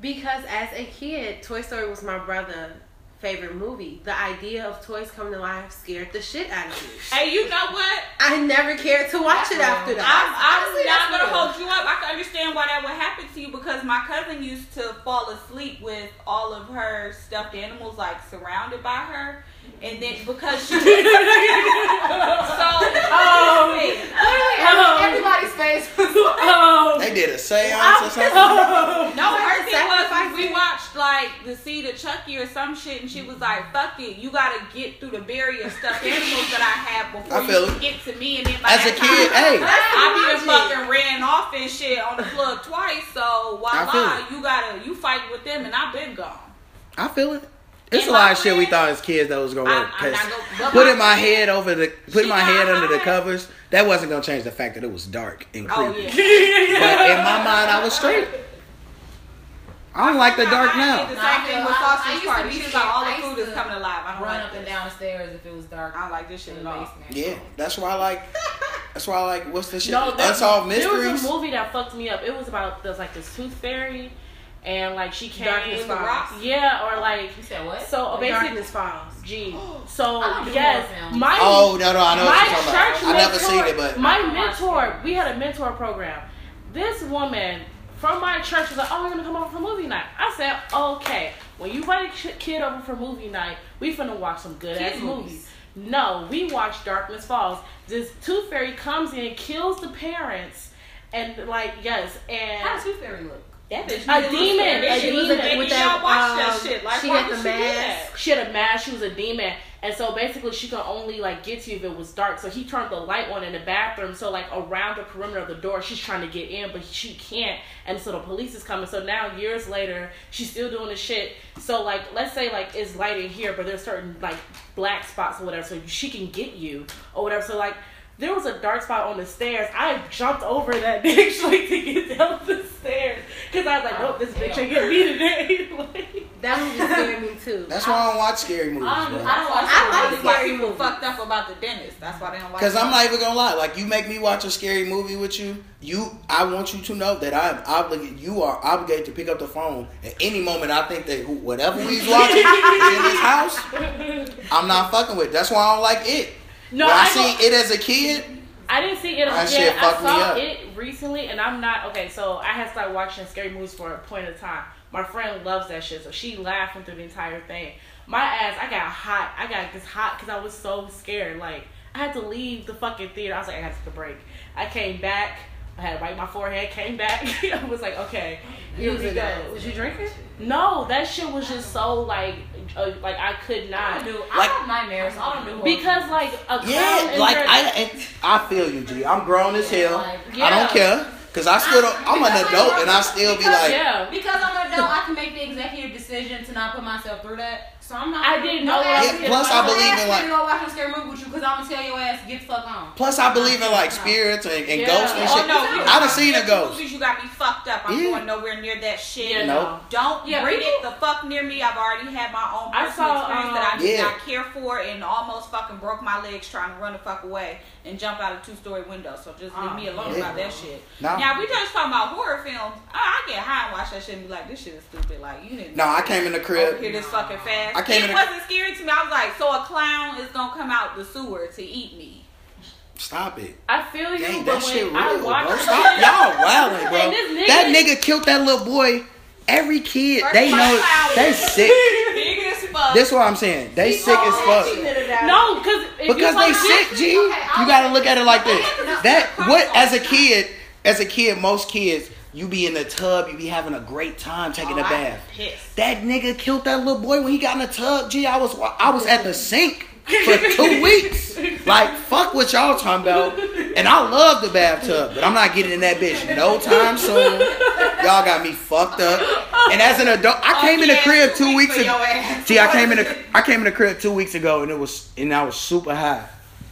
Speaker 4: Because as a kid, Toy Story was my brother's favorite movie. The idea of toys coming to life scared the shit out of me.
Speaker 5: Hey, you know what?
Speaker 4: I never cared to watch it after
Speaker 5: I'm,
Speaker 4: that.
Speaker 5: I'm
Speaker 4: Honestly,
Speaker 5: not
Speaker 4: that's
Speaker 5: gonna
Speaker 4: real.
Speaker 5: hold you up. I can understand why that would happen to you because my cousin used to fall asleep with all of her stuffed animals like surrounded by her, and then because she so
Speaker 1: Oh.
Speaker 3: Literally, everybody's face.
Speaker 1: Oh.
Speaker 2: They did a seance or something?
Speaker 1: Oh.
Speaker 5: No, her thing was we watched like the seed of Chucky or some shit, and she was like, "Fuck it, you gotta get through the barrier of stuffed animals that I have before
Speaker 2: I feel
Speaker 5: you
Speaker 2: it.
Speaker 5: get to me." And then by
Speaker 2: As a
Speaker 5: that time,
Speaker 2: kid, hey,
Speaker 5: I even fucking ran off and shit on the plug twice. So why
Speaker 2: I feel
Speaker 5: lie? You gotta you fight with them, and I've been gone.
Speaker 2: I feel it. It's a
Speaker 5: In
Speaker 2: lot
Speaker 5: my
Speaker 2: of shit we
Speaker 5: head-
Speaker 2: thought as kids that was gonna
Speaker 5: I,
Speaker 2: work.
Speaker 5: I'm
Speaker 2: 'cause
Speaker 5: not gonna but
Speaker 2: putting my head over the putting
Speaker 5: She
Speaker 2: my head
Speaker 5: got
Speaker 2: under the
Speaker 5: high.
Speaker 2: covers, that wasn't gonna change the fact that it was dark and
Speaker 5: Oh
Speaker 2: creepy.
Speaker 5: yeah.
Speaker 2: But in my mind, I was straight. I don't like the dark
Speaker 5: I
Speaker 2: now.
Speaker 5: did the
Speaker 3: Nah, I
Speaker 5: same thing
Speaker 3: feel-
Speaker 5: with
Speaker 3: I- I
Speaker 5: sausage
Speaker 3: used to
Speaker 5: party.
Speaker 3: be
Speaker 5: She was
Speaker 3: scared.
Speaker 5: like, all
Speaker 3: I
Speaker 5: the
Speaker 3: used
Speaker 5: food is
Speaker 3: to
Speaker 5: coming alive. I don't
Speaker 3: Run
Speaker 5: like
Speaker 3: up
Speaker 5: this.
Speaker 3: and down the stairs if it was dark.
Speaker 5: I don't like this shit
Speaker 3: in
Speaker 5: at
Speaker 3: the
Speaker 5: all.
Speaker 3: basement.
Speaker 2: Yeah, that's why I like. That's why I like. What's the shit?
Speaker 1: No, there-
Speaker 2: Unsolved
Speaker 1: There
Speaker 2: mysteries.
Speaker 1: was a movie that fucked me up. It was about this like this tooth fairy, and like she came.
Speaker 4: Darkness Falls.
Speaker 1: Yeah, or like
Speaker 3: You said what?
Speaker 1: so. Oh, Basically,
Speaker 4: Darkness Falls.
Speaker 1: G. So
Speaker 3: I don't do
Speaker 1: yes,
Speaker 3: horror films.
Speaker 1: my
Speaker 2: Oh no, no, I know what
Speaker 1: my
Speaker 2: you're talking
Speaker 1: church
Speaker 2: about. I
Speaker 1: mentor,
Speaker 2: never seen it, but
Speaker 1: my
Speaker 3: I don't watch
Speaker 1: mentor,
Speaker 3: films.
Speaker 1: we had a mentor program. This woman from my church was like, "Oh, we're gonna come over for movie night." I said, "Okay, when you invite a ki- kid over for movie night, we finna watch some good ass
Speaker 3: Kids'
Speaker 1: movies." No, we watch Darkness Falls. This tooth fairy comes in, kills the parents, and like yes, and
Speaker 3: How does Tooth Fairy look?
Speaker 5: That bitch
Speaker 1: A
Speaker 5: knew it was
Speaker 1: demon,
Speaker 5: scary.
Speaker 1: a
Speaker 5: She was
Speaker 1: demon
Speaker 5: baby.
Speaker 1: with
Speaker 5: Y'all
Speaker 1: that,
Speaker 5: watched
Speaker 4: um,
Speaker 5: that shit. Like,
Speaker 4: she
Speaker 5: why
Speaker 4: had
Speaker 5: would
Speaker 4: the
Speaker 5: she do
Speaker 4: mask.
Speaker 5: that?
Speaker 1: she had a mask. She was a demon, and so basically she could only like get to you if it was dark. So he turned the light on in the bathroom. So like around the perimeter of the door, she's trying to get in, but she can't. And so the police is coming. So now years later, she's still doing the shit. So like let's say like it's light in here, but there's certain like black spots or whatever, so she can get you or whatever. So like. There was a dark spot on the stairs. I jumped over that bitch like to get down the stairs because I was like, "Nope, this bitch ain't get me today." like,
Speaker 4: That movie scared me too.
Speaker 2: that's why I don't watch scary movies,
Speaker 3: I don't, I
Speaker 2: bro.
Speaker 3: don't watch
Speaker 5: I
Speaker 4: I
Speaker 5: like
Speaker 4: like
Speaker 5: why
Speaker 4: scary
Speaker 5: people
Speaker 4: movies.
Speaker 5: fucked up about the dentist. That's why they don't like.
Speaker 2: Cause I'm
Speaker 5: it.
Speaker 2: not even gonna lie. Like you make me watch a scary movie with you, you I want you to know that I'm obligated. You are obligated to pick up the phone at any moment. I think that who- whatever we's watching is in this house, I'm not fucking with. That's why I don't like it.
Speaker 1: no,
Speaker 2: when I,
Speaker 1: I go-
Speaker 2: seen it as a kid,
Speaker 1: I didn't see it
Speaker 2: That
Speaker 1: on
Speaker 2: shit
Speaker 1: yet. I
Speaker 2: fucked me
Speaker 1: saw
Speaker 2: up.
Speaker 1: it recently, and I'm not okay. So I had started watching scary movies for a point of time. My friend loves that shit, so she laughing through the entire thing. My ass, I got hot. I got this hot because I was so scared. Like I had to leave the fucking theater. I was like, I had to take a break. I came back. I had to wipe my forehead. Came back. I was like, okay, here we go.
Speaker 3: Was you drinking?
Speaker 1: No, that shit was just so like, uh, like I could
Speaker 3: I
Speaker 1: not.
Speaker 3: do. I
Speaker 2: Like-
Speaker 3: have nightmares. I don't do horror
Speaker 1: Because like a clown
Speaker 2: Yeah,
Speaker 1: in
Speaker 2: like
Speaker 1: your-
Speaker 2: I, it- I feel you, G. I'm grown as hell.
Speaker 3: Like,
Speaker 2: I
Speaker 1: yeah.
Speaker 2: don't care, cause I still, don't, I'm an adult, and I still be like,
Speaker 1: yeah.
Speaker 3: Because I'm an adult, I can make the executive decision to not put myself through that. So I'm not.
Speaker 1: I didn't know
Speaker 3: ass
Speaker 1: what I was
Speaker 2: Yeah, plus
Speaker 1: getting
Speaker 2: I believe
Speaker 3: ass
Speaker 2: in,
Speaker 3: finna
Speaker 2: like-
Speaker 3: go watch a scary movie with you because I'm gonna tell your ass get the fuck on.
Speaker 2: Plus, I believe in like
Speaker 3: No.
Speaker 2: spirits and, and
Speaker 1: Yeah.
Speaker 2: ghosts and
Speaker 5: Oh
Speaker 2: shit.
Speaker 5: no!
Speaker 2: I
Speaker 5: you-
Speaker 2: done seen a ghost.
Speaker 5: Movies, you got me fucked up. I'm
Speaker 2: Yeah.
Speaker 5: going nowhere near that shit.
Speaker 1: Yeah,
Speaker 2: Nope.
Speaker 1: no.
Speaker 5: Don't
Speaker 1: Yeah,
Speaker 5: bring
Speaker 1: people-
Speaker 5: it the fuck near me. I've already had my own
Speaker 1: I
Speaker 5: personal
Speaker 1: saw,
Speaker 5: experience that I
Speaker 2: um,
Speaker 5: did
Speaker 2: Yeah.
Speaker 5: not care for and almost fucking broke my legs trying to run the fuck away and jump out a two story window. So just leave me alone
Speaker 2: yeah.
Speaker 5: about that shit.
Speaker 2: No.
Speaker 5: Now we just talking about horror films. I, I get high and watch that shit and be like, this shit is stupid. Like you didn't.
Speaker 2: No, I came in the
Speaker 5: Over
Speaker 2: crib.
Speaker 5: here this fucking fast.
Speaker 2: I came in
Speaker 5: it
Speaker 2: a-
Speaker 5: wasn't scary to me. I was like, so a clown is gonna come out the sewer to eat me.
Speaker 2: Stop it.
Speaker 1: I feel you, but
Speaker 2: Dang, that
Speaker 1: when
Speaker 2: shit real,
Speaker 1: I watched
Speaker 2: bro. Stop y'all wilding, bro.
Speaker 1: And this nigga-
Speaker 2: that nigga killed that little boy. Every kid,
Speaker 5: First
Speaker 2: they
Speaker 5: of all,
Speaker 2: know
Speaker 5: clown.
Speaker 2: they sick.
Speaker 5: Big as fuck.
Speaker 2: This is what I'm saying. They sick as fuck.
Speaker 1: no, because
Speaker 2: Because they sick, G. You gotta look at it like this. That what as a kid, as a kid, most kids, you be in the tub, you be having a great time taking a
Speaker 5: Oh, I
Speaker 2: bath.
Speaker 5: pissed.
Speaker 2: That nigga killed that little boy when he got in the tub. Gee, I was I was at the sink for two weeks. Like fuck what y'all talking about. And I love the bathtub, but I'm not getting in that bitch no time soon. Y'all got me fucked up. And as an adult, I came in the
Speaker 5: yeah,
Speaker 2: crib
Speaker 5: two
Speaker 2: two
Speaker 5: weeks
Speaker 2: weeks
Speaker 5: for
Speaker 2: ago.
Speaker 5: your ass.
Speaker 2: See, I came in the I came in the crib two weeks ago, and it was and I was super high.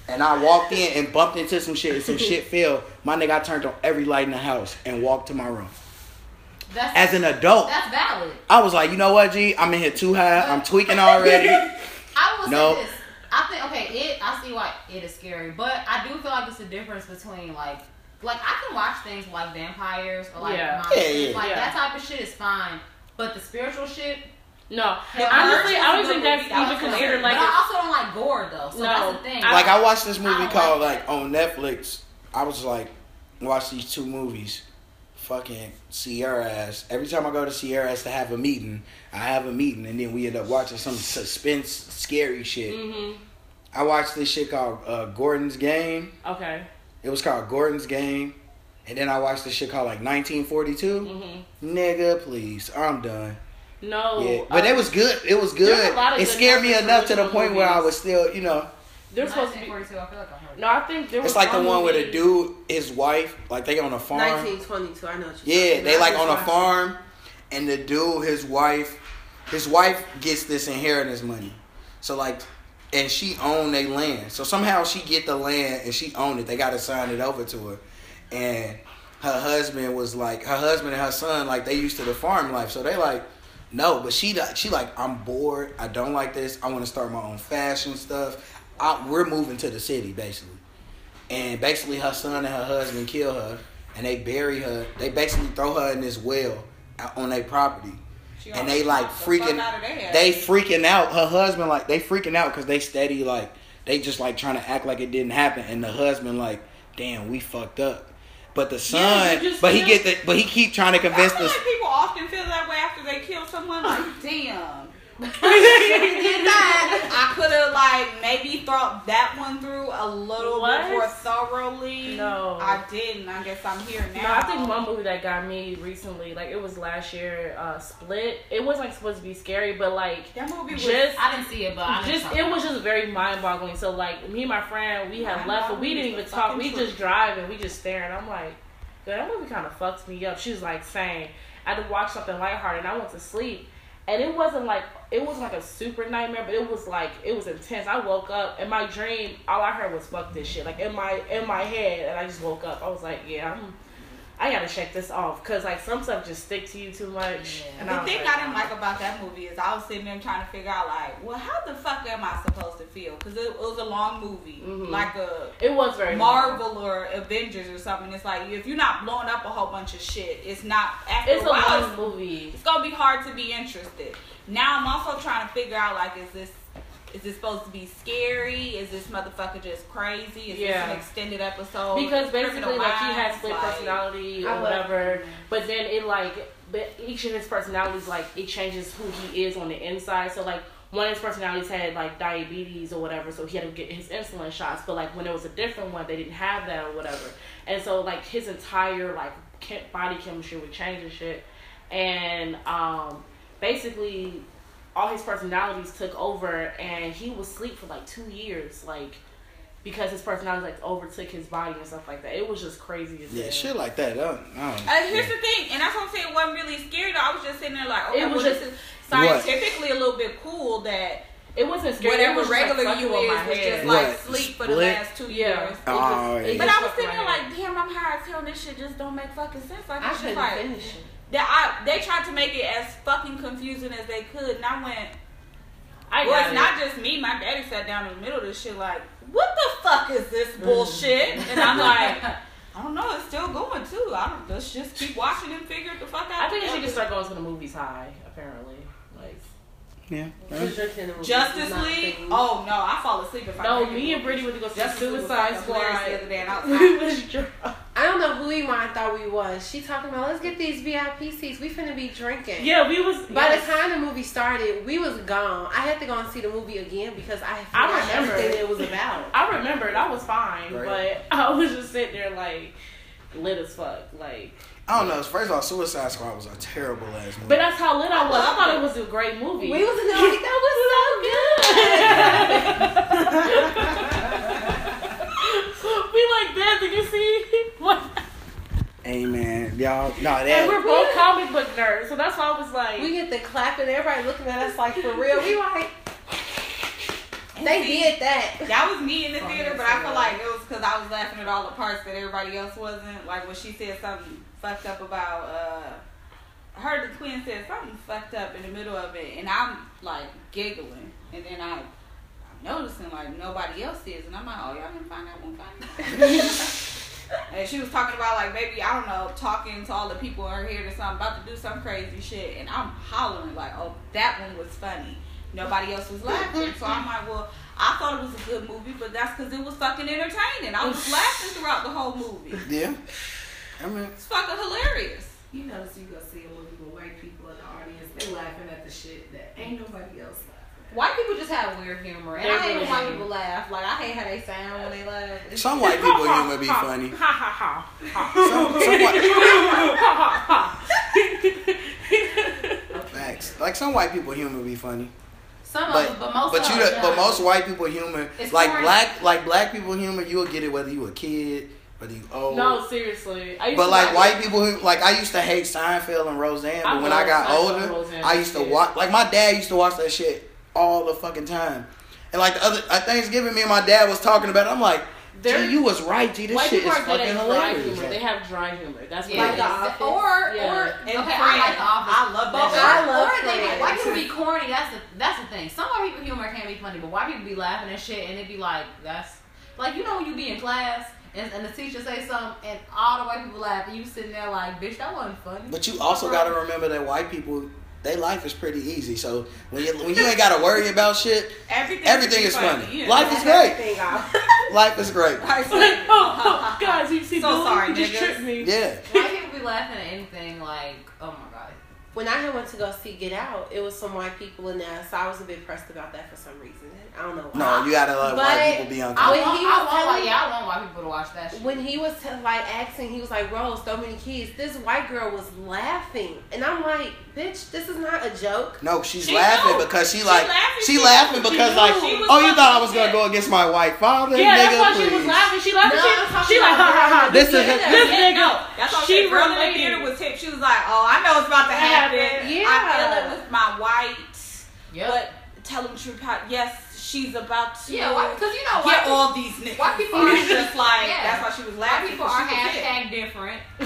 Speaker 2: And I walked in and bumped into some shit, and some shit fell. My nigga, I turned on every light in the house and walked to my room. As
Speaker 3: That's
Speaker 2: an adult,
Speaker 3: that's valid.
Speaker 2: I was like, you know what, G? I'm in here too high. I'm tweaking already.
Speaker 3: I will
Speaker 2: No.
Speaker 3: say this. I think okay, it I see why it is scary, but I do feel like it's a difference between like like I can watch things like vampires or like
Speaker 1: Yeah.
Speaker 3: monsters,
Speaker 2: Yeah, yeah.
Speaker 3: like
Speaker 1: Yeah.
Speaker 3: that type of shit is fine. But the spiritual shit,
Speaker 1: No,
Speaker 3: Yeah,
Speaker 1: honestly, I don't
Speaker 5: Merch was
Speaker 1: think
Speaker 5: a good
Speaker 1: that's
Speaker 5: movie. That
Speaker 1: even
Speaker 5: was
Speaker 1: considered
Speaker 5: hilarious.
Speaker 1: like.
Speaker 3: but I also don't like gore though, so
Speaker 1: No.
Speaker 3: that's the thing.
Speaker 2: like I watched this movie
Speaker 3: I don't
Speaker 2: called like
Speaker 3: like
Speaker 2: on Netflix. I was like, watch these two movies. Fucking Sierra ass. Every time I go to Sierra ass to have a meeting, I have a meeting, and then we end up watching some suspense, scary shit.
Speaker 1: hmm
Speaker 2: I watched this shit called uh, Gordon's Game.
Speaker 1: Okay.
Speaker 2: It was called Gordon's Game, and then I watched this shit called like 1942.
Speaker 1: hmm
Speaker 2: Nigga, please, I'm done.
Speaker 1: No.
Speaker 2: Yeah, but
Speaker 1: uh,
Speaker 2: it was good. It was
Speaker 1: there's a
Speaker 2: good.
Speaker 1: lot of
Speaker 2: It
Speaker 1: good
Speaker 2: scared me
Speaker 1: Netflix
Speaker 2: enough to the
Speaker 1: original
Speaker 2: point where I
Speaker 1: movies.
Speaker 2: was still, you know,
Speaker 1: They're supposed to be.
Speaker 3: 1942, I feel like I heard.
Speaker 1: No, I think there was.
Speaker 2: it's like the one
Speaker 1: with
Speaker 2: with a dude, his wife, like they on a farm.
Speaker 4: 1922. I know what you're
Speaker 2: Yeah,
Speaker 4: talking
Speaker 2: they
Speaker 4: about.
Speaker 2: like on a farm, and the dude, his wife, his wife gets this inheritance money. So like, and she owned they land. So somehow she get the land and she owned it. They got to sign it over to her, and her husband was like, her husband and her son like they used to the farm life. So they like, no, but she like- she like, I'm bored. I don't like this. I want to start my own fashion stuff. I, we're moving to the city basically and basically her son and her husband kill her and they bury her they basically throw her in this well out on their property
Speaker 5: She
Speaker 2: and
Speaker 5: almost
Speaker 2: they like
Speaker 5: knocked the fuck
Speaker 2: freaking
Speaker 5: out of their ass.
Speaker 2: they freaking out her husband like they freaking out because they steady like they just like trying to act like it didn't happen and the husband like damn we fucked up but the
Speaker 1: Yeah, you
Speaker 2: son
Speaker 1: just
Speaker 2: but he
Speaker 1: killed-
Speaker 2: get the but he keep trying to
Speaker 5: I
Speaker 2: convince
Speaker 5: feel
Speaker 2: us
Speaker 5: like people often feel that way after they kill someone. Like, damn. I could have like maybe thought that one through a little
Speaker 1: What?
Speaker 5: bit more thoroughly.
Speaker 1: No.
Speaker 5: I didn't. I guess I'm here now.
Speaker 1: No, I think one movie that got me recently, like it was last year, uh, Split. It wasn't like, supposed to be scary, but like
Speaker 5: that movie was
Speaker 1: just
Speaker 3: I didn't see it, but I
Speaker 1: just it was just very mind boggling. So like me and my friend, we had left, but we didn't even talk. We just driving, we just staring. I'm like, girl, that movie kind of fucks me up. She was like saying, I had to watch something lighthearted, and I went to sleep, and it wasn't like it was like a super nightmare, but it was like it was intense. I woke up and my dream, all I heard was fuck this shit, like in my in my head, and I just woke up. I was like, yeah, I'm. I gotta check this off because like some stuff just stick to you too much.
Speaker 3: Yeah.
Speaker 1: And
Speaker 5: The
Speaker 1: was
Speaker 5: thing I didn't like about that movie is I was sitting there trying to figure out like, well, how the fuck am I supposed to feel? Because it, it was a long movie,
Speaker 1: Mhm.
Speaker 5: like a
Speaker 1: It was very
Speaker 5: Marvel or Avengers or something. It's like if you're not blowing up a whole bunch of shit, it's not. After
Speaker 1: It's a
Speaker 5: a while,
Speaker 1: long
Speaker 5: it's-
Speaker 1: movie.
Speaker 5: it's gonna be hard to be interested. Now I'm also trying to figure out like, is this Is this supposed to be scary? Is this motherfucker just crazy? Is
Speaker 1: Yeah.
Speaker 5: this an extended episode?
Speaker 1: because basically
Speaker 5: Criminal
Speaker 1: like he has
Speaker 5: Minds,
Speaker 1: split
Speaker 5: like-
Speaker 1: personality
Speaker 7: I
Speaker 1: or
Speaker 7: would-
Speaker 1: whatever but then it like but each of his personalities like it changes who he is on the inside so like one of his personalities had like diabetes or whatever so he had to get his insulin shots but like when it was a different one they didn't have that or whatever and so like his entire like chem- body chemistry would change and shit and um basically all his personalities took over and he was asleep for like two years like because his personality like overtook his body and stuff like that. It was just crazy as
Speaker 2: Yeah,
Speaker 1: hell.
Speaker 2: shit like that. I don't, I don't,
Speaker 5: Uh, here's
Speaker 2: yeah.
Speaker 5: the thing, and that's what I'm saying. It wasn't really scary. Though. I was just sitting there like, okay,
Speaker 1: It was
Speaker 5: well, this
Speaker 1: just-
Speaker 5: is scientifically a little bit cool that
Speaker 1: It wasn't scary. it
Speaker 5: whatever
Speaker 1: was just, like,
Speaker 5: regular
Speaker 1: fucking
Speaker 5: you
Speaker 1: with
Speaker 5: is
Speaker 1: my
Speaker 5: was just
Speaker 1: head.
Speaker 5: like
Speaker 2: Right.
Speaker 5: sleep for the
Speaker 2: Split.
Speaker 5: last two
Speaker 1: yeah.
Speaker 5: years.
Speaker 1: It
Speaker 2: Oh,
Speaker 1: just- it
Speaker 2: yeah.
Speaker 1: just
Speaker 5: But I was
Speaker 1: fucked
Speaker 5: sitting
Speaker 1: my
Speaker 5: there
Speaker 1: head.
Speaker 5: like, damn, I'm high as hell. and This shit just don't make fucking sense. Like,
Speaker 4: I
Speaker 5: this shit
Speaker 4: couldn't
Speaker 5: like
Speaker 4: finish it.
Speaker 5: that. I they tried to make it as fucking confusing as they could, and I went,
Speaker 1: I
Speaker 5: well,
Speaker 1: got
Speaker 5: it's
Speaker 1: it.
Speaker 5: not just me. My daddy sat down in the middle of this shit, like, what the fuck is this
Speaker 1: Mm.
Speaker 5: bullshit? And I'm like, I don't know. It's still going too. I don't. Let's just keep watching and figure it the fuck out.
Speaker 1: I think you should
Speaker 5: together.
Speaker 1: just start going to the movies high. Apparently, like
Speaker 2: Yeah.
Speaker 4: Because you're kidding me.
Speaker 5: Justice
Speaker 4: It's not
Speaker 5: League.
Speaker 4: things.
Speaker 5: Oh no, I fall asleep if I.
Speaker 1: no,
Speaker 5: drink
Speaker 1: me
Speaker 5: it.
Speaker 1: and Brittany went to go see
Speaker 5: Justice League was
Speaker 1: Suicide
Speaker 5: fucking hilarious the other
Speaker 1: Squad.
Speaker 5: day, and I
Speaker 1: We
Speaker 5: was like,
Speaker 1: was drunk.
Speaker 4: I don't know who Iman thought we was. She talking about let's get these VIP seats. We finna be drinking.
Speaker 1: Yeah, we was.
Speaker 4: By
Speaker 1: yes.
Speaker 4: the time the movie started, we was gone. I had to go and see the movie again because I
Speaker 1: I
Speaker 4: forgot
Speaker 1: remember.
Speaker 4: everything that it was about.
Speaker 1: I remembered, I was fine,
Speaker 2: Right.
Speaker 1: but I was just sitting there like lit as fuck, like.
Speaker 2: I don't know. First of all, Suicide Squad was a terrible ass movie.
Speaker 1: But that's how lit I was. I
Speaker 5: loved
Speaker 1: thought
Speaker 5: it.
Speaker 1: it was a great movie.
Speaker 4: We was in there like that was so good.
Speaker 1: we like that. Did you see? Like,
Speaker 2: hey man, y'all, no,
Speaker 1: and we're
Speaker 2: that
Speaker 1: both comic book nerds, so that's why I was like,
Speaker 4: We get the clapping, everybody looking at us like for real. We like they did that.
Speaker 5: That was me in the theater, but I feel like it was because I was laughing at all the parts that everybody else wasn't. Like when she said something fucked up about, uh, I heard the twin said something fucked up in the middle of it, and I'm like giggling, and then I. I'm Noticing like nobody else is, and I'm like, oh y'all didn't find that one funny. and she was talking about like maybe I don't know, talking to all the people in her head or something, about to do some crazy shit, and I'm hollering like, oh that one was funny. Nobody else was laughing, so I'm like, well, I thought it was a good movie, but that's because it was fucking entertaining. I was laughing throughout the whole movie.
Speaker 2: yeah. I mean,
Speaker 5: It's fucking hilarious.
Speaker 8: You notice you go see a movie with white people in the audience, they laughing at the shit that ain't nobody else laughing
Speaker 3: White people just have weird humor, and
Speaker 1: They
Speaker 3: I hate
Speaker 1: really
Speaker 3: when white
Speaker 1: do.
Speaker 3: people laugh. Like I hate how they sound when they laugh. It's-
Speaker 2: some white people humor be
Speaker 1: Ha,
Speaker 2: funny.
Speaker 1: Ha ha ha ha.
Speaker 2: Some, some white,
Speaker 1: ha ha ha.
Speaker 2: facts. Like some white people humor be funny.
Speaker 3: Some of
Speaker 2: But
Speaker 3: them, Um, but most
Speaker 2: but
Speaker 3: of
Speaker 2: you
Speaker 3: them
Speaker 2: the, but most white people humor
Speaker 3: It's
Speaker 2: like
Speaker 3: corny.
Speaker 2: black like black people humor you'll get it whether you a kid whether you old.
Speaker 1: No, seriously. I used
Speaker 2: But
Speaker 1: to
Speaker 2: like white people, who, like I used to hate Seinfeld and Roseanne. But
Speaker 1: I
Speaker 2: when I
Speaker 1: love
Speaker 2: got
Speaker 1: Seinfeld
Speaker 2: older,
Speaker 1: and Roseanne,
Speaker 2: I used to
Speaker 1: yeah.
Speaker 2: watch. Like my dad used to watch that shit all the fucking time. And like the other at Thanksgiving, me and my dad was talking about. it. I'm like,
Speaker 1: They're-
Speaker 2: gee, you was right. Gee, this
Speaker 1: White
Speaker 2: shit
Speaker 1: people
Speaker 2: is
Speaker 1: are good
Speaker 2: fucking
Speaker 1: at dry humor.
Speaker 2: hilarious.
Speaker 1: They have dry humor. That's what
Speaker 3: yeah,
Speaker 1: it
Speaker 3: like the
Speaker 1: is.
Speaker 3: office. or or
Speaker 1: Yeah.
Speaker 3: okay, I
Speaker 5: And
Speaker 3: like
Speaker 5: Friends.
Speaker 3: the office.
Speaker 5: I
Speaker 3: But
Speaker 5: love that.
Speaker 3: or,
Speaker 5: shit.
Speaker 4: I love
Speaker 3: or they
Speaker 4: Friends.
Speaker 3: white people be corny. That's the that's the thing. Some white people humor can be funny, but white people be laughing and shit, and it be like that's like you know when you be in class and, and the teacher say something and all the white people laugh and you sitting there like bitch that wasn't funny.
Speaker 2: But you also got to remember that white people, their life is pretty easy. So when you when you ain't got to worry about shit,
Speaker 5: Everything,
Speaker 2: everything is funny. Life is great.
Speaker 4: Everything off.
Speaker 2: Life is great.
Speaker 1: Like, oh, oh, guys, you see,
Speaker 5: So
Speaker 1: Bill,
Speaker 5: sorry,
Speaker 1: you just
Speaker 5: niggas.
Speaker 1: tripped me.
Speaker 2: Yeah.
Speaker 3: white people be laughing at anything like oh my god.
Speaker 4: When I had went to go see Get Out, it was some white people in there, so I was a bit pressed about that for some reason. I don't know why.
Speaker 2: No, you got to let
Speaker 4: But
Speaker 2: white people be
Speaker 3: I
Speaker 2: uncomfortable.
Speaker 4: When
Speaker 3: want,
Speaker 4: he
Speaker 3: I
Speaker 4: was
Speaker 3: want
Speaker 4: telling-
Speaker 3: white, yeah, I want white people to watch that shit.
Speaker 4: when he was t- like asking, he was like, "Rose, so many kids." This white girl was laughing, and I'm like, "Bitch, this is not a joke."
Speaker 2: No, she's
Speaker 5: She
Speaker 2: laughing
Speaker 5: knew.
Speaker 2: because she
Speaker 5: She
Speaker 2: like
Speaker 5: laughing.
Speaker 2: she
Speaker 5: She
Speaker 2: laughing
Speaker 5: knew. She
Speaker 2: because
Speaker 5: knew.
Speaker 2: like
Speaker 5: She was
Speaker 2: oh you thought I was gonna
Speaker 5: fucking upset.
Speaker 2: go against my white father
Speaker 1: Yeah,
Speaker 2: nigga
Speaker 1: that's why she was
Speaker 2: please.
Speaker 1: laughing. She laughing.
Speaker 3: No, I'm
Speaker 1: she,
Speaker 3: talking
Speaker 1: she like,
Speaker 3: about
Speaker 1: ha ha ha.
Speaker 2: This is
Speaker 1: This nigga.
Speaker 5: No, that's all
Speaker 1: She
Speaker 5: she girl in the
Speaker 1: related.
Speaker 5: theater was hip. She was like, "Oh, I know it's about to happen.
Speaker 4: Yeah.
Speaker 5: I feel it with my white,
Speaker 3: Yeah.
Speaker 5: but tell them truth. How, yes, she's about to
Speaker 3: yeah, why? Because you know
Speaker 5: get
Speaker 3: white
Speaker 5: all these niggas.
Speaker 3: white people
Speaker 5: And
Speaker 3: are-
Speaker 5: it's just like
Speaker 3: yeah.
Speaker 5: that's why she was
Speaker 3: Black
Speaker 5: laughing.
Speaker 3: people
Speaker 5: 'cause
Speaker 3: are
Speaker 5: she was hip.
Speaker 3: hashtag different,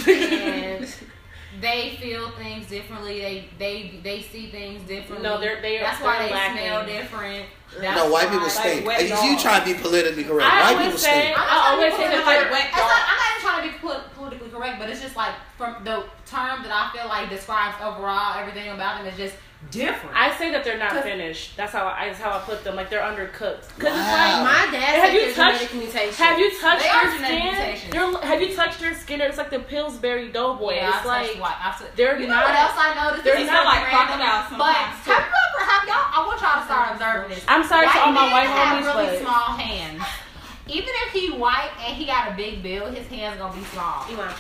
Speaker 3: and they feel things differently. They they they see things differently.
Speaker 1: No, they're- they are-
Speaker 3: That's why
Speaker 1: they're
Speaker 3: they
Speaker 1: lacking.
Speaker 3: smell different. That's
Speaker 2: No, white
Speaker 3: why-
Speaker 2: people stink.
Speaker 5: wet
Speaker 2: Like, you
Speaker 5: dog.
Speaker 2: trying to be politically correct.
Speaker 1: I
Speaker 2: white people
Speaker 1: always say,
Speaker 2: stink.
Speaker 3: I'm
Speaker 1: I
Speaker 3: not trying to
Speaker 1: always
Speaker 3: be
Speaker 1: say that like
Speaker 3: politically
Speaker 1: wet
Speaker 3: correct. It's
Speaker 1: dog.
Speaker 3: not- I'm not even trying to be poli- politically correct, but it's just like from the term that I feel like describes overall everything about them is just different.
Speaker 1: I say that they're not finished. That's how I, that's how I put them. Like they're undercooked. Cause
Speaker 2: Wow.
Speaker 1: it's like
Speaker 4: My dad
Speaker 1: Have
Speaker 4: said
Speaker 1: you
Speaker 4: there's
Speaker 1: touched-
Speaker 4: genetic mutation.
Speaker 1: have you touched
Speaker 3: They are
Speaker 1: their
Speaker 3: genetic
Speaker 1: skin?
Speaker 3: mutations.
Speaker 1: They're- have you touched their skin? It's like the Pillsbury Doughboy.
Speaker 3: Yeah,
Speaker 1: it's
Speaker 3: I touched
Speaker 1: like
Speaker 3: white. I said-
Speaker 1: they're
Speaker 3: you know
Speaker 1: not.
Speaker 3: what else I noticed?
Speaker 1: they're
Speaker 3: This is
Speaker 1: not
Speaker 5: like
Speaker 3: random,
Speaker 5: crocodiles
Speaker 3: But
Speaker 5: sometimes, too.
Speaker 3: have you ever have y'all? I want y'all to start observing this.
Speaker 1: I'm sorry to all my
Speaker 3: men
Speaker 1: white
Speaker 3: have
Speaker 1: homies,
Speaker 3: really
Speaker 1: but-
Speaker 3: small hands. Even if he white and he got a big bill, his hands gonna be small.
Speaker 4: You want-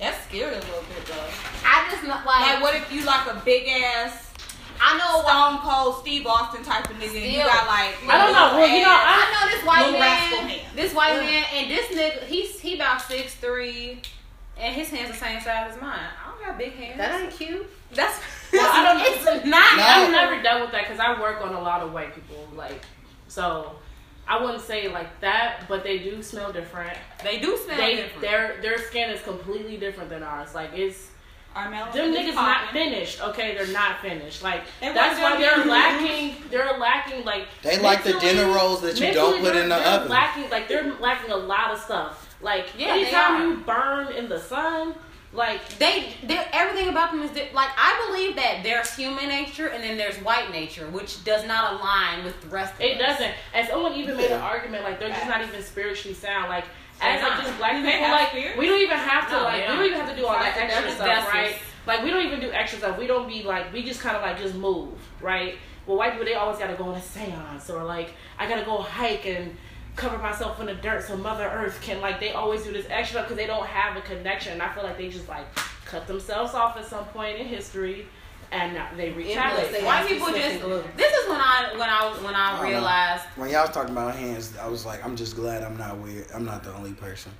Speaker 5: That's scary a little bit though.
Speaker 3: I just not like.
Speaker 5: Like, what if you like a big ass
Speaker 3: I know a
Speaker 5: Stone Cold Steve Austin type of nigga? and You
Speaker 3: Still.
Speaker 5: got like
Speaker 1: I don't know. Well, you know,
Speaker 5: ass.
Speaker 1: I,
Speaker 3: I know this white
Speaker 5: Little rascal
Speaker 3: man,
Speaker 5: man.
Speaker 3: This white man and this nigga, he's he about six three, and his hands the same size as mine. I don't got big hands.
Speaker 4: That ain't cute.
Speaker 5: that's
Speaker 1: well, I don't.
Speaker 3: it's not.
Speaker 1: I've
Speaker 2: No.
Speaker 1: never dealt with that because I work on a lot of white people. Like, so I wouldn't say like that, but they do smell different.
Speaker 5: they do smell
Speaker 1: They
Speaker 5: different.
Speaker 1: their their skin is completely different than ours. Like it's
Speaker 5: Our melanin
Speaker 1: them
Speaker 5: is
Speaker 1: niggas not
Speaker 5: popping.
Speaker 1: finished. Okay, they're not finished. Like
Speaker 5: They
Speaker 1: that's why
Speaker 5: want them
Speaker 1: they're
Speaker 5: to-
Speaker 1: lacking. They're lacking like
Speaker 2: They like the
Speaker 1: mentally-
Speaker 2: dinner rolls that you don't
Speaker 1: mentally,
Speaker 2: put
Speaker 1: they're-
Speaker 2: in the
Speaker 1: they're
Speaker 2: oven.
Speaker 1: Lacking like they're lacking a lot of stuff. Like
Speaker 3: Yeah, they
Speaker 1: anytime
Speaker 3: are.
Speaker 1: you burn in the sun, like
Speaker 3: They, they're, everything about them is di- like I believe that there's human nature and then there's white nature, which does not align with the rest. of
Speaker 1: It
Speaker 3: us.
Speaker 1: doesn't. And someone even made an
Speaker 2: Yeah.
Speaker 1: argument like they're just not even spiritually sound. Like
Speaker 3: They're
Speaker 1: as like
Speaker 3: not.
Speaker 1: just black
Speaker 5: They
Speaker 1: people,
Speaker 5: have
Speaker 1: like
Speaker 5: spirit.
Speaker 1: we don't even have to
Speaker 3: No,
Speaker 1: like
Speaker 3: they
Speaker 1: we don't
Speaker 3: don't.
Speaker 1: even have to do all that
Speaker 3: Exactly,
Speaker 1: extra
Speaker 3: they're
Speaker 1: stuff,
Speaker 3: just
Speaker 1: right?
Speaker 3: vessels.
Speaker 1: Like we don't even do extra stuff. We don't be like we just kind of like just move, right? Well, white people they always got to go on a séance or like I gotta go hike and cover myself in the dirt so Mother Earth can like they always do this extra because they don't have a connection. And I feel like they just like cut themselves off at some point in history. And now they retaliate.
Speaker 4: They
Speaker 3: White
Speaker 4: ask you
Speaker 3: people
Speaker 4: to
Speaker 3: just.
Speaker 4: take a look.
Speaker 3: This is when I when I when
Speaker 2: I
Speaker 3: I
Speaker 2: don't know.
Speaker 3: realized
Speaker 2: When y'all was talking about hands, I was like, I'm just glad I'm not weird. I'm not the only person.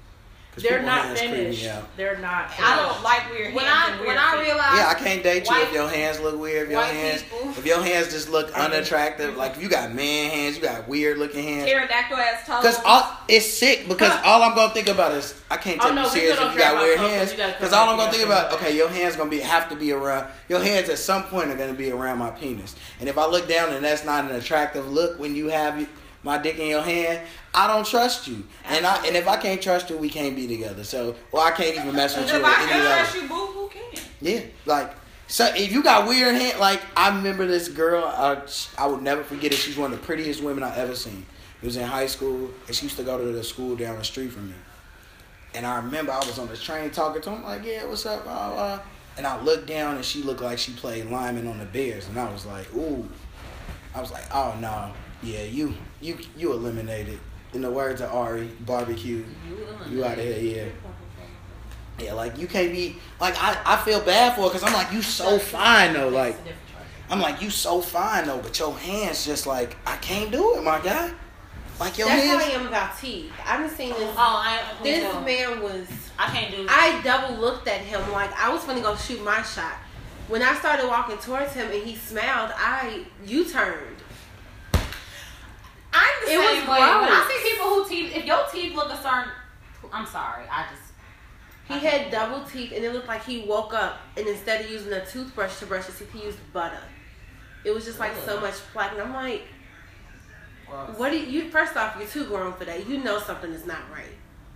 Speaker 2: 'Cause
Speaker 1: They're
Speaker 2: people
Speaker 1: not
Speaker 2: hands creep me
Speaker 1: finished.
Speaker 2: out.
Speaker 1: They're not.
Speaker 5: I don't like weird
Speaker 3: when
Speaker 5: hands
Speaker 3: I
Speaker 5: and
Speaker 3: when
Speaker 5: weird
Speaker 3: I
Speaker 5: feet.
Speaker 3: realized
Speaker 2: Yeah, I can't date you
Speaker 3: White-
Speaker 2: if your hands look weird. If your
Speaker 3: white
Speaker 2: hands,
Speaker 3: people.
Speaker 2: if your hands just look
Speaker 1: I mean-
Speaker 2: unattractive, like if you got man hands, you got weird looking hands.
Speaker 5: pterodactyl ass toes.
Speaker 2: Cause all it's sick because all I'm gonna think about is I can't
Speaker 1: Oh,
Speaker 2: take
Speaker 1: no,
Speaker 2: you
Speaker 1: we
Speaker 2: serious
Speaker 1: still
Speaker 2: if you
Speaker 1: don't
Speaker 2: got
Speaker 1: care
Speaker 2: weird
Speaker 1: about
Speaker 2: hands.
Speaker 1: clothes, you gotta
Speaker 2: Cause all I'm
Speaker 1: compare
Speaker 2: gonna think
Speaker 1: yourself
Speaker 2: about,
Speaker 1: to that.
Speaker 2: okay, your hands gonna be have to be around your hands at some point are gonna be around my penis. And if I look down and that's not an attractive look when you have my dick in your hand, I don't trust you. And I and if I can't trust you, we can't be together. So well I can't even mess with
Speaker 5: If
Speaker 2: you
Speaker 5: I
Speaker 2: at
Speaker 5: can
Speaker 2: any level.
Speaker 5: trust you, boo, who can?
Speaker 2: Yeah, like so. If you got weird hand, like I remember this girl. I, sh- I would never forget it. She's one of the prettiest women I ever seen. It was in high school, and she used to go to the school down the street from me. And I remember I was on the train talking to him, like, "Yeah, what's up?" Blah, blah. And I looked down, and she looked like she played lineman on the Bears, and I was like, "Ooh," I was like, "Oh no, yeah, you, you, you eliminated." In the words of Ari, barbecue. You out of here, yeah. Yeah, like you can't be like I, I feel bad for her because I'm like you so fine though. Like I'm like you so fine though, but your hands just like I can't do it, my guy. Like your
Speaker 4: That's how I
Speaker 2: hands.
Speaker 4: am about teeth. I done seen
Speaker 3: oh
Speaker 4: this.
Speaker 3: I
Speaker 4: This
Speaker 3: this man,
Speaker 4: man was.
Speaker 3: I can't do
Speaker 4: I double looked at him like I was gonna go shoot my shot. When I started walking towards him and he smiled, I U turned.
Speaker 3: I'm the
Speaker 4: It
Speaker 3: same
Speaker 4: was
Speaker 3: way. When I
Speaker 4: gross.
Speaker 3: see people who teeth, if your teeth look a certain, I'm sorry, I just.
Speaker 4: He had double teeth and it looked like he woke up and instead of using a toothbrush to brush his teeth, he used butter. It was just like so much plaque, and I'm like, what do you? First off, you're too grown for that. You know something is not right.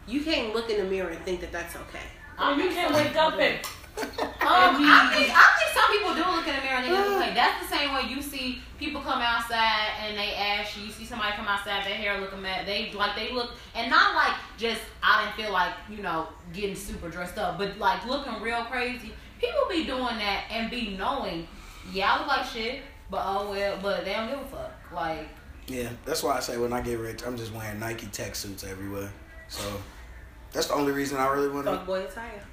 Speaker 4: You can't look in the mirror and think that that's okay.
Speaker 1: Or Oh, you can wake up and
Speaker 3: Um, I think I think some people do look in the mirror and they look like that's the same way you see people come outside and they ash. You see somebody come outside, their hair looking mad. They like they look and not like just I didn't feel like you know getting super dressed up, but like looking real crazy. People be doing that and be knowing, yeah, I look like shit, but oh well, but they don't give a fuck. Like
Speaker 2: Yeah, that's why I say when I get rich, I'm just wearing Nike tech suits everywhere. So that's the only reason I really want to.
Speaker 4: Fuck boy attire.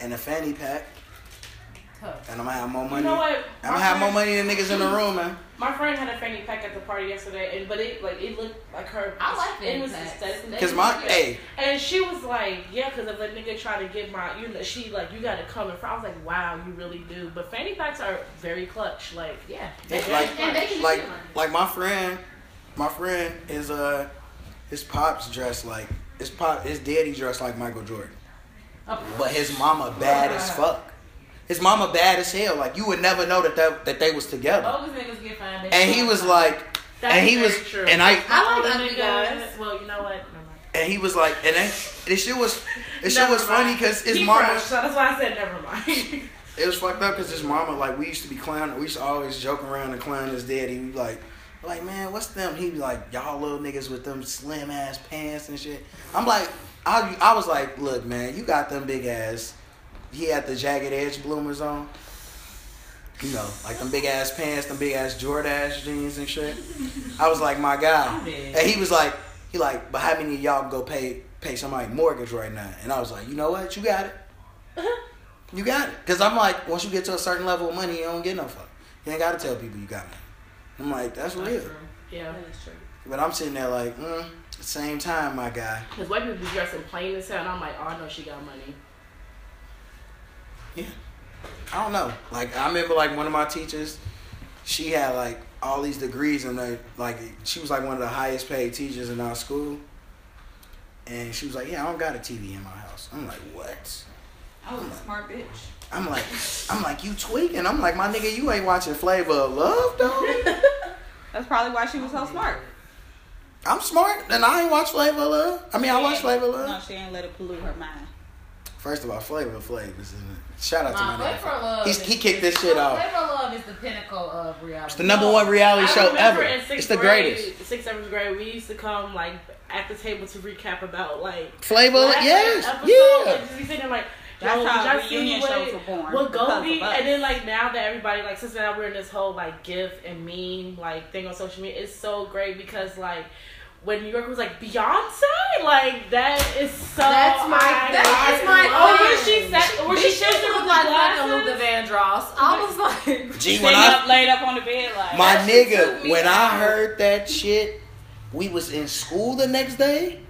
Speaker 2: And a fanny pack,
Speaker 3: tough.
Speaker 2: and I'm gonna have more
Speaker 1: you
Speaker 2: money.
Speaker 1: know what? My
Speaker 2: I'm gonna have more
Speaker 1: friend-
Speaker 2: money than niggas in the room, man.
Speaker 1: My friend had a fanny pack at the party yesterday, and but it like it looked like her.
Speaker 3: I like
Speaker 1: it
Speaker 3: fanny
Speaker 1: was
Speaker 3: packs.
Speaker 1: aesthetically.
Speaker 2: Cause my
Speaker 1: Yeah.
Speaker 2: hey,
Speaker 1: And she was like, yeah, because if a nigga try to get my, you know, she like, you gotta come in front. I was like, wow, you really do. But fanny packs are very clutch. Like,
Speaker 3: Yeah,
Speaker 2: like
Speaker 3: and they can
Speaker 2: like
Speaker 3: do one.
Speaker 2: like my friend my friend is uh his pops dressed like his pop his daddy dressed like michael jordan
Speaker 1: Oh.
Speaker 2: but his mama bad as fuck his mama bad as hell like you would never know that that, that they was
Speaker 1: Oh,
Speaker 2: together
Speaker 3: Bogus niggas get fine. bitches.
Speaker 2: and he was like
Speaker 1: that's
Speaker 2: and he
Speaker 1: very
Speaker 2: was
Speaker 1: true.
Speaker 2: and i
Speaker 3: I like
Speaker 1: Older
Speaker 3: ugly guys.
Speaker 1: Well, you know what? Never mind.
Speaker 2: and he was like, and that, this shit was, this shit
Speaker 1: Never
Speaker 2: was funny
Speaker 1: mind.
Speaker 2: because his
Speaker 1: He
Speaker 2: mama,
Speaker 1: crushed, so that's why I said never mind.
Speaker 2: it was fucked up because his mama, like, we used to be clowning, we used to always joke around and clown his daddy. We like, like, man, what's them? He be like, y'all little niggas with them slim ass pants and shit. I'm like, I, I was like, look, man, you got them big ass. He had the jagged edge bloomers on. You know, like them big ass pants, them big ass Jordache jeans and shit. I was like, my guy. And he was like, he like, but how many of y'all go pay pay somebody mortgage right now? And I was like, you know what? You got it. You got it. Cause I'm like, once you get to a certain level of money, you don't get no fuck. You ain't gotta tell people you got money. I'm like, that's real.
Speaker 1: yeah,
Speaker 2: But I'm sitting there like, mm, same time, my guy.
Speaker 1: because white people be dressing plain as hell, and I'm like, oh, I know she got money.
Speaker 2: I don't know. Like I remember like one of my teachers, she had like all these degrees and like like she was like one of the highest paid teachers in our school. And she was like, Yeah, I don't got a TV in my house. I'm like, What?
Speaker 5: I was a smart bitch.
Speaker 2: I'm like I'm like, you tweaking. I'm like, my nigga, you ain't watching Flavor of Love though.
Speaker 5: That's probably why she was so smart.
Speaker 2: I'm smart and I ain't watch Flavor of Love. I mean I watch Flavor of
Speaker 5: No,
Speaker 2: Love.
Speaker 5: she ain't let it pollute her mind.
Speaker 2: First of all, Flavor Flav is in it. Shout out to
Speaker 3: Nah,
Speaker 2: my nigga.
Speaker 3: Flavor of Love
Speaker 2: He's,
Speaker 3: is-
Speaker 2: he kicked this shit off.
Speaker 3: Flavor of Love is the pinnacle of reality.
Speaker 2: It's the number one reality
Speaker 1: I
Speaker 2: show
Speaker 1: remember
Speaker 2: ever.
Speaker 1: in sixth
Speaker 2: It's the
Speaker 1: grade,
Speaker 2: greatest.
Speaker 1: Sixth, seventh grade, we used to come like at the table to recap about like.
Speaker 2: Flavor,
Speaker 1: last
Speaker 2: yes,
Speaker 1: episode,
Speaker 2: yeah.
Speaker 1: and just be sitting like.
Speaker 5: That's
Speaker 1: yo,
Speaker 5: how
Speaker 1: did y'all see
Speaker 5: reunion
Speaker 1: what-
Speaker 5: shows were born,
Speaker 1: What
Speaker 5: because of
Speaker 1: Goldie,
Speaker 5: us.
Speaker 1: and then like now that everybody like since now we're in this whole like GIF and meme like thing on social media, it's so great because like when New York was like Beyonce, like that is so.
Speaker 4: That's my-
Speaker 1: iconic.
Speaker 4: that is my
Speaker 1: Oh, when
Speaker 4: orange.
Speaker 1: she said, when she
Speaker 4: Bitch,
Speaker 1: shifted with
Speaker 4: you look
Speaker 1: the
Speaker 4: like fucking
Speaker 1: glasses.
Speaker 4: Luther Vandross. I was like,
Speaker 2: Gee, when
Speaker 5: Standing
Speaker 2: I
Speaker 5: up, laid up on the bed like.
Speaker 2: My
Speaker 4: That shit took
Speaker 2: nigga,
Speaker 4: me
Speaker 2: when I
Speaker 4: out.
Speaker 2: heard that shit, we was in school the next day.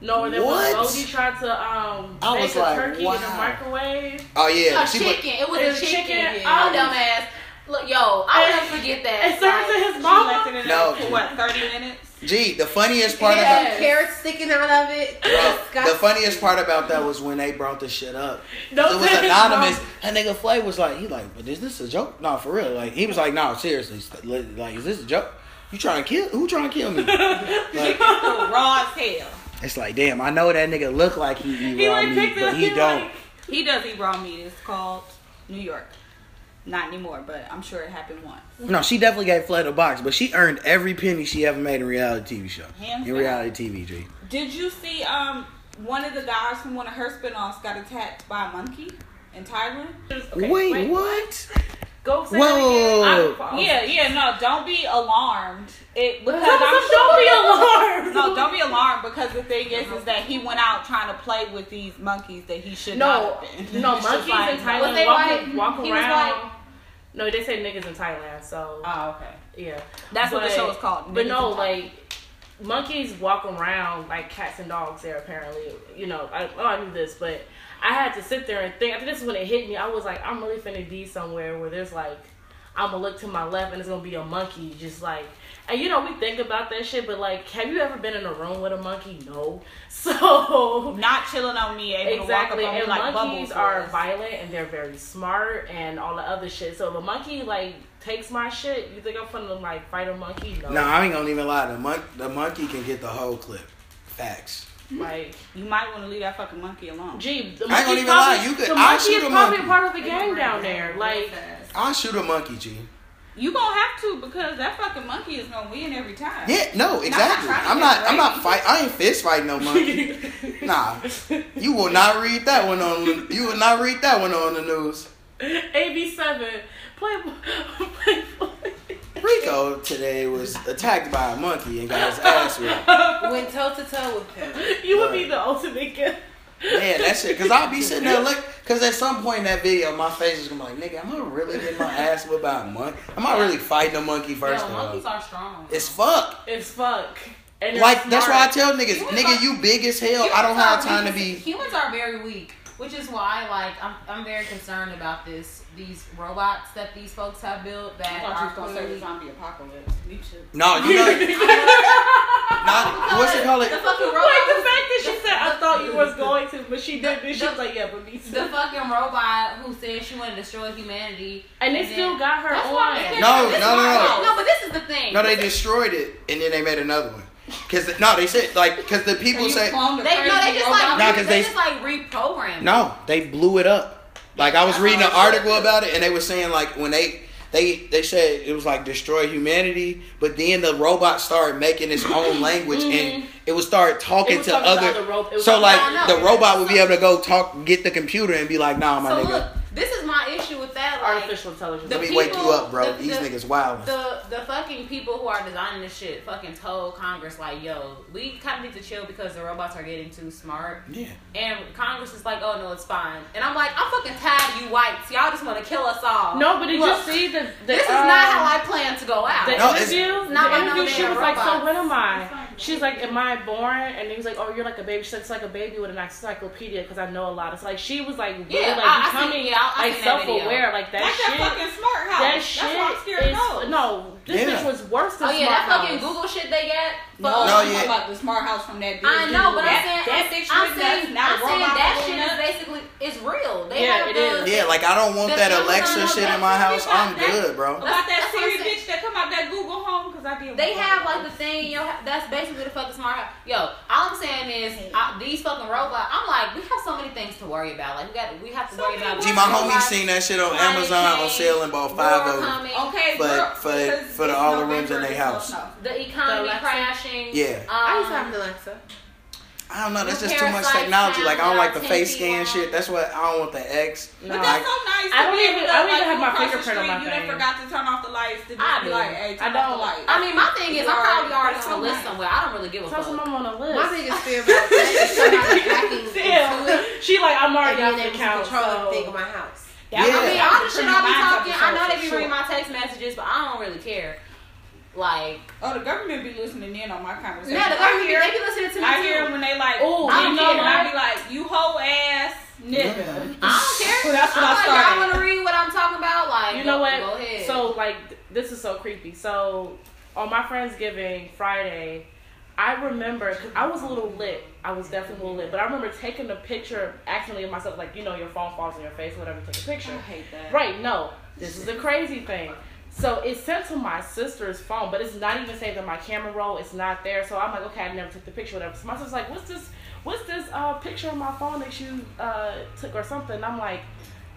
Speaker 1: No, and then when
Speaker 2: What?
Speaker 1: Goldie tried to um
Speaker 2: I
Speaker 1: bake
Speaker 2: was
Speaker 1: a
Speaker 2: like,
Speaker 1: turkey in the
Speaker 2: wow.
Speaker 1: microwave.
Speaker 2: Oh yeah,
Speaker 4: a
Speaker 2: she
Speaker 4: chicken.
Speaker 2: was-
Speaker 4: it was
Speaker 1: It's
Speaker 4: a chicken.
Speaker 1: chicken.
Speaker 4: Oh,
Speaker 1: Oh.
Speaker 4: dumbass. Look, yo, I'll
Speaker 1: And-
Speaker 4: never forget
Speaker 1: And
Speaker 4: that.
Speaker 1: served
Speaker 4: Like,
Speaker 1: to his
Speaker 5: She left
Speaker 1: mama.
Speaker 5: it in
Speaker 2: No.
Speaker 5: there for what, 30 minutes?
Speaker 2: gee. The funniest part
Speaker 4: had
Speaker 2: about
Speaker 4: some carrots sticking out of it.
Speaker 2: bro, the
Speaker 4: Disgusting.
Speaker 2: funniest part about that was when they brought the shit up.
Speaker 1: No,
Speaker 2: it was
Speaker 1: tell his
Speaker 2: anonymous.
Speaker 1: mama.
Speaker 2: And nigga Flay was like, he like, but is this a joke? No, for real. Like he was like, no, seriously. Like, is this a joke? You trying to kill? Who trying to kill me? like,
Speaker 5: So raw as hell.
Speaker 2: it's like, damn. I know that nigga look like he eat
Speaker 1: He
Speaker 2: raw
Speaker 1: like
Speaker 2: meat,
Speaker 1: picked it
Speaker 2: but
Speaker 1: up.
Speaker 2: he
Speaker 1: He
Speaker 2: don't.
Speaker 1: like,
Speaker 5: He does eat raw meat. It's called New York. Not anymore, but I'm sure it happened once.
Speaker 2: No, she definitely gave Flay the box, but she earned every penny she ever made in reality TV show.
Speaker 5: Hands
Speaker 2: in
Speaker 5: down.
Speaker 2: reality TV, G.
Speaker 5: Did you see um one of the guys from one of her spinoffs got attacked by a monkey in Thailand?
Speaker 1: okay,
Speaker 2: wait, what?
Speaker 1: Go say
Speaker 2: Whoa.
Speaker 1: that again.
Speaker 3: Oh.
Speaker 1: I'm-
Speaker 5: Yeah, yeah, no, don't be alarmed. It because
Speaker 1: Tell
Speaker 5: I'm
Speaker 1: them
Speaker 5: sure
Speaker 1: don't be alarmed.
Speaker 5: No, don't be alarmed because the thing is, is that he went out trying to play with these monkeys that he should
Speaker 1: No,
Speaker 5: not. have been.
Speaker 1: no, monkeys in
Speaker 4: Was they
Speaker 1: Thailand walk,
Speaker 4: white?
Speaker 1: walk
Speaker 4: He was
Speaker 1: around. No, they say niggas in Thailand, so
Speaker 5: Oh, okay.
Speaker 1: yeah.
Speaker 5: That's what the show is called.
Speaker 1: But
Speaker 5: Niggas
Speaker 1: no,
Speaker 5: in Thailand.
Speaker 1: like monkeys walk around like cats and dogs there apparently. You know, I oh I knew this, but I had to sit there and think I think this is when it hit me. I was like, I'm really finna be somewhere where there's like I'ma look to my left and it's gonna be a monkey just like and you know, we think about that shit, but like, have you ever been in a room with a monkey? No. So
Speaker 5: not chilling on me. Able
Speaker 1: Exactly,
Speaker 5: To walk up on me
Speaker 1: and
Speaker 5: like
Speaker 1: monkeys
Speaker 5: bubbles
Speaker 1: are
Speaker 5: was.
Speaker 1: violent and they're very smart and all the other shit. So if a monkey like takes my shit, you think I'm finna like fight a monkey? No,
Speaker 2: No, I ain't gonna even lie. The mon- the monkey can get the whole clip. Facts.
Speaker 1: like
Speaker 5: You might want to leave that fucking monkey alone.
Speaker 1: Gee, the
Speaker 2: I ain't gonna
Speaker 1: monkey
Speaker 2: even
Speaker 1: probably,
Speaker 2: lie, you could-
Speaker 1: the
Speaker 2: I'll
Speaker 1: monkey
Speaker 2: shoot
Speaker 1: is
Speaker 2: a
Speaker 1: probably
Speaker 2: monkey.
Speaker 1: part of the gang down there. Like,
Speaker 2: I'll shoot a monkey, G.
Speaker 5: You gonna have to because that fucking monkey is gonna win every time.
Speaker 2: Yeah, no, exactly.
Speaker 5: trying to
Speaker 2: I'm
Speaker 5: get
Speaker 2: not. I'm not
Speaker 5: raped.
Speaker 2: fight. I ain't fist fighting no monkey. nah, you will not read that one on. You will not read that one on the news.
Speaker 1: AB7, Playboy, Playboy.
Speaker 2: Rico today was attacked by a monkey and got his ass whipped.
Speaker 4: Went toe to toe with him.
Speaker 1: You would be the ultimate gift.
Speaker 2: Man, that shit. Cause I'll be sitting there look. Cause at some point in that video, my face is gonna be like, nigga, am I really getting my ass whipped by a monkey? Am I really fighting a monkey first
Speaker 3: Yo,
Speaker 2: of
Speaker 3: monkeys
Speaker 2: all?
Speaker 3: are strong.
Speaker 2: It's fuck.
Speaker 1: It's fuck. And they're
Speaker 2: Like that's why I
Speaker 1: smart.
Speaker 2: tell niggas,
Speaker 3: You
Speaker 2: nigga,
Speaker 3: are-
Speaker 2: you big as hell. I don't
Speaker 3: Humans
Speaker 2: have
Speaker 3: are
Speaker 2: time to
Speaker 3: weak.
Speaker 2: be.
Speaker 3: Humans are very weak, which is why, like, I'm, I'm very concerned about this. These robots that these folks have built
Speaker 5: I
Speaker 3: that
Speaker 5: thought
Speaker 3: are
Speaker 5: you was gonna say the
Speaker 3: clearly
Speaker 5: zombie apocalypse. You should.
Speaker 2: No, you know, not what's it called?
Speaker 3: the
Speaker 2: It
Speaker 3: fucking
Speaker 1: Like the
Speaker 3: robot.
Speaker 1: fact that she said, I thought you was going to, but she didn't. And she
Speaker 3: the-
Speaker 1: was like, yeah, but me
Speaker 3: The
Speaker 1: too.
Speaker 3: fucking robot who said she wanted to destroy humanity.
Speaker 1: And they still got her
Speaker 3: That's why I'm
Speaker 1: on.
Speaker 3: scared.
Speaker 2: No,
Speaker 3: This is
Speaker 2: no, no,
Speaker 3: my
Speaker 2: no.
Speaker 3: fault. No, but this is the thing.
Speaker 2: No, they destroyed it and then they made another one. Cause no, they said like because the people say
Speaker 3: They no, they just like
Speaker 2: Nah,
Speaker 3: re-
Speaker 2: 'cause they-
Speaker 3: they, just like reprogram.
Speaker 2: No, they blew it up. Like I was reading an article about it, and they were saying like when they they they said it was like destroy humanity, but then the robot started making its own language and it would start talking
Speaker 1: It was
Speaker 2: to
Speaker 1: talking to
Speaker 2: other.
Speaker 1: other rope- it was
Speaker 2: so
Speaker 1: talking-
Speaker 2: like
Speaker 3: I know.
Speaker 2: the robot would be able to go talk, get the computer, and be like, "Nah, my
Speaker 3: So
Speaker 2: nigga,
Speaker 3: look, this is my issue with that. Like,
Speaker 1: artificial intelligence.
Speaker 3: the
Speaker 2: let me wake you
Speaker 3: people-
Speaker 2: up, bro.
Speaker 3: the-
Speaker 2: These
Speaker 3: the-
Speaker 2: niggas wild."
Speaker 3: the the fucking people who are designing this shit fucking told Congress like, yo, we kind of need to chill because the robots are getting too smart.
Speaker 2: yeah,
Speaker 3: And Congress is like, oh no, it's fine. And I'm like, I'm fucking tired, of you whites. Y'all just want to kill us all.
Speaker 1: no, but did
Speaker 3: Look,
Speaker 1: you see the? the
Speaker 3: This is
Speaker 1: um,
Speaker 3: not how I plan to go out.
Speaker 1: The
Speaker 2: No, it's-
Speaker 1: interview,
Speaker 3: not
Speaker 1: the
Speaker 3: like
Speaker 1: interview,
Speaker 3: no
Speaker 1: she
Speaker 3: damn
Speaker 1: was like,
Speaker 3: robots.
Speaker 1: "So when am I?" She's like, "Am I born?" And he was like, "Oh, you're like a baby." She's like, "It's like a baby with an encyclopedia because I know a lot." It's like she was like really
Speaker 3: Yeah,
Speaker 1: like
Speaker 3: I- I
Speaker 1: becoming
Speaker 3: seen- yeah, I- I
Speaker 1: like
Speaker 3: seen that video.
Speaker 1: self-aware, like that
Speaker 5: That's
Speaker 1: shit.
Speaker 5: that fucking smart house.
Speaker 1: that
Speaker 5: That's
Speaker 1: shit
Speaker 5: why I'm scared
Speaker 1: is
Speaker 5: of those.
Speaker 1: no. This
Speaker 2: Yeah.
Speaker 1: bitch was worse than
Speaker 3: oh yeah,
Speaker 1: smart
Speaker 3: that fucking
Speaker 1: house.
Speaker 3: Google shit they got.
Speaker 5: No,
Speaker 2: No,
Speaker 3: Fuck.
Speaker 5: no,
Speaker 2: yeah.
Speaker 5: yeah. about the smart house from that bitch.
Speaker 3: I know, but I'm saying,
Speaker 5: that, that bitch
Speaker 3: I'm
Speaker 5: with
Speaker 3: saying,
Speaker 5: us, not
Speaker 3: I'm
Speaker 5: a
Speaker 3: saying
Speaker 5: robot
Speaker 3: that
Speaker 5: with
Speaker 3: shit
Speaker 5: us.
Speaker 3: is basically it's real. They
Speaker 1: Yeah,
Speaker 3: have
Speaker 1: it
Speaker 3: the,
Speaker 1: is.
Speaker 2: yeah. Like I don't want
Speaker 3: The
Speaker 2: that
Speaker 3: Amazon
Speaker 2: Alexa shit in my house. I'm good, bro.
Speaker 5: about that
Speaker 3: That's what I'm
Speaker 5: Siri
Speaker 3: saying.
Speaker 5: bitch that come out that Google Home because I did.
Speaker 3: They have like the thing, yo. That's basically the fucking smart. house. Yo, all I'm saying is I, these fucking robots. I'm like, we have so many things to worry about. Like we got, we have to worry about.
Speaker 2: Gee, my homie seen that shit on
Speaker 3: Climate
Speaker 2: Amazon on
Speaker 3: change,
Speaker 2: sale and bought
Speaker 3: war
Speaker 2: five of them.
Speaker 3: coming,
Speaker 5: okay,
Speaker 2: for-
Speaker 5: girl,
Speaker 2: for-
Speaker 5: because
Speaker 2: for the-
Speaker 5: it's
Speaker 2: all the
Speaker 5: November
Speaker 2: rooms in
Speaker 5: and
Speaker 2: their
Speaker 5: it's
Speaker 2: house.
Speaker 5: supposed to
Speaker 3: The economy
Speaker 1: Alexa?
Speaker 3: crashing.
Speaker 2: Yeah.
Speaker 3: Um,
Speaker 4: I used to have an Alexa.
Speaker 2: I don't know. That's
Speaker 3: Your
Speaker 2: just too much
Speaker 3: parasites
Speaker 2: technology. Like I don't
Speaker 3: found
Speaker 2: like the
Speaker 3: out
Speaker 2: face scan
Speaker 3: 10 feet
Speaker 2: shit.
Speaker 3: long.
Speaker 2: That's what I don't want the X.
Speaker 5: But
Speaker 2: Like,
Speaker 5: that's so nice.
Speaker 1: I don't even- I
Speaker 5: to be able to,
Speaker 1: don't
Speaker 5: like,
Speaker 1: even have
Speaker 5: you
Speaker 1: my
Speaker 5: across the
Speaker 1: fingerprint on
Speaker 5: street,
Speaker 1: my
Speaker 5: You done
Speaker 1: thing.
Speaker 5: forgot to turn off the lights to just
Speaker 3: I
Speaker 5: be
Speaker 3: do.
Speaker 5: like, hey,
Speaker 1: I
Speaker 5: turn off the
Speaker 1: don't.
Speaker 5: lights.
Speaker 3: I mean, my thing is, I'm probably already
Speaker 5: That's
Speaker 3: on
Speaker 5: so
Speaker 3: a list
Speaker 5: nice.
Speaker 3: somewhere. I don't really give a
Speaker 1: Tell some
Speaker 3: fuck.
Speaker 1: I'm on a list.
Speaker 4: My biggest fear about that is somebody hacking into it
Speaker 1: Damn. She like I'm
Speaker 4: and
Speaker 1: already
Speaker 4: being
Speaker 1: off the
Speaker 4: able to
Speaker 1: count.
Speaker 4: control
Speaker 1: so-
Speaker 4: everything in my house.
Speaker 5: That
Speaker 2: Yeah.
Speaker 5: would
Speaker 3: I
Speaker 5: be
Speaker 3: mean, all the shit I be
Speaker 5: Mine's
Speaker 3: talking, I know
Speaker 5: episode
Speaker 3: they be
Speaker 5: for sure.
Speaker 3: reading my text messages, but I don't really care. Like,
Speaker 5: Oh, the government be listening in on my conversation.
Speaker 3: yeah, the
Speaker 5: I
Speaker 3: government,
Speaker 5: hear,
Speaker 3: they be listening to me
Speaker 5: I hear
Speaker 3: too.
Speaker 5: when they like,
Speaker 1: Ooh,
Speaker 5: I
Speaker 1: you
Speaker 5: don't
Speaker 1: know
Speaker 5: care. And I
Speaker 1: what?
Speaker 5: be like, you hoe ass nigga.
Speaker 3: I don't care.
Speaker 5: Well, that's what
Speaker 3: I'm
Speaker 5: I
Speaker 3: like,
Speaker 5: started.
Speaker 3: y'all want to read what I'm talking about? Like,
Speaker 1: You know
Speaker 3: go-
Speaker 1: what?
Speaker 3: Go ahead.
Speaker 1: So like th- this is so creepy. So on my Friendsgiving Friday, I remember 'cause I was a little lit. I was definitely a little lit, but I remember taking a picture accidentally of myself. Like you know, your phone falls on your face, whatever. Take a
Speaker 5: I
Speaker 1: picture.
Speaker 5: hate that.
Speaker 1: Right? No, this is the crazy thing. So it's sent to my sister's phone, but it's not even saved on my camera roll. It's not there. So I'm like, okay, I never took the picture, whatever. So my sister's like, what's this? What's this uh, picture on my phone that you uh, took or something? And I'm like,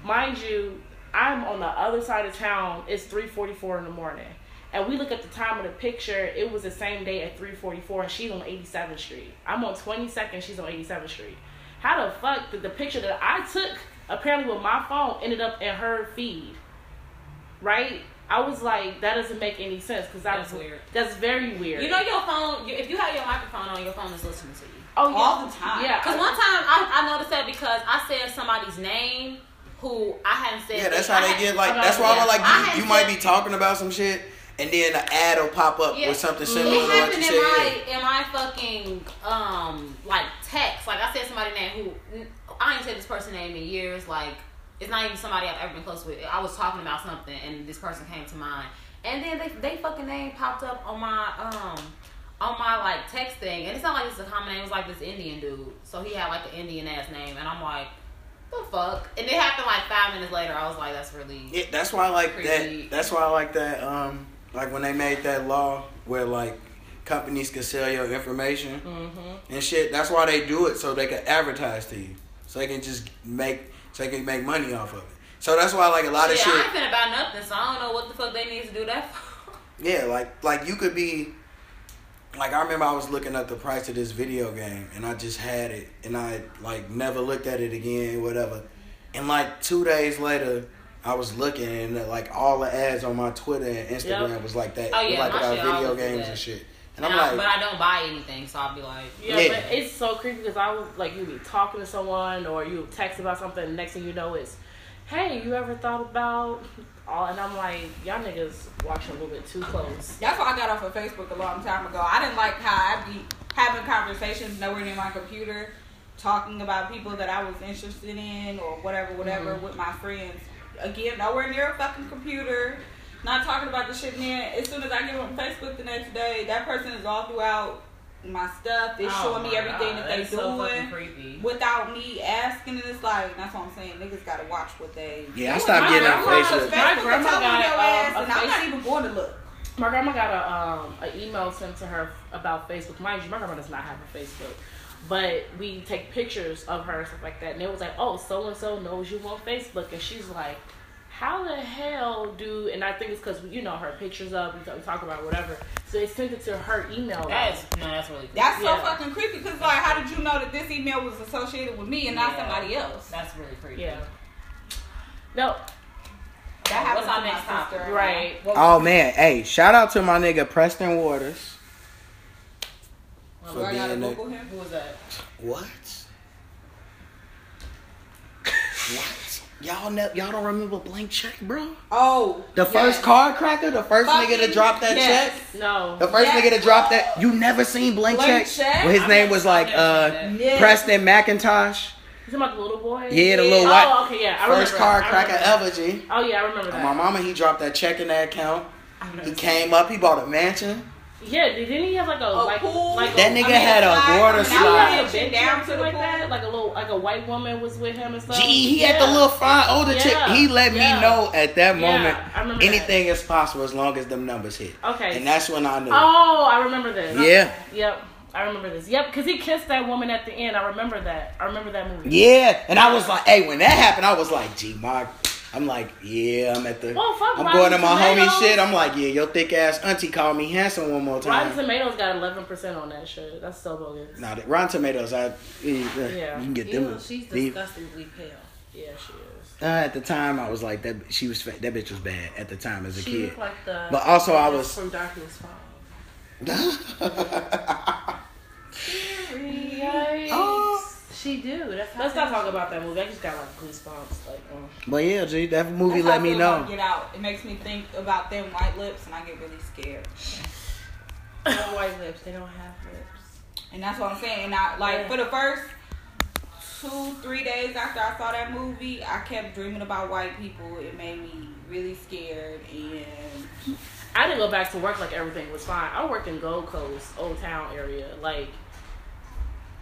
Speaker 1: mind you, I'm on the other side of town. It's 3:44 in the morning, and we look at the time of the picture. It was the same day at 3:44, and she's on 87th Street. I'm on 22nd. She's on 87th Street. How the fuck did the picture that I took, apparently with my phone, ended up in her feed? Right? I was like, that doesn't make any sense because
Speaker 3: That's weird.
Speaker 1: That's very weird.
Speaker 3: you know your phone. you- If you have your microphone on, your phone is listening to you.
Speaker 1: oh, yeah.
Speaker 5: all the time.
Speaker 1: Yeah,
Speaker 3: Because one time I, I noticed that because I said somebody's name who I hadn't said.
Speaker 2: yeah, that's
Speaker 3: their-
Speaker 2: how
Speaker 3: I
Speaker 2: they
Speaker 3: had-
Speaker 2: get. Like
Speaker 1: I
Speaker 2: that's why
Speaker 1: had-
Speaker 2: I'm like
Speaker 3: I
Speaker 2: you,
Speaker 3: had
Speaker 2: you might be
Speaker 3: said-
Speaker 2: talking about some shit, and then an ad will pop up
Speaker 3: Yeah.
Speaker 2: with something
Speaker 3: It
Speaker 2: similar to what you
Speaker 3: happened in
Speaker 2: said.
Speaker 3: my in my fucking um like text. Like I said somebody name who I ain't said this person name in years. Like it's not even somebody I've ever been close with. I was talking about something and this person came to mind, and then they they fucking name popped up on my um on my like text thing, and it's not like it's a common name. It was like this Indian dude, so he had like an Indian ass name, and I'm like. The fuck, and it happened like five minutes later. I was like, "That's really
Speaker 2: Yeah, that's why I like
Speaker 3: Creepy.
Speaker 2: that. That's why I like that. Um, like when they made that law where like companies can sell your information and shit. That's why they do it so they can advertise to you, so they can just make so they can make money off of it. So that's why like a lot of
Speaker 3: shit."
Speaker 2: shit.
Speaker 3: I ain't finna buy nothing, so I don't know what the fuck they need to do that for.
Speaker 2: Yeah, like like you could be like I remember I was looking up the price of this video game and I just had it and I like never looked at it again, whatever. And like two days later I was looking and uh, like all the ads on my Twitter and Instagram
Speaker 1: Yep.
Speaker 2: was like that.
Speaker 3: Oh, yeah,
Speaker 2: like
Speaker 3: my
Speaker 2: about
Speaker 3: shit
Speaker 2: video
Speaker 3: always do
Speaker 2: games
Speaker 3: that.
Speaker 2: and shit. And,
Speaker 3: And
Speaker 2: I'm
Speaker 3: I-
Speaker 2: like
Speaker 3: but I don't buy anything, so I'll be like,
Speaker 1: Yeah,
Speaker 2: Yeah.
Speaker 1: but it's so creepy because I was like, you be talking to someone or you text about something, and next thing you know, it's, hey, you ever thought about all? And I'm like, y'all niggas watching a little bit too close.
Speaker 5: That's why I got off of Facebook a long time ago. I didn't like how I be having conversations nowhere near my computer, talking about people that I was interested in or whatever, whatever with my friends. Again, nowhere near a fucking computer. Not talking about the shit. And Then as soon as I get on Facebook the next day, that person is all throughout my stuff. They're
Speaker 3: Oh
Speaker 5: showing me
Speaker 3: my
Speaker 5: everything
Speaker 3: God,
Speaker 5: that they
Speaker 3: that's so fucking
Speaker 5: doing
Speaker 3: creepy.
Speaker 5: without me asking. And it's like that's what I'm saying. Niggas gotta watch what they.
Speaker 2: Yeah, I
Speaker 5: They
Speaker 2: stopped
Speaker 5: was-
Speaker 2: getting
Speaker 5: my
Speaker 2: on
Speaker 5: grandma
Speaker 2: Facebook.
Speaker 5: was
Speaker 1: My grandma
Speaker 5: telling
Speaker 1: got,
Speaker 5: me your ass,
Speaker 1: um, a
Speaker 5: and I'm not
Speaker 1: face-
Speaker 5: even going to look.
Speaker 1: my grandma got a um an email sent to her about Facebook. Mind you, my grandma does not have a Facebook, but we take pictures of her and stuff like that. And it was like, oh, so and so knows you on Facebook, and she's like, how the hell do? And I think it's because you know her pictures up. We talk, we talk about whatever. So they sent it to her email.
Speaker 3: That's no, that's really creepy.
Speaker 5: That's so
Speaker 1: Yeah.
Speaker 5: fucking creepy. Cause like, how did you know that this email was associated with me and not
Speaker 3: Yeah.
Speaker 5: somebody else?
Speaker 3: That's really creepy.
Speaker 1: yeah. No,
Speaker 5: That happened
Speaker 3: What's our
Speaker 5: to my
Speaker 3: next topic?
Speaker 5: sister.
Speaker 1: right.
Speaker 2: Oh man, hey, shout out to my nigga Preston Waters.
Speaker 5: Do I gotta
Speaker 2: being a-
Speaker 5: Google him?
Speaker 3: Who was that?
Speaker 2: What? what? Y'all know y'all don't remember blank check, bro?
Speaker 5: Oh,
Speaker 2: The first card cracker, the first nigga to
Speaker 5: Fucking
Speaker 2: drop that
Speaker 5: yes.
Speaker 2: check.
Speaker 1: No.
Speaker 2: The first
Speaker 5: Yes.
Speaker 2: nigga to drop that. You never seen blank,
Speaker 5: Blank
Speaker 2: check?
Speaker 5: Check?
Speaker 2: Well, his
Speaker 3: I
Speaker 2: name
Speaker 3: never-
Speaker 2: was like
Speaker 3: I never
Speaker 2: uh
Speaker 3: seen
Speaker 5: Yeah.
Speaker 2: Preston McIntosh.
Speaker 1: You talking about the little boy?
Speaker 2: Yeah, the little white
Speaker 1: Oh, okay, yeah. I
Speaker 2: first
Speaker 1: remember
Speaker 2: card
Speaker 1: that. I
Speaker 2: cracker
Speaker 1: remember that.
Speaker 2: ever, G.
Speaker 1: Oh yeah, I remember that.
Speaker 2: My mama, he dropped that check in that account. He came up, he bought a mansion.
Speaker 1: Yeah, didn't he have like a,
Speaker 5: A
Speaker 1: Oh, like
Speaker 5: pool?
Speaker 1: like
Speaker 2: That
Speaker 1: a,
Speaker 2: nigga had a water
Speaker 1: Did he have
Speaker 2: slide.
Speaker 1: a bitch
Speaker 5: Down
Speaker 1: down
Speaker 5: to the
Speaker 1: like
Speaker 5: pool.
Speaker 1: that? Like a little like a white woman was with him and stuff.
Speaker 2: Gee, he had
Speaker 1: Yeah.
Speaker 2: the little fine older
Speaker 1: Yeah.
Speaker 2: chick. He let
Speaker 1: Yeah.
Speaker 2: me know at that
Speaker 1: Yeah,
Speaker 2: moment
Speaker 1: I remember that.
Speaker 2: anything is possible as long as them numbers hit.
Speaker 1: Okay.
Speaker 2: And that's when I knew.
Speaker 1: oh, I remember this.
Speaker 2: Yeah.
Speaker 1: Yep. I remember this. Yep, because he kissed that woman at the end. I remember that. I remember that movie.
Speaker 2: Yeah. And I was like, hey, when that happened, I was like, gee, my. I'm like, yeah, I'm at the.
Speaker 1: Well, fuck
Speaker 2: I'm
Speaker 1: Rotten
Speaker 2: going to my
Speaker 1: Tomatoes.
Speaker 2: homie shit. I'm like, yeah, your thick ass auntie called me handsome one more time.
Speaker 1: Rotten Tomatoes got eleven percent on that shit. That's so bogus.
Speaker 2: Nah, the Rotten Tomatoes, I
Speaker 1: Yeah.
Speaker 2: you can get them.
Speaker 4: Ew, she's
Speaker 2: They-
Speaker 4: disgustingly pale.
Speaker 1: Yeah, she is.
Speaker 2: uh, at the time, I was like that. She was fat. that bitch was bad at the time as a
Speaker 4: She
Speaker 2: kid.
Speaker 4: looked like the.
Speaker 2: But also, I
Speaker 4: Alice
Speaker 2: was-
Speaker 4: from Darkness Falls. She do. That's how
Speaker 1: Let's not talk about that movie. I just got like goosebumps. Like,
Speaker 4: um,
Speaker 1: mm.
Speaker 2: but yeah, G, that movie
Speaker 5: That's how I
Speaker 2: let me
Speaker 5: feel
Speaker 2: know.
Speaker 5: about Get out. It makes me think about them white lips, and I get really scared.
Speaker 4: they have white lips. They don't have lips.
Speaker 5: And that's what I'm saying. And I like
Speaker 4: Yeah.
Speaker 5: for the first two, three days after I saw that movie, I kept dreaming about white people. It made me really scared and
Speaker 1: I didn't go back to work like everything was fine. I worked in Gold Coast, Old Town area. Like,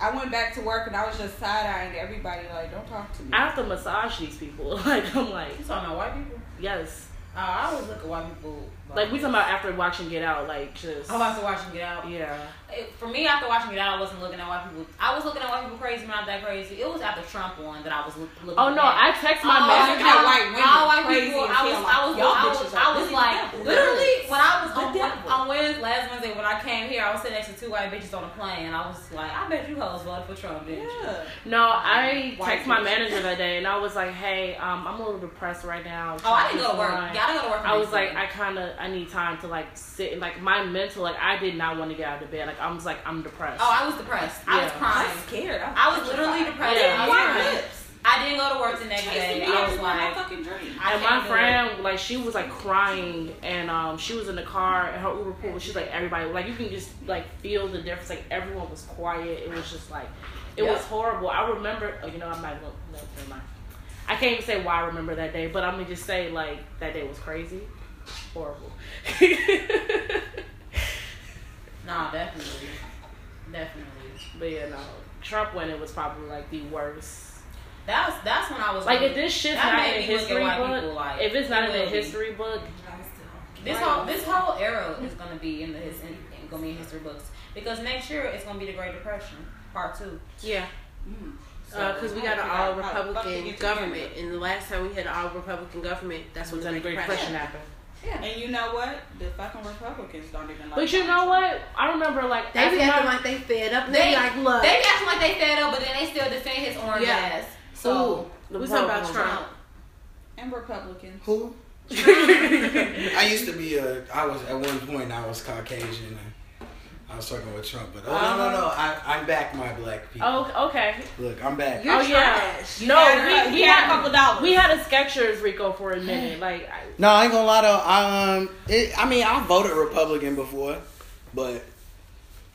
Speaker 5: I went back to work and I was just side eyeing everybody like, Don't talk to me.
Speaker 1: I have to massage these people. Like, I'm like,
Speaker 3: You talking about white people?
Speaker 1: yes.
Speaker 3: Uh, I always look at white people.
Speaker 1: Like we talking about after watching Get Out, like just
Speaker 3: I'm about to watch and get out.
Speaker 1: yeah.
Speaker 3: It- for me, after watching it out, I wasn't looking at white people. I was looking at white people crazy, but not that crazy. It was after Trump one that I was look, looking.
Speaker 1: Oh no, I
Speaker 3: at.
Speaker 1: text
Speaker 3: All-
Speaker 1: my
Speaker 3: all-
Speaker 1: manager.
Speaker 5: looking at white women
Speaker 3: All white
Speaker 5: crazy
Speaker 3: people.
Speaker 5: as
Speaker 3: I was,
Speaker 5: hell,
Speaker 3: I was,
Speaker 5: y'all
Speaker 3: I
Speaker 5: bitches
Speaker 3: was,
Speaker 5: are
Speaker 3: I was
Speaker 5: crazy
Speaker 3: like,
Speaker 5: devils.
Speaker 3: literally, when I was on,
Speaker 5: devils.
Speaker 3: on Wednesday, last Wednesday when I came here, I was sitting next to two white bitches on a plane, and I was like, I bet you hoes voted for Trump, bitch.
Speaker 5: Yeah.
Speaker 1: No,
Speaker 3: Oh,
Speaker 1: I
Speaker 5: White
Speaker 1: text my
Speaker 5: bitch.
Speaker 1: manager that day and I was like, hey, um, I'm a little depressed right now.
Speaker 3: Oh, I didn't go to work.
Speaker 1: Trying-
Speaker 3: Yeah, I didn't go to work.
Speaker 1: I was like, I kind of, I need time to like sit. and, Like my mental, like I did not want to get out of bed. Like I was like, I'm depressed.
Speaker 3: oh, I was depressed. I was
Speaker 1: Yeah.
Speaker 5: I
Speaker 3: crying.
Speaker 5: was scared.
Speaker 3: I was literally depressed.
Speaker 1: Yeah.
Speaker 3: I, was
Speaker 5: white
Speaker 3: crying.
Speaker 5: lips.
Speaker 3: I didn't go to work the next
Speaker 5: Chasing
Speaker 3: day.
Speaker 5: me
Speaker 3: I was
Speaker 5: everywhere I
Speaker 3: like,
Speaker 5: fucking dream.
Speaker 3: I
Speaker 1: and
Speaker 3: can't
Speaker 1: my
Speaker 3: do it.
Speaker 1: friend, like she was like crying, and um, she was in the car, and her Uber pool. was- She's like everybody, like you can just like feel the difference. Like everyone was quiet. It was just like, it was horrible. I remember, oh, you know, I might no, never mind. I can't even say why I remember that day, but I'm gonna just say like that day was crazy, horrible.
Speaker 3: Nah, definitely, definitely.
Speaker 1: but yeah, no, Trump winning was probably like the worst.
Speaker 3: That's that's when I was
Speaker 1: Like
Speaker 3: really-
Speaker 1: if this shit's
Speaker 3: That
Speaker 1: not in
Speaker 3: made
Speaker 1: the
Speaker 3: me look at
Speaker 1: history
Speaker 3: white
Speaker 1: book,
Speaker 3: people, like,
Speaker 1: if it's not in the
Speaker 3: really.
Speaker 1: history book,
Speaker 3: This
Speaker 1: Right.
Speaker 3: whole this whole era is gonna be in the his in, in- gonna be in history books because next year it's gonna be the Great Depression part two.
Speaker 4: Yeah,
Speaker 3: So-
Speaker 4: because Uh, we got an all Republican government, and the last time we had an all Republican government, that's when
Speaker 1: was
Speaker 4: the
Speaker 1: a
Speaker 4: Great
Speaker 1: great
Speaker 4: Depression.
Speaker 1: question happened.
Speaker 5: And you know what? The fucking Republicans don't even like
Speaker 1: But you know what? I remember like
Speaker 4: They
Speaker 1: every
Speaker 4: be acting
Speaker 1: time-
Speaker 4: like they fed up. They,
Speaker 3: They-
Speaker 4: be like, look,
Speaker 3: They be acting like they fed up, but then they still defend his orange
Speaker 4: Yeah.
Speaker 3: ass. So
Speaker 1: the
Speaker 4: Oh, we talking about
Speaker 1: world.
Speaker 4: Trump.
Speaker 1: Oh,
Speaker 5: And Republicans.
Speaker 2: Who? I used to be a. I was at one point. I was Caucasian. And I was talking with Trump, but oh no, no, no!
Speaker 3: Uh-huh.
Speaker 2: I, I'm back, my black people.
Speaker 1: Oh, okay.
Speaker 2: Look, I'm back.
Speaker 1: oh yeah. No, we, we
Speaker 5: had a
Speaker 1: had
Speaker 5: couple dollars.
Speaker 1: we had a Skechers Rico for a minute. Like I,
Speaker 2: No, I ain't gonna lie though. Um, it, I mean, I voted Republican before, but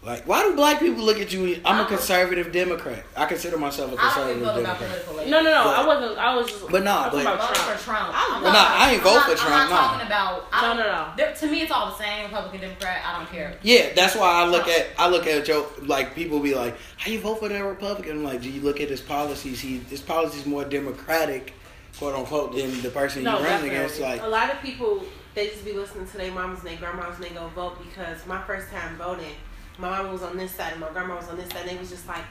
Speaker 2: like, why do black people look at you? I'm a conservative Democrat. I consider myself a
Speaker 3: Oh. I don't
Speaker 2: conservative
Speaker 3: even vote about
Speaker 2: Democrat.
Speaker 3: political. labor.
Speaker 1: no, no, no. I
Speaker 2: But-
Speaker 1: wasn't. I was. Just,
Speaker 2: But
Speaker 1: I
Speaker 2: nah,
Speaker 1: was
Speaker 2: but-
Speaker 1: about
Speaker 3: Vote
Speaker 1: Trump.
Speaker 3: for Trump.
Speaker 5: I
Speaker 3: I'm
Speaker 5: love-
Speaker 3: not-
Speaker 2: Nah, I ain't vote
Speaker 3: I'm not-
Speaker 2: for
Speaker 3: I'm
Speaker 2: Trump,
Speaker 3: not
Speaker 2: nah.
Speaker 3: talking about. I
Speaker 1: No,
Speaker 3: don't-
Speaker 1: no, no.
Speaker 3: They're- to me, it's all the same. Republican, Democrat. I don't care.
Speaker 2: Yeah, that's why I look at I look at Joe like people be like, how you vote for that Republican? I'm like, do you look at his policies? He his policies more democratic quote unquote than the person
Speaker 4: No,
Speaker 2: you're running against.
Speaker 4: definitely. Oh,
Speaker 2: Like,
Speaker 4: a lot of people, they just be listening to their mamas and their grandmas and they go vote because my first time voting, my mama was on this side and my grandma was on this side. And they was just like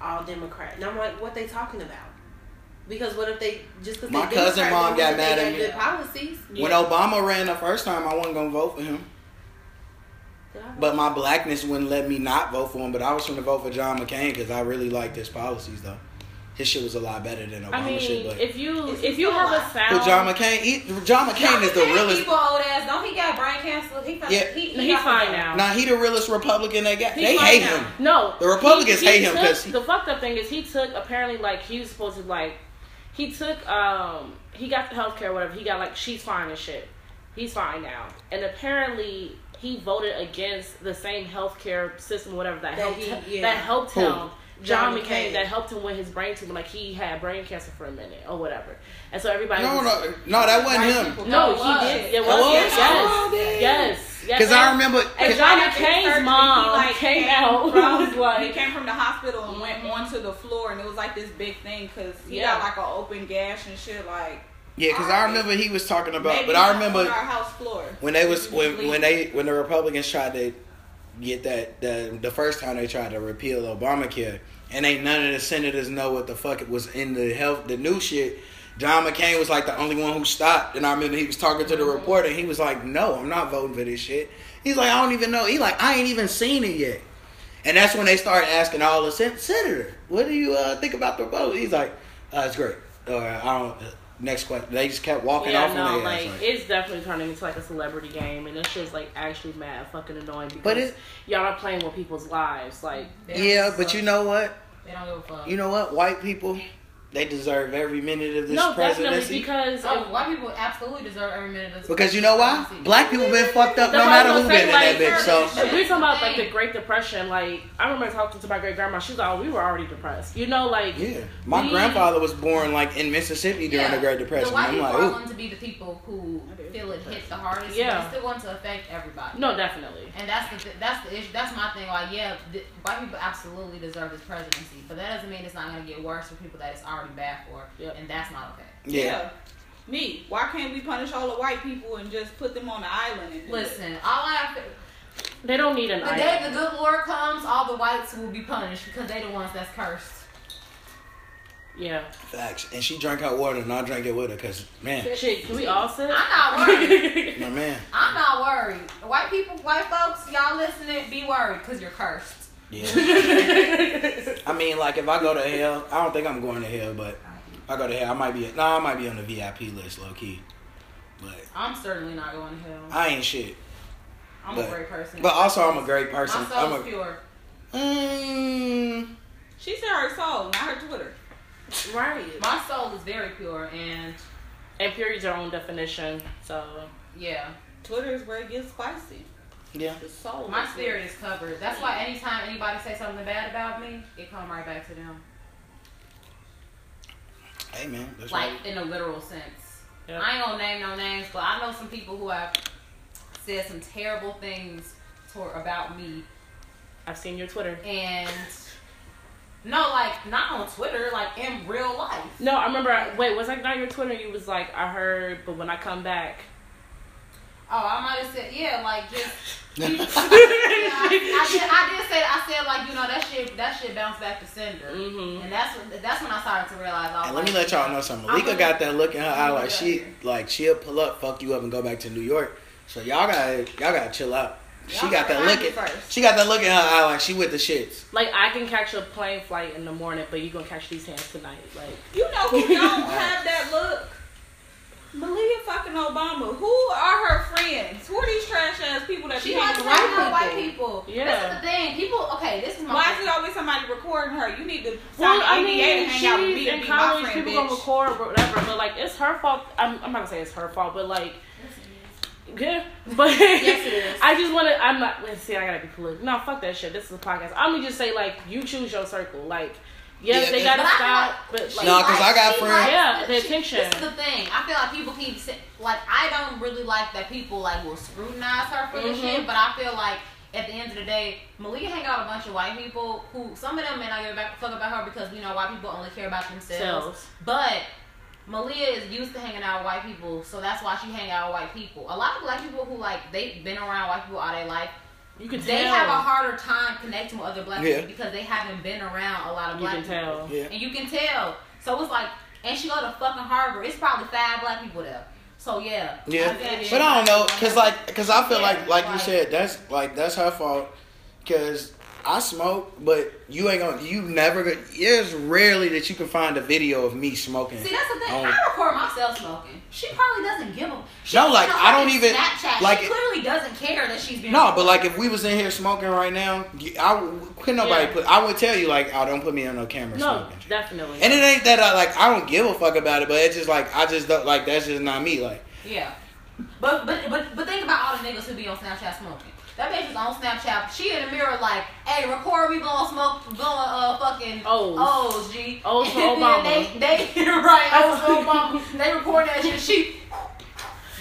Speaker 4: all Democrat, and I'm like, what they talking about? Because what if they just because
Speaker 2: My cousin mom got mad at me.
Speaker 4: Good policies.
Speaker 2: when Obama ran the first time, I wasn't gonna vote for him,
Speaker 4: Did I vote?
Speaker 2: but my blackness wouldn't let me not vote for him. But I was trying to vote for John McCain because I really liked his policies, though. His shit was a lot better than Obama
Speaker 1: I mean,
Speaker 2: shit. But,
Speaker 1: if you
Speaker 3: Is he
Speaker 1: if you
Speaker 3: still
Speaker 1: have
Speaker 3: alive?
Speaker 1: a sound,
Speaker 2: but John McCain, he, John McCain is the realest.
Speaker 3: People old ass. Don't he got brain cancer? He fine.
Speaker 2: Yeah.
Speaker 3: He,
Speaker 1: he fine now.
Speaker 2: Nah, he the realest Republican they got.
Speaker 1: He
Speaker 2: they
Speaker 1: fine
Speaker 2: hate
Speaker 1: now.
Speaker 2: him.
Speaker 1: No,
Speaker 2: The Republicans hate him
Speaker 1: took-
Speaker 2: 'cause he-
Speaker 1: the fucked up thing is he took apparently like he was supposed to like he took um he got the health care whatever he got like she's fine and shit he's fine now and apparently he voted against the same health care system whatever that,
Speaker 4: That
Speaker 1: helped
Speaker 4: he- yeah.
Speaker 1: that helped
Speaker 2: Who?
Speaker 1: him. John
Speaker 4: John
Speaker 1: McCain
Speaker 4: McCain.
Speaker 1: that helped him with his brain tumor, like he had brain cancer for a minute or whatever, and so everybody.
Speaker 2: No,
Speaker 1: was,
Speaker 2: no, no, that wasn't him.
Speaker 1: no,
Speaker 3: It
Speaker 1: he
Speaker 3: was.
Speaker 1: did. It was,
Speaker 2: It was?
Speaker 1: yes,
Speaker 2: Oh,
Speaker 1: yes,
Speaker 2: damn.
Speaker 1: yes, yes.
Speaker 2: Because I remember.
Speaker 1: And John McCain's mom came out
Speaker 5: From,
Speaker 1: was like,
Speaker 5: he came from the hospital and went onto the floor, and it was like this big thing because he
Speaker 1: Yeah.
Speaker 5: got like an open gash and shit. Like,
Speaker 2: Yeah, because I remember he was talking about.
Speaker 5: maybe
Speaker 2: But I
Speaker 5: not on
Speaker 2: remember
Speaker 5: our house floor.
Speaker 2: when they was when when they when the Republicans tried to get that the the first time they tried to repeal Obamacare, and ain't none of the senators know what the fuck it was in the health the new shit. John McCain was like the only one who stopped, and I remember he was talking to the
Speaker 1: Mm-hmm.
Speaker 2: reporter. He was like, "No, I'm not voting for this shit." He's like, "I don't even know." He like, "I ain't even seen it yet," and that's when they started asking all the sen- senator, "What do you uh, think about the vote?" He's like, uh, "It's great." Or I don't. Uh, next question. They just kept walking
Speaker 1: Yeah,
Speaker 2: off.
Speaker 1: no,
Speaker 2: on their
Speaker 1: like
Speaker 2: ass, like-
Speaker 1: it's definitely turning into like a celebrity game, and this shit's like actually mad fucking annoying because
Speaker 2: But it-
Speaker 1: y'all are playing with people's lives. Like,
Speaker 2: yeah, but you know what?
Speaker 3: They don't give a fuck.
Speaker 2: You know what? White people, they deserve every minute of this
Speaker 1: no, definitely
Speaker 2: presidency. Because,
Speaker 1: because
Speaker 3: Oh, white people absolutely deserve every minute of this.
Speaker 2: you know why? Black people been fucked up no
Speaker 1: That's what I
Speaker 2: matter who
Speaker 1: was
Speaker 2: been
Speaker 1: gonna
Speaker 2: in
Speaker 1: say,
Speaker 2: that bitch. So
Speaker 1: if, if we're talking about like
Speaker 3: Thing.
Speaker 1: the Great Depression, like I remember talking to my great grandma, she's like, "Oh, we were already depressed," you know, like
Speaker 2: yeah, my
Speaker 1: we-
Speaker 2: grandfather was born like in Mississippi during the Great Depression.
Speaker 3: The white
Speaker 2: I'm
Speaker 3: people
Speaker 2: like,
Speaker 3: are
Speaker 2: ooh,
Speaker 3: going to be the people who feel it hit the hardest.
Speaker 1: Yeah.
Speaker 3: but it's still going to affect everybody.
Speaker 1: No, definitely.
Speaker 3: And that's the th- that's the issue. That's my thing. Like, yeah, th- white people absolutely deserve this presidency, but that doesn't mean it's not going to get worse for people that it's already bad for,
Speaker 1: Yep.
Speaker 3: and that's not okay.
Speaker 2: yeah.
Speaker 5: Me, why can't we punish all the white people and just put them on the island? And do it?
Speaker 3: Listen, all I have to,
Speaker 1: They don't need an
Speaker 3: the day
Speaker 1: eye.
Speaker 3: the good Lord comes, all the whites will be punished because they the ones that's cursed.
Speaker 1: Yeah,
Speaker 2: facts. And she drank her water, and I drank it with her, cause man,
Speaker 1: shit. Can we all sit?
Speaker 3: I'm not worried.
Speaker 2: my man,
Speaker 3: I'm not worried. White people, white folks, y'all listening, be worried because you're cursed.
Speaker 2: yeah. I mean, like if I go to hell, I don't think I'm going to hell, but if I go to hell, I might be. Nah, I might be on the VIP list, low key. But
Speaker 3: I'm certainly not going to hell.
Speaker 2: I ain't shit.
Speaker 3: I'm
Speaker 2: but-
Speaker 3: a great person.
Speaker 2: But also, I'm a great
Speaker 3: my
Speaker 2: person.
Speaker 3: soul's
Speaker 2: I'm a
Speaker 3: pure.
Speaker 2: Mm,
Speaker 5: She said her soul, not her Twitter.
Speaker 1: right.
Speaker 3: My soul is very pure, and
Speaker 1: And period's your own definition, so.
Speaker 3: yeah.
Speaker 5: Twitter is where it gets spicy.
Speaker 2: yeah.
Speaker 5: The soul.
Speaker 3: Oh, My
Speaker 5: is
Speaker 3: spirit is covered. That's why anytime anybody say something bad about me, it come right back to them.
Speaker 2: Hey man, that's right.
Speaker 3: Like in a literal sense.
Speaker 1: Yeah.
Speaker 3: I ain't gonna name no names, but I know some people who have said some terrible things toward about me,
Speaker 1: I've seen your Twitter.
Speaker 3: and no, like not on Twitter, like in real life.
Speaker 1: No, I remember. Wait, was that not your Twitter? You was like, I heard, but when I come back,
Speaker 3: Oh, I might have said yeah, like just. yeah, I, I did, I did say I said like you know that shit that shit bounced back to sender,
Speaker 1: Mhm.
Speaker 3: and that's when that's when I started to realize. I was
Speaker 2: Mm-hmm. And let me let
Speaker 3: like,
Speaker 2: y'all know something.
Speaker 3: I'm
Speaker 2: Malika
Speaker 3: gonna-
Speaker 2: got that look in her eye, like she,
Speaker 3: here.
Speaker 2: like she'll pull up, fuck you up, and go back to New York. So y'all gotta, y'all gotta chill out. She
Speaker 5: Y'all
Speaker 2: got that
Speaker 5: gotta
Speaker 2: look.
Speaker 5: find me
Speaker 2: In,
Speaker 5: first.
Speaker 2: she got that look in her eye, like she with the shits.
Speaker 1: like I can catch a plane flight in the morning, but you gonna catch these hands tonight. Like,
Speaker 5: You know who don't have that look? Malia fucking Obama. Who are her friends? Who are these trash ass people that
Speaker 3: She
Speaker 5: be
Speaker 3: likes
Speaker 5: hanging
Speaker 3: to
Speaker 5: around?
Speaker 3: hang out with white people.
Speaker 1: Yeah.
Speaker 3: This is the thing. People, okay, this is my.
Speaker 5: Why is it always somebody recording her? You need to sign
Speaker 1: well,
Speaker 5: the
Speaker 1: I
Speaker 5: ADA to
Speaker 1: mean,
Speaker 5: hang out with
Speaker 1: she's
Speaker 5: me and
Speaker 1: in
Speaker 5: be my
Speaker 1: college.
Speaker 5: friend,
Speaker 1: People gonna
Speaker 5: bitch.
Speaker 1: record or whatever, but like, it's her fault. I'm, I'm not gonna say it's her fault, but like, yeah, but
Speaker 4: Yes, it is.
Speaker 1: I just wanna. I'm not. Let's see. I gotta be political. No, fuck that shit. This is a podcast. I'm gonna just say like, you choose your circle. Like, yes,
Speaker 2: Yeah,
Speaker 1: they
Speaker 2: but-
Speaker 1: gotta
Speaker 3: But I
Speaker 1: stop,
Speaker 3: feel
Speaker 1: but
Speaker 3: she
Speaker 1: like,
Speaker 2: No, 'cause I got
Speaker 3: she
Speaker 2: friends-
Speaker 3: likes-
Speaker 1: Yeah, the
Speaker 3: she-
Speaker 1: attention.
Speaker 3: This is the thing. I feel like people keep sa- like I don't really like that people like will scrutinize her for this
Speaker 1: Mhm.
Speaker 3: shit, but I feel like at the end of the day, Malia hang out with a bunch of white people who some of them may not give a back- fuck about her because we know white people only care about themselves.
Speaker 1: Selves.
Speaker 3: But Malia is used to hanging out with white people, so that's why she hang out with white people. A lot of black people who like they've been around white people all their life,
Speaker 1: You can
Speaker 3: they
Speaker 1: tell.
Speaker 3: have a harder time connecting with other black
Speaker 2: Yeah.
Speaker 3: people because they haven't been around a lot of
Speaker 1: you
Speaker 3: black
Speaker 1: can
Speaker 3: people.
Speaker 1: tell.
Speaker 2: Yeah.
Speaker 3: And you can tell. So it's like, and she go to fucking Harvard. It's probably five black people there. So yeah.
Speaker 2: Yeah,
Speaker 3: I think-
Speaker 2: but I don't know, cause like, cause I feel
Speaker 3: Yeah,
Speaker 2: like, like you
Speaker 3: like-
Speaker 2: said, that's like that's her fault, cause I smoke, but you ain't gonna, you never, gonna- it's rarely that you can find a video of me smoking.
Speaker 3: See, that's the thing.
Speaker 2: Oh.
Speaker 3: I record myself smoking. She probably doesn't give a. She
Speaker 2: No,
Speaker 3: was
Speaker 2: like,
Speaker 3: on
Speaker 2: I don't
Speaker 3: fucking
Speaker 2: even-
Speaker 3: Snapchat.
Speaker 2: like-
Speaker 3: she clearly doesn't care that she's being.
Speaker 2: No, but like if we was in here smoking right now, you- I would- couldn't nobody
Speaker 1: Yeah.
Speaker 2: put. I would tell you like, oh, don't put me on no camera
Speaker 1: No,
Speaker 2: smoking.
Speaker 1: definitely.
Speaker 2: And it ain't that I like I don't give a fuck about it, but it's just like I just don't like that's just not me. Like
Speaker 3: Yeah. But but but but think about all the niggas who be on Snapchat smoking. That bitch is on Snapchat. She in the mirror like, hey, record we going smoke going uh fucking
Speaker 1: O's.
Speaker 3: O's G.
Speaker 1: O's for
Speaker 3: And then
Speaker 1: Obama.
Speaker 3: They, they right O's for Obama. They record that shit. She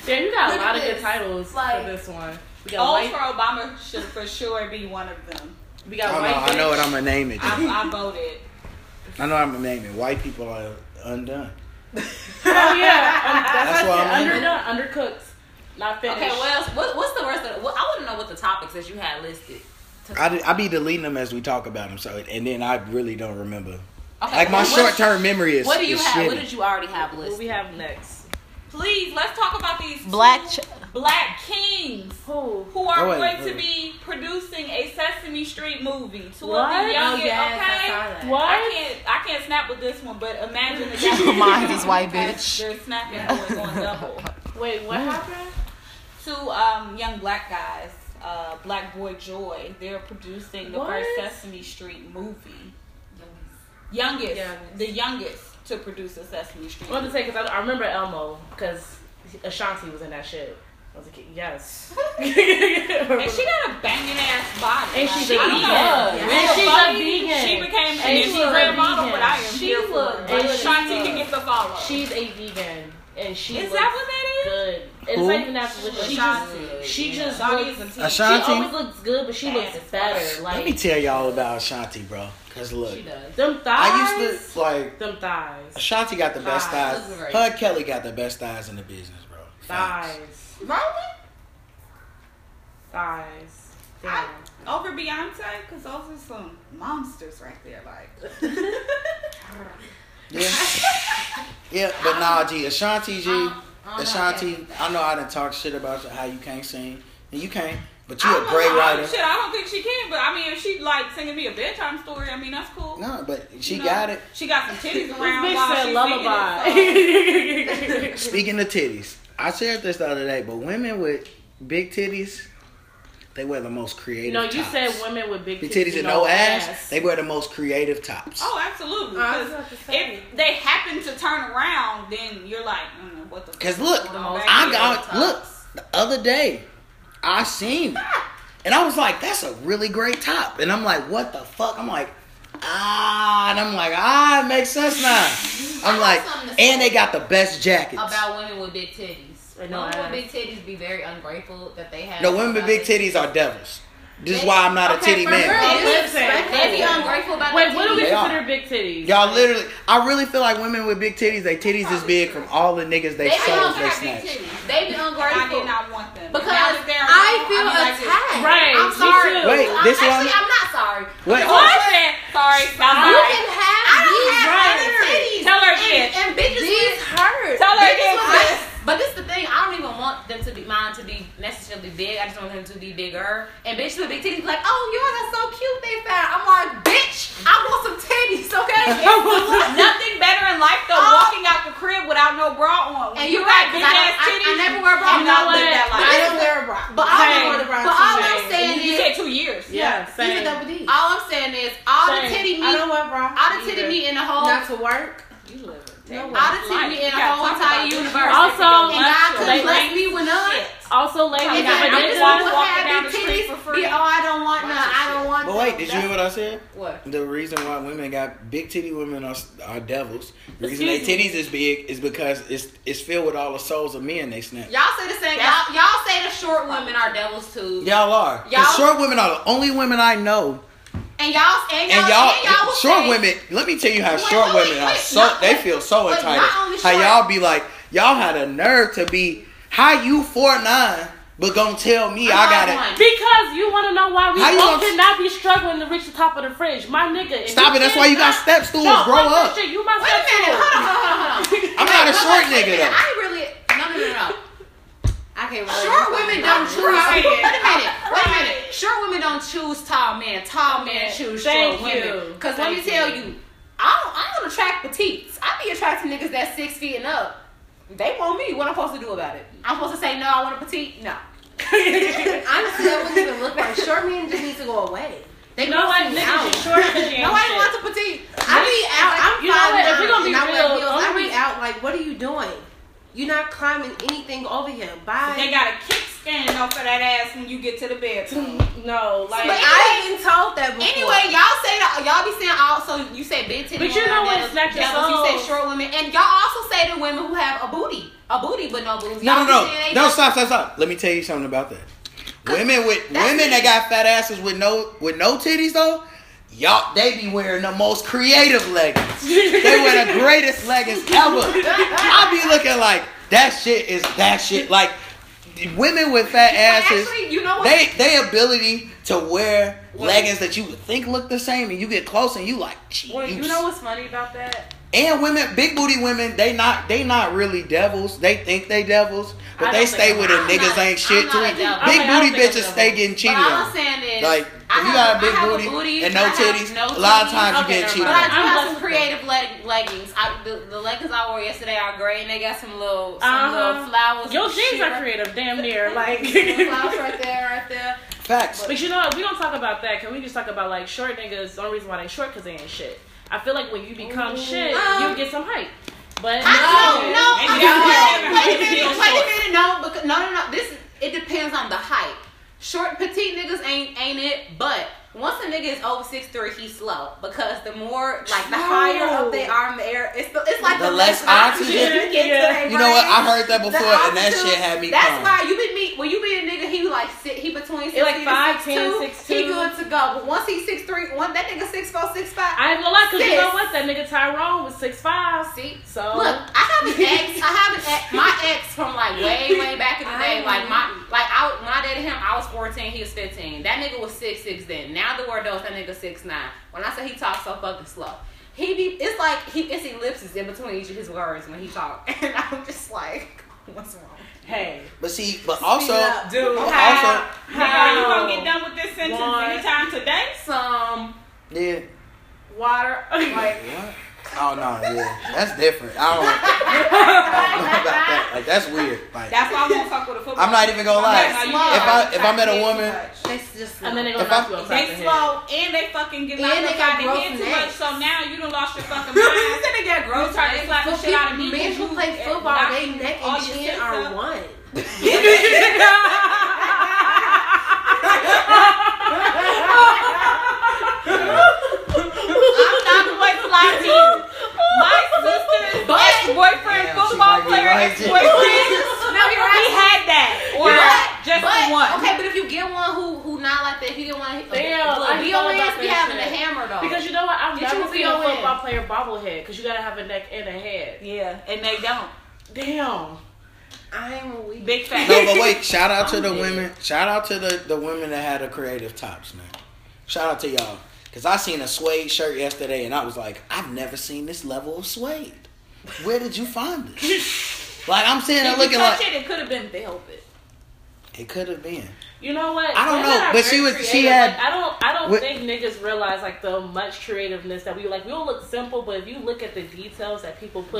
Speaker 1: yeah, you got a
Speaker 3: Look
Speaker 1: lot
Speaker 3: at
Speaker 1: of good
Speaker 3: this.
Speaker 1: titles
Speaker 3: Like-
Speaker 1: for this one. We got
Speaker 5: Old
Speaker 1: white.
Speaker 5: for Obama should for sure be one of them.
Speaker 1: we
Speaker 2: I
Speaker 1: got
Speaker 2: don't know,
Speaker 1: white.
Speaker 2: Oh, I know
Speaker 1: bitch.
Speaker 2: what I'm gonna name it. dude.
Speaker 5: I, I voted.
Speaker 2: I know I'm gonna name it. White people are undone.
Speaker 1: Oh yeah, um, that's,
Speaker 2: That's
Speaker 1: what
Speaker 2: what
Speaker 1: I
Speaker 2: I'm
Speaker 1: said. Underdone, undercooked, not finished.
Speaker 3: okay. What else? What, what's the rest of? The, what, I want to know what the topics that you had listed.
Speaker 2: I, d- I be deleting them as we talk about them, so and then I really don't remember.
Speaker 3: Okay,
Speaker 2: Like my
Speaker 3: what-
Speaker 2: short term memory is.
Speaker 3: What do you
Speaker 2: is
Speaker 3: have?
Speaker 2: shitty.
Speaker 3: What did you already have
Speaker 1: What
Speaker 3: listed?
Speaker 1: we have next?
Speaker 5: Please, let's talk about these two
Speaker 3: Black ch-
Speaker 5: black kings
Speaker 1: Who?
Speaker 5: who are
Speaker 2: Oh, wait,
Speaker 5: going to
Speaker 2: wait.
Speaker 5: be producing a Sesame Street movie. Two of
Speaker 1: What?
Speaker 5: the
Speaker 4: Oh,
Speaker 5: youngest,
Speaker 4: yes,
Speaker 5: okay?
Speaker 4: I saw that.
Speaker 5: I
Speaker 1: What?
Speaker 5: can't I can't snap with this one, but imagine the
Speaker 3: Mind this white bitch.
Speaker 5: They're snapping going on double.
Speaker 1: Wait, what happened?
Speaker 5: Two um, young black guys, uh, Black Boy Joy, they're producing the first
Speaker 1: What?
Speaker 5: Sesame Street movie. Youngest,
Speaker 4: Youngest.
Speaker 5: the youngest to produce a Sesame Street.
Speaker 1: Well, to say because I, I remember Elmo because Ashanti was in that shit. I was like, yes. and
Speaker 5: And she got a banging ass body.
Speaker 1: And
Speaker 5: Like,
Speaker 1: she's
Speaker 5: I
Speaker 1: a
Speaker 5: don't
Speaker 1: vegan.
Speaker 5: know.
Speaker 1: Yeah.
Speaker 5: Her
Speaker 1: And she's a
Speaker 5: body,
Speaker 1: vegan.
Speaker 5: She became
Speaker 1: And
Speaker 5: and she's
Speaker 1: she's
Speaker 5: a
Speaker 1: a
Speaker 5: rare model,
Speaker 1: vegan.
Speaker 5: but I am
Speaker 1: She
Speaker 5: here for
Speaker 1: looked
Speaker 5: her.
Speaker 1: good
Speaker 5: Like,
Speaker 1: as
Speaker 5: Shanti can
Speaker 1: fuck.
Speaker 5: get the follow.
Speaker 1: she's a vegan and she
Speaker 5: is
Speaker 1: looks
Speaker 5: that what that is?
Speaker 1: good. It's
Speaker 2: Who?
Speaker 1: not even that. She just she just
Speaker 5: Doggy is a
Speaker 1: looks.
Speaker 5: teen.
Speaker 2: Asha-
Speaker 1: She
Speaker 2: Ashanti?
Speaker 1: always looks good, but she
Speaker 5: Bad
Speaker 1: looks
Speaker 5: as fuck.
Speaker 1: better.
Speaker 2: Let me
Speaker 1: Like
Speaker 2: tell y'all about Ashanti, bro. Cause look,
Speaker 3: She does.
Speaker 1: them thighs.
Speaker 2: I used to like
Speaker 1: them thighs.
Speaker 2: Ashanti got the best
Speaker 1: Thighs.
Speaker 2: thighs.
Speaker 3: Those are great.
Speaker 2: Her and Kelly got the best thighs in the business, bro. Facts.
Speaker 1: Thighs.
Speaker 3: Really?
Speaker 1: Thighs.
Speaker 5: I-
Speaker 1: Damn.
Speaker 5: over Beyonce, because those are some monsters right there. Like,
Speaker 2: Yeah. yeah, but nah, G. Ashanti, G. Ashanti, I know I done talk shit about you, how you can't sing, and you can't, but you
Speaker 5: I
Speaker 2: a
Speaker 5: don't
Speaker 2: great
Speaker 5: know, I-
Speaker 2: writer.
Speaker 5: Shit, I don't think she can, but I mean, if she like singing me a bedtime story, I mean, that's cool.
Speaker 2: No, but she
Speaker 5: You know,
Speaker 2: got it.
Speaker 5: She got some titties
Speaker 1: This
Speaker 5: around
Speaker 1: bitch
Speaker 5: while
Speaker 1: said
Speaker 5: she's singing it,
Speaker 1: lullaby.
Speaker 2: Speaking of titties, I shared this the other day, but women with big titties, they wear the most creative.
Speaker 1: no, you
Speaker 2: tops.
Speaker 1: said women with big
Speaker 2: Big
Speaker 1: titties,
Speaker 2: titties and no ass, they wear the most creative tops.
Speaker 5: so- Oh, absolutely.
Speaker 4: I was
Speaker 5: 'cause
Speaker 4: about to say.
Speaker 5: if they happen to turn around, then you're like, mm, what the? fuck
Speaker 2: Cause
Speaker 5: is
Speaker 2: look,
Speaker 5: going on back
Speaker 2: I
Speaker 5: here?
Speaker 2: got look the other day, I seen, it, and I was like, that's a really great top, and I'm like, what the fuck? I'm like, ah, and I'm like, ah, it makes sense now. I'm like,
Speaker 3: something to
Speaker 2: and
Speaker 3: say
Speaker 2: they got the best jackets.
Speaker 3: about women with big titties.
Speaker 1: And no
Speaker 3: women
Speaker 1: ass.
Speaker 3: with big titties be very ungrateful that they have.
Speaker 2: No, women with big
Speaker 3: somebody-
Speaker 2: titties are devils. This is why I'm not a
Speaker 4: Okay,
Speaker 2: titty
Speaker 4: for
Speaker 2: man.
Speaker 4: real.
Speaker 1: Hey, listen,
Speaker 3: They be
Speaker 1: listen.
Speaker 3: ungrateful about
Speaker 1: Wait,
Speaker 3: their
Speaker 1: what do we
Speaker 2: They
Speaker 3: titties.
Speaker 2: are.
Speaker 1: consider big titties?
Speaker 2: Y'all literally, I really feel like women with big titties, they titties is big from all the niggas they
Speaker 3: They be
Speaker 2: sold, they
Speaker 5: got big
Speaker 2: snatch.
Speaker 5: titties.
Speaker 3: They be
Speaker 5: And I did
Speaker 3: ungrateful
Speaker 5: not want them.
Speaker 3: because
Speaker 5: Now that they're
Speaker 3: I
Speaker 5: around,
Speaker 3: feel
Speaker 5: be like,
Speaker 3: attacked.
Speaker 1: Right,
Speaker 3: I'm
Speaker 1: me
Speaker 3: sorry.
Speaker 1: too.
Speaker 2: Wait,
Speaker 3: I'm-
Speaker 2: this is what
Speaker 3: actually,
Speaker 2: I'm-
Speaker 3: I'm not sorry.
Speaker 2: Wait,
Speaker 5: What? Sorry, stop.
Speaker 3: You can have these
Speaker 5: Right.
Speaker 3: titties
Speaker 5: Tell her
Speaker 3: and,
Speaker 5: shit.
Speaker 3: and bitches
Speaker 4: These
Speaker 3: with.
Speaker 4: hurt.
Speaker 5: Tell her
Speaker 3: Bitches
Speaker 5: again,
Speaker 3: with
Speaker 5: sis.
Speaker 3: but this is the thing. I don't even want them to be mine to be necessarily big. I just want them to be bigger. And bitches with big titties, be like, oh, yours are so cute. They fat. I'm like, bitch, I want some titties, okay?
Speaker 5: Nothing better in life than
Speaker 3: Oh.
Speaker 5: walking out the crib without no bra on. When
Speaker 3: And
Speaker 5: you
Speaker 3: you're
Speaker 5: got
Speaker 3: right,
Speaker 5: big
Speaker 3: 'cause I
Speaker 5: ass
Speaker 3: don't- I- I
Speaker 5: titties.
Speaker 3: never wear a bra.
Speaker 5: You not
Speaker 1: You know
Speaker 5: live that
Speaker 1: what?
Speaker 5: life.
Speaker 4: I don't wear a bra.
Speaker 3: But all,
Speaker 1: Same.
Speaker 3: I'm,
Speaker 4: Or the bra
Speaker 3: but all
Speaker 4: too
Speaker 3: I'm
Speaker 4: big.
Speaker 3: saying
Speaker 5: You
Speaker 3: is,
Speaker 5: said two years.
Speaker 1: yeah,
Speaker 4: These are
Speaker 1: same.
Speaker 4: double D.
Speaker 3: all I'm saying is, all the
Speaker 1: Same.
Speaker 3: titty meat,
Speaker 4: I
Speaker 3: all
Speaker 4: don't wear bra.
Speaker 3: the titty
Speaker 1: either.
Speaker 3: meat in the whole, all
Speaker 4: Not to work.
Speaker 5: You live a
Speaker 4: No
Speaker 5: day.
Speaker 4: way.
Speaker 3: the titty meat in the whole entire universe.
Speaker 1: Also,
Speaker 3: and God
Speaker 1: they-
Speaker 3: couldn't bless me with none.
Speaker 1: Also, ladies,
Speaker 3: And
Speaker 5: If
Speaker 1: if
Speaker 5: got
Speaker 3: then
Speaker 5: my
Speaker 3: I'm
Speaker 5: dick
Speaker 3: just
Speaker 1: it
Speaker 5: out
Speaker 3: one
Speaker 1: is,
Speaker 5: walking
Speaker 3: who
Speaker 5: down
Speaker 3: had
Speaker 5: the
Speaker 3: big
Speaker 5: street for
Speaker 3: titties.
Speaker 5: free.
Speaker 3: Be, oh, I don't want none. I don't want.
Speaker 2: But wait, did you hear what I said?
Speaker 3: What?
Speaker 2: The reason why women got big titty women are, are devils. The reason
Speaker 1: Excuse
Speaker 2: their titties is big is because it's it's filled with all the souls of men they snatch.
Speaker 3: Y'all say the same. Y'all, y'all say the short women are devils too.
Speaker 2: Y'all are. 'Cause
Speaker 3: Y'all-
Speaker 2: short women are the only women I know
Speaker 5: And y'all and y'all
Speaker 2: And y'all,
Speaker 5: will
Speaker 2: short
Speaker 5: say-
Speaker 2: women. Let me tell you how
Speaker 5: Wait,
Speaker 2: short
Speaker 5: wait,
Speaker 2: women are.
Speaker 5: wait,
Speaker 2: So
Speaker 5: not-
Speaker 2: they feel so
Speaker 5: wait, not
Speaker 2: entitled.
Speaker 5: only
Speaker 2: How
Speaker 5: short.
Speaker 2: y'all be like, y'all had a nerve to be how you four nine, but gonna tell me I gotta
Speaker 1: Because you want to know why we
Speaker 2: How you
Speaker 1: both
Speaker 2: gonna-
Speaker 1: cannot be struggling to reach the top of the fridge, my nigga. if
Speaker 2: stop it. That's why you got
Speaker 1: cannot-
Speaker 2: step stools.
Speaker 1: No,
Speaker 2: Grow
Speaker 1: fuck that
Speaker 2: up.
Speaker 1: Shit, you my
Speaker 3: Wait a
Speaker 1: step
Speaker 3: minute,
Speaker 1: stool.
Speaker 3: hold on, hold on, hold on. hold on.
Speaker 2: I'm not a
Speaker 3: Wait,
Speaker 2: short
Speaker 3: wait a
Speaker 2: nigga
Speaker 3: minute,
Speaker 2: though.
Speaker 3: I really no no no no. I can't relate.
Speaker 5: Short women don't
Speaker 3: Wait a
Speaker 5: choose-
Speaker 3: minute. Wait a minute. Short women don't choose tall men. Tall men choose
Speaker 1: Thank
Speaker 3: short
Speaker 1: you.
Speaker 3: women. Because let me
Speaker 1: Thank
Speaker 3: tell
Speaker 1: you.
Speaker 3: you, I don't, I don't attract petites. I be attracting niggas that's six feet and up. They want me. What I'm supposed to do about it? I'm supposed to say no. I want a petite. No.
Speaker 4: Honestly, that wouldn't even look right. Short men just need to go away.
Speaker 3: They
Speaker 1: You know what,
Speaker 3: grossing me
Speaker 1: niggas
Speaker 3: out.
Speaker 1: is short because you ain't
Speaker 3: Nobody
Speaker 1: shit.
Speaker 3: wants a petite.
Speaker 4: I be out. I'm
Speaker 1: You know
Speaker 4: five
Speaker 1: what, if
Speaker 4: nine,
Speaker 1: you're gonna be
Speaker 4: and I
Speaker 1: real,
Speaker 4: wear heels.
Speaker 1: only
Speaker 4: I be
Speaker 1: reason-
Speaker 4: out. Like, what are you doing? You're not climbing anything over here. Bye.
Speaker 5: They got a kick standing off of that ass when you get to the bedroom.
Speaker 1: No, like.
Speaker 4: but I've been told that before.
Speaker 3: Anyway, y'all say that y'all be saying also you say big titty.
Speaker 1: But you
Speaker 3: women
Speaker 1: know
Speaker 3: are
Speaker 1: what
Speaker 3: devils-
Speaker 1: snatches
Speaker 3: devils, You
Speaker 1: souls.
Speaker 3: say short women, and y'all also say the women who have a booty, a booty but no boobs.
Speaker 2: No,
Speaker 3: Y'all
Speaker 2: no,
Speaker 3: be
Speaker 2: no,
Speaker 3: saying they
Speaker 2: no!
Speaker 3: just-
Speaker 2: Stop, stop, stop! Let me tell you something about that. Women with
Speaker 3: That's
Speaker 2: women
Speaker 3: me.
Speaker 2: that got fat asses with no with no titties though, y'all they be wearing the most creative leggings. they wear the greatest leggings ever. I be looking like that shit is that shit. Like women with fat asses,
Speaker 3: Actually, you know what?
Speaker 2: they they ability to wear leggings that you would think look the same, and you get close and you like,
Speaker 1: Well,
Speaker 2: jeez.
Speaker 1: you know what's funny about that?
Speaker 2: And women, big booty women, they not they not really devils. They think they devils,
Speaker 1: I
Speaker 2: but
Speaker 1: don't
Speaker 2: they stay
Speaker 1: think-
Speaker 2: with a
Speaker 3: I'm
Speaker 2: niggas
Speaker 3: not-
Speaker 2: ain't shit
Speaker 3: I'm
Speaker 2: to
Speaker 3: not a
Speaker 2: it.
Speaker 3: devil.
Speaker 1: I'm
Speaker 2: Big
Speaker 1: like, I
Speaker 2: booty
Speaker 1: don't think I'm
Speaker 2: bitches
Speaker 1: a
Speaker 2: stay
Speaker 1: devil.
Speaker 2: getting
Speaker 3: But
Speaker 2: cheated
Speaker 3: all I'm
Speaker 2: on.
Speaker 3: saying is,
Speaker 2: Like
Speaker 3: I
Speaker 2: if you
Speaker 3: have-
Speaker 2: got a big
Speaker 3: I have
Speaker 2: booty, and
Speaker 3: I
Speaker 2: no
Speaker 3: have
Speaker 2: titties,
Speaker 3: no
Speaker 2: a lot of
Speaker 3: titties.
Speaker 2: times
Speaker 1: Okay,
Speaker 2: you get
Speaker 1: never
Speaker 2: cheated
Speaker 3: But
Speaker 1: mind.
Speaker 2: on.
Speaker 3: I
Speaker 1: I'm
Speaker 3: do
Speaker 1: blessed
Speaker 3: have some
Speaker 1: with
Speaker 3: creative leg- leggings. I, the, the leggings I wore yesterday are gray, and they got some little some
Speaker 1: Uh-huh.
Speaker 3: little flowers.
Speaker 1: Your
Speaker 3: and
Speaker 1: jeans
Speaker 3: shit
Speaker 1: are
Speaker 3: right-
Speaker 1: creative, damn near. Like.
Speaker 3: Little flowers right there, right there.
Speaker 2: Facts.
Speaker 1: But you know what? We don't talk about that. Can we just talk about like short niggas? The only reason why they short because they ain't shit. I feel like when you become shit,
Speaker 3: Um,
Speaker 1: you get some hype. But
Speaker 3: I no, no,
Speaker 1: And
Speaker 3: no,
Speaker 1: you
Speaker 3: no,
Speaker 1: got-
Speaker 3: wait a minute, wait a minute, no, because, no, no, no. This it depends on the height. Short petite niggas ain't ain't it, but once a nigga is over six three, he's slow because the more like the higher up they are in the air, it's the, it's like
Speaker 2: The
Speaker 3: the,
Speaker 2: less oxygen.
Speaker 3: you get to
Speaker 1: Yeah.
Speaker 3: their
Speaker 2: You know what? I
Speaker 3: brain.
Speaker 2: heard that
Speaker 3: The
Speaker 2: before, and that
Speaker 3: altitude,
Speaker 2: shit had me
Speaker 3: That's
Speaker 2: calm.
Speaker 3: why you been meet when you be a nigga. He like sit, he between six
Speaker 1: He like
Speaker 3: feet and
Speaker 1: five, 10,
Speaker 3: 6'2",
Speaker 1: six
Speaker 3: He
Speaker 1: two.
Speaker 3: good to go, but once he's six three, one that nigga six four six five.
Speaker 1: I ain't gonna lie, cause you
Speaker 3: Sis.
Speaker 1: know what? That nigga Tyrone was six five.
Speaker 3: See,
Speaker 1: So
Speaker 3: Look, I have an ex. I have an ex. My ex from like way, way back in the day. Like my, like I, when I dated him, I was fourteen. He was fifteen. That nigga was six six then. Now the word knows that nigga six nine. When I say he talks so fucking slow, he be. It's like he, it's ellipses in between each of his words when he talk, and I'm just like, what's wrong?
Speaker 1: hey,
Speaker 2: But see, but also,
Speaker 3: up.
Speaker 1: dude,
Speaker 2: also,
Speaker 5: Nigga, you
Speaker 1: How?
Speaker 5: gonna get done with this sentence
Speaker 1: Why?
Speaker 5: anytime today?
Speaker 3: Some
Speaker 2: yeah.
Speaker 1: water.
Speaker 2: What? Oh no, yeah, that's different. I don't, I don't know about that. Like that's weird. Like
Speaker 5: That's why I won't fuck with a football.
Speaker 2: I'm not even gonna lie.
Speaker 5: That's
Speaker 2: If
Speaker 5: why you
Speaker 2: I
Speaker 5: get
Speaker 2: if I met a
Speaker 5: too
Speaker 2: woman.
Speaker 5: much.
Speaker 4: That's just
Speaker 1: and then they
Speaker 2: If
Speaker 1: gonna
Speaker 2: I-
Speaker 1: knock you upside
Speaker 5: They
Speaker 1: the head.
Speaker 5: slow and they fucking get
Speaker 4: And
Speaker 5: knocked
Speaker 4: they
Speaker 5: upside
Speaker 4: got
Speaker 5: the
Speaker 4: gross
Speaker 5: head too much.
Speaker 4: necks.
Speaker 5: So now you done lost your fucking
Speaker 3: this
Speaker 5: mind.
Speaker 3: nigga got
Speaker 5: You
Speaker 3: gross.
Speaker 5: try to slap the
Speaker 4: But
Speaker 5: shit out of me.
Speaker 4: people, men
Speaker 5: 'cause
Speaker 4: who
Speaker 5: you-
Speaker 4: play
Speaker 5: and
Speaker 4: football,
Speaker 5: knock
Speaker 4: they neck
Speaker 5: all
Speaker 4: and
Speaker 5: your
Speaker 4: chin
Speaker 5: shits
Speaker 4: are
Speaker 5: up.
Speaker 4: one.
Speaker 5: I'm not the way to lie to you. My sister's ex-boyfriend,
Speaker 2: Damn, she
Speaker 5: football
Speaker 2: might be
Speaker 5: player,
Speaker 2: right.
Speaker 5: ex-boyfriend.
Speaker 3: No, you're
Speaker 5: We
Speaker 3: right.
Speaker 5: had that. Or
Speaker 3: But-
Speaker 5: just
Speaker 3: but,
Speaker 5: the one.
Speaker 3: Okay, but if you get one who who not like that, if you get one,
Speaker 1: Damn, I
Speaker 3: look,
Speaker 1: just
Speaker 3: be
Speaker 1: thought
Speaker 3: on
Speaker 1: about
Speaker 3: be
Speaker 1: that
Speaker 3: having
Speaker 1: shit.
Speaker 3: a hammer though.
Speaker 1: Because you know what? I've
Speaker 3: Get
Speaker 1: never
Speaker 3: your
Speaker 1: seen a
Speaker 3: VON.
Speaker 1: football player bobblehead because you gotta have a neck and a head.
Speaker 5: Yeah, and they don't.
Speaker 1: Damn.
Speaker 4: I'm a weak.
Speaker 5: Big fat.
Speaker 2: No, but wait! Shout out to
Speaker 1: I'm
Speaker 2: the
Speaker 1: dead.
Speaker 2: women. Shout out to the the women that had the creative tops, man. Shout out to y'all, cause I seen a suede shirt yesterday, and I was like, I've never seen this level of suede. Where did you find this? like I'm sitting there
Speaker 5: If you
Speaker 2: looking like
Speaker 5: touch it, it could have been velvet.
Speaker 2: it could have been.
Speaker 1: You know what?
Speaker 2: I don't
Speaker 1: Women
Speaker 2: know,
Speaker 1: are
Speaker 2: but she
Speaker 1: very
Speaker 2: was- she
Speaker 1: creative.
Speaker 2: had-
Speaker 1: Like, I don't. I don't
Speaker 2: What-
Speaker 1: think niggas realize like the much creativeness that we like. We don't look simple, but if you look at the details that people put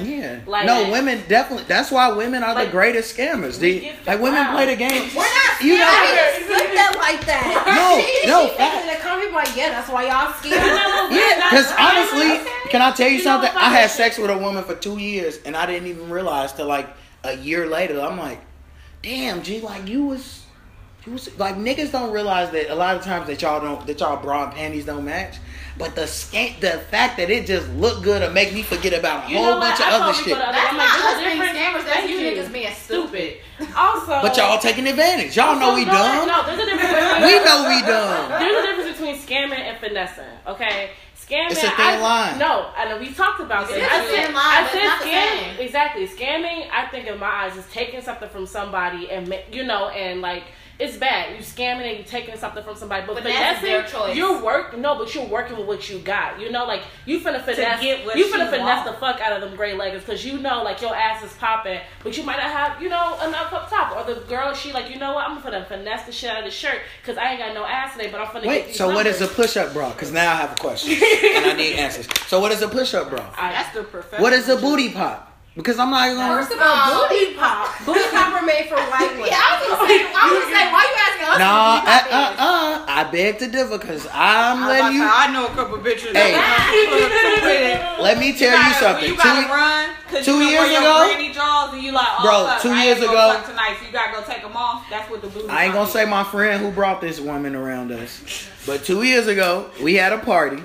Speaker 1: in,
Speaker 2: Yeah.
Speaker 1: Like-
Speaker 2: no, women definitely. That's why women are
Speaker 1: Like,
Speaker 2: the greatest scammers.
Speaker 1: we
Speaker 2: The,
Speaker 1: get the
Speaker 2: like women
Speaker 1: crowd.
Speaker 2: play the game.
Speaker 4: We're not
Speaker 2: You
Speaker 4: scared.
Speaker 2: know.
Speaker 4: I didn't slip that like that.
Speaker 2: No,
Speaker 4: she,
Speaker 2: no,
Speaker 4: She
Speaker 2: facts.
Speaker 4: making the comment like, yeah, that's why y'all
Speaker 1: You
Speaker 4: scared.
Speaker 1: know, we're
Speaker 2: Yeah,
Speaker 1: not-
Speaker 2: because
Speaker 1: I don't know.
Speaker 2: honestly, can I tell you,
Speaker 1: You know,
Speaker 2: something?
Speaker 1: if I
Speaker 2: I had
Speaker 1: had-
Speaker 2: sex with a woman for two years, and I didn't even realize till like a year later. I'm like, damn, G, like you was, you was like niggas don't realize that a lot of times that y'all don't that y'all bra and panties don't match. But the scan, the fact that it just looked good to make me forget about a
Speaker 1: You know
Speaker 2: whole
Speaker 1: what?
Speaker 2: bunch of
Speaker 1: I
Speaker 2: other
Speaker 1: thought we
Speaker 2: shit.
Speaker 1: put up-
Speaker 3: That's
Speaker 1: I'm like, this
Speaker 3: not
Speaker 1: is
Speaker 3: us being
Speaker 1: different-
Speaker 3: scammers. That's
Speaker 1: Thank
Speaker 3: you
Speaker 1: you.
Speaker 3: niggas being stupid.
Speaker 1: stupid. Also,
Speaker 2: But y'all taking advantage. Y'all know
Speaker 1: also,
Speaker 2: we
Speaker 1: no,
Speaker 2: dumb.
Speaker 1: No, there's a difference. Between,
Speaker 2: We know we dumb.
Speaker 1: there's a difference between scamming and finessing. Okay, scamming.
Speaker 2: It's a thin
Speaker 1: I,
Speaker 2: line.
Speaker 1: No, I know we talked about
Speaker 3: It's
Speaker 1: this.
Speaker 3: a
Speaker 1: I
Speaker 3: thin
Speaker 1: said,
Speaker 3: line,
Speaker 1: I
Speaker 3: but
Speaker 1: said
Speaker 3: not the
Speaker 1: scamming.
Speaker 3: same.
Speaker 1: Exactly, scamming. I think in my eyes is taking something from somebody and ma- you know and like. It's bad. You scamming and you taking something from somebody, but
Speaker 3: Finesse is
Speaker 1: finessing,
Speaker 3: their choice.
Speaker 1: you're work no, but you're working with what you got. You know, like you finna finesse,
Speaker 5: get what
Speaker 1: you finna
Speaker 5: you
Speaker 1: finesse
Speaker 5: want.
Speaker 1: the fuck out of them gray leggings because you know, like your ass is popping, but you might not have, you know, enough up top. Or the girl, she like, you know what, I'm finna finesse the shit out of this shirt because I ain't got no ass today, but I'm finna. get
Speaker 2: Wait,
Speaker 1: these
Speaker 2: so what is
Speaker 1: numbers.
Speaker 2: a push up bra? Because now I have a question and I need answers. So what is a push up bra?
Speaker 1: I,
Speaker 5: That's the professional.
Speaker 2: What is a booty pop? Because I'm not gonna.
Speaker 3: First of all,
Speaker 4: booty pop. Booty pop are made for white women.
Speaker 3: yeah, I was gonna say, I was gonna say, why you asking us?
Speaker 2: No,
Speaker 3: what
Speaker 2: uh,
Speaker 3: booty pop
Speaker 2: uh,
Speaker 3: is?
Speaker 2: uh, I beg to differ because I'm letting you.
Speaker 5: I know a couple bitches.
Speaker 2: Hey.
Speaker 5: that
Speaker 2: Let me tell you something.
Speaker 5: You gotta
Speaker 2: Two-
Speaker 5: run because
Speaker 2: two
Speaker 5: you don't
Speaker 2: years
Speaker 5: wear
Speaker 2: ago-
Speaker 5: your granny jaws and you like, oh,
Speaker 2: Bro,
Speaker 5: fuck,
Speaker 2: two
Speaker 5: I
Speaker 2: years
Speaker 5: ain't gonna
Speaker 2: ago-
Speaker 5: fuck tonight. So you gotta go take them off. That's what the booty.
Speaker 2: I ain't gonna
Speaker 5: pop
Speaker 2: say
Speaker 5: is.
Speaker 2: my friend who brought this woman around us, but two years ago we had a party,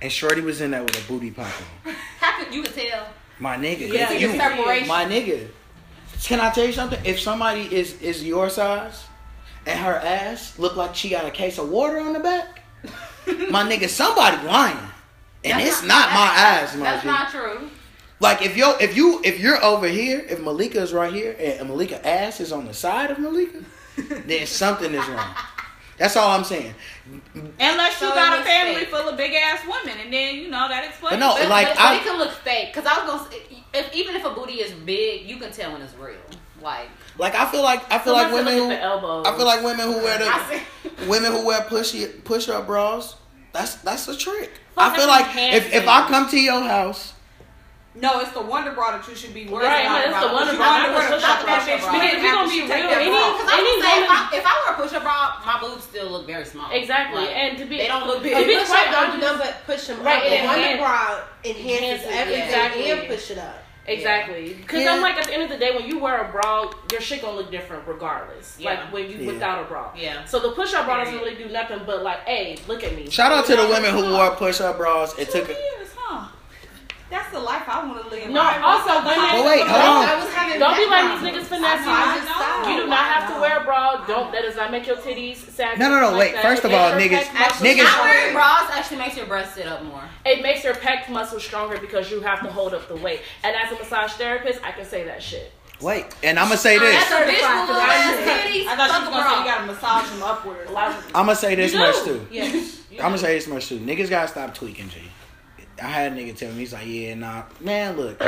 Speaker 2: and Shorty was in there with a booty pop on.
Speaker 3: How could you tell?
Speaker 2: My nigga,
Speaker 5: Yeah,
Speaker 2: if
Speaker 5: you-
Speaker 2: you,
Speaker 3: Separation.
Speaker 2: my nigga. Can I tell you something? If somebody is is your size, and her ass look like she got a case of water on the back, my nigga, somebody lying, and
Speaker 3: That's
Speaker 2: it's not, my
Speaker 3: that's-
Speaker 2: ass, my
Speaker 3: That's
Speaker 2: G.
Speaker 3: not true.
Speaker 2: Like if yo if you if you're over here, if Malika is right here and Malika ass is on the side of Malika, then something is wrong. That's all I'm saying.
Speaker 5: Unless you
Speaker 3: So it
Speaker 5: got a
Speaker 3: looks
Speaker 5: family
Speaker 3: fake.
Speaker 5: full of big ass women, and then you know that explains.
Speaker 2: But no,
Speaker 3: But,
Speaker 2: like
Speaker 3: but
Speaker 2: I
Speaker 3: it can look fake. Cause I was gonna, say, if even if a booty is big, you can tell when it's real. Like
Speaker 2: like I feel like I feel like
Speaker 1: Sometimes
Speaker 2: women
Speaker 1: I look
Speaker 2: who
Speaker 1: at the elbows.
Speaker 2: I feel like women who wear the
Speaker 3: I see.
Speaker 2: women who wear pushy push up bras. That's that's a trick.
Speaker 1: Fuck,
Speaker 2: I feel
Speaker 1: that's
Speaker 2: like if if I come to your house,
Speaker 5: No, it's the Wonder Bra that you should be wearing.
Speaker 1: Right, man, it's the Wonder Bra, not the push-up
Speaker 5: that
Speaker 1: bra.
Speaker 5: bitch.
Speaker 1: Because if we gonna be
Speaker 5: Take
Speaker 1: real, any-
Speaker 5: that bra.
Speaker 3: Because I
Speaker 1: Any
Speaker 3: would say if I,
Speaker 1: woman-
Speaker 3: if I were a push-up bra, my boobs still look very small.
Speaker 1: Exactly,
Speaker 3: Like,
Speaker 1: and to be
Speaker 3: they don't look big.
Speaker 1: a big
Speaker 4: push
Speaker 1: white
Speaker 4: up
Speaker 1: don't do
Speaker 4: don't do nothing but push them
Speaker 1: Right,
Speaker 4: up.
Speaker 1: it
Speaker 4: And Wonder
Speaker 1: enhance-
Speaker 4: bra enhances
Speaker 1: enhances it,
Speaker 4: everything
Speaker 1: exactly.
Speaker 4: and push it up.
Speaker 1: Exactly, because
Speaker 2: Yeah.
Speaker 1: I'm like at the end of the day, when you wear a bra, your shit gonna look different regardless.
Speaker 3: Yeah.
Speaker 1: Like when you
Speaker 2: Yeah.
Speaker 1: without a bra.
Speaker 3: Yeah.
Speaker 1: So the push-up bra doesn't
Speaker 3: Period.
Speaker 1: really do nothing but like, hey, look at me.
Speaker 2: shout out to the women who wore push up bras and
Speaker 5: Two
Speaker 2: took. it.
Speaker 5: years, huh? That's the life I want to live.
Speaker 1: No,
Speaker 5: I
Speaker 1: also
Speaker 5: want to
Speaker 1: women-
Speaker 2: But wait, hold on.
Speaker 4: was having
Speaker 1: Don't be
Speaker 4: back
Speaker 1: letting
Speaker 4: problems.
Speaker 1: these niggas
Speaker 5: I
Speaker 1: finesse
Speaker 5: know,
Speaker 1: you.
Speaker 5: I know.
Speaker 1: You do not have
Speaker 5: I
Speaker 1: to
Speaker 5: know.
Speaker 1: wear a bra. Don't. That does not make your titties saggy.
Speaker 2: No, no, no,
Speaker 1: like
Speaker 2: wait.
Speaker 1: that.
Speaker 2: First of
Speaker 1: It
Speaker 2: all,
Speaker 1: makes your
Speaker 2: niggas-
Speaker 1: pec muscles
Speaker 2: niggas-
Speaker 3: Not wearing
Speaker 1: stronger.
Speaker 3: bras actually makes your breasts sit up more.
Speaker 1: It makes your pec muscle stronger because you have to hold up the weight. And as a massage therapist, I can say that shit.
Speaker 2: Wait, and I'm gonna say this.
Speaker 3: That's a bitch with little ass titties.
Speaker 5: I thought you
Speaker 3: Fuck a
Speaker 5: was gonna say you
Speaker 3: bra.
Speaker 5: gotta massage them upward.
Speaker 1: A lot of-
Speaker 2: I'm gonna say this
Speaker 1: You
Speaker 2: much
Speaker 1: do.
Speaker 2: too.
Speaker 1: Yes.
Speaker 2: I'm gonna say this much too. Niggas gotta stop tweaking, G. I had a nigga tell me, he's like, yeah, nah, man, look.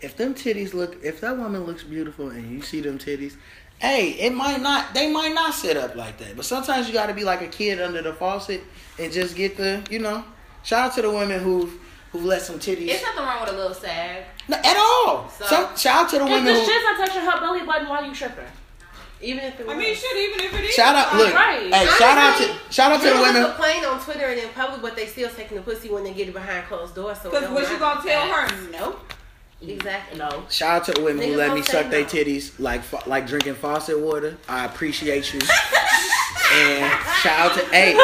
Speaker 2: If them titties look, if that woman looks beautiful and you see them titties, hey, it might not, they might not sit up like that. But sometimes you gotta be like a kid under the faucet and just get the, you know. Shout out to the women who who let some titties
Speaker 3: It's nothing wrong with a little sag.
Speaker 2: no, at all.
Speaker 3: So-
Speaker 2: Some, shout out to the
Speaker 1: If
Speaker 2: women
Speaker 1: the
Speaker 2: who.
Speaker 1: shit's not touching her belly button, why you tripping?
Speaker 4: Even if it
Speaker 5: I
Speaker 4: was.
Speaker 5: mean, shit, even if it is.
Speaker 2: Shout out, look,
Speaker 1: Right.
Speaker 2: hey, shout out to shout out to the
Speaker 4: Niggas
Speaker 2: women.
Speaker 4: complain on Twitter and in public, but they still taking the pussy when they get it behind closed doors. So it
Speaker 5: Because
Speaker 4: don't
Speaker 5: what
Speaker 4: matter.
Speaker 5: you gonna tell her? No.
Speaker 4: Exactly.
Speaker 1: No.
Speaker 2: Shout out to the women who
Speaker 4: Niggas
Speaker 2: let
Speaker 4: don't
Speaker 2: me
Speaker 4: say
Speaker 2: suck
Speaker 4: no.
Speaker 2: their titties like fo- like drinking faucet water. I appreciate you. and shout out to hey,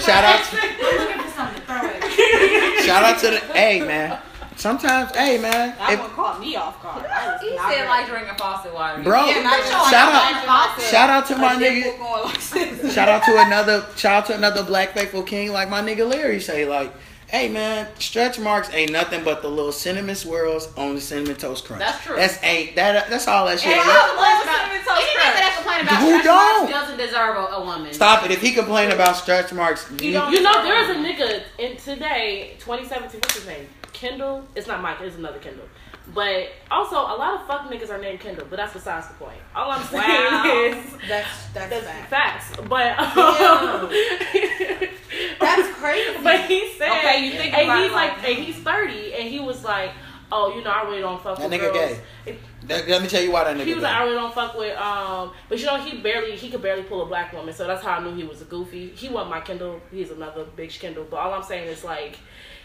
Speaker 2: shout out to,
Speaker 8: I'm looking for something to throw at.
Speaker 2: shout out to the hey man. Sometimes hey man,
Speaker 5: That
Speaker 2: if,
Speaker 5: one caught me off guard. I was
Speaker 3: He
Speaker 5: not
Speaker 3: said
Speaker 5: ready.
Speaker 3: like drinking faucet water.
Speaker 2: bro,
Speaker 5: Yeah, not sure.
Speaker 2: shout
Speaker 5: I'm
Speaker 2: out
Speaker 5: not sure.
Speaker 2: shout out to my
Speaker 5: A nipple
Speaker 2: nigga.
Speaker 5: going like this.
Speaker 2: Shout out to another shout out to another black faithful king like my nigga Larry say like. Hey man, stretch marks ain't nothing but the little cinnamon swirls on the cinnamon toast crunch.
Speaker 3: That's true.
Speaker 2: That's ain't that. That's all that shit.
Speaker 5: And
Speaker 2: is.
Speaker 5: I was like, what's up with so
Speaker 3: Any nigga that
Speaker 5: stressed?
Speaker 3: complain about
Speaker 2: Who
Speaker 3: stretch
Speaker 2: don't?
Speaker 3: marks doesn't deserve a, a woman.
Speaker 2: Stop it. If he complained about stretch marks, you
Speaker 3: don't-
Speaker 1: You know, there is a nigga in today, 2017, what's his name? Kendall? It's not Mike, it's another Kendall. But also, a lot of fuck niggas are named Kendall, but that's besides the point. All I'm saying
Speaker 5: Wow.
Speaker 1: is
Speaker 4: That's that's,
Speaker 1: that's
Speaker 4: fact.
Speaker 1: facts. But, um,
Speaker 4: That's crazy.
Speaker 1: but he said,
Speaker 5: Okay, you think
Speaker 1: and
Speaker 5: about
Speaker 1: he's
Speaker 5: it
Speaker 1: like,
Speaker 5: like
Speaker 1: and he's 30, and he was like, oh, you know, I really don't fuck
Speaker 2: That
Speaker 1: with
Speaker 2: nigga
Speaker 1: girls.
Speaker 2: That- let me tell you why that nigga.
Speaker 1: He was like,
Speaker 2: gay.
Speaker 1: I really don't fuck with, um, but you know, he barely, he could barely pull a black woman, so that's how I knew he was a goofy. He wasn't my Kendall, he's another bitch Kendall, but all I'm saying is like,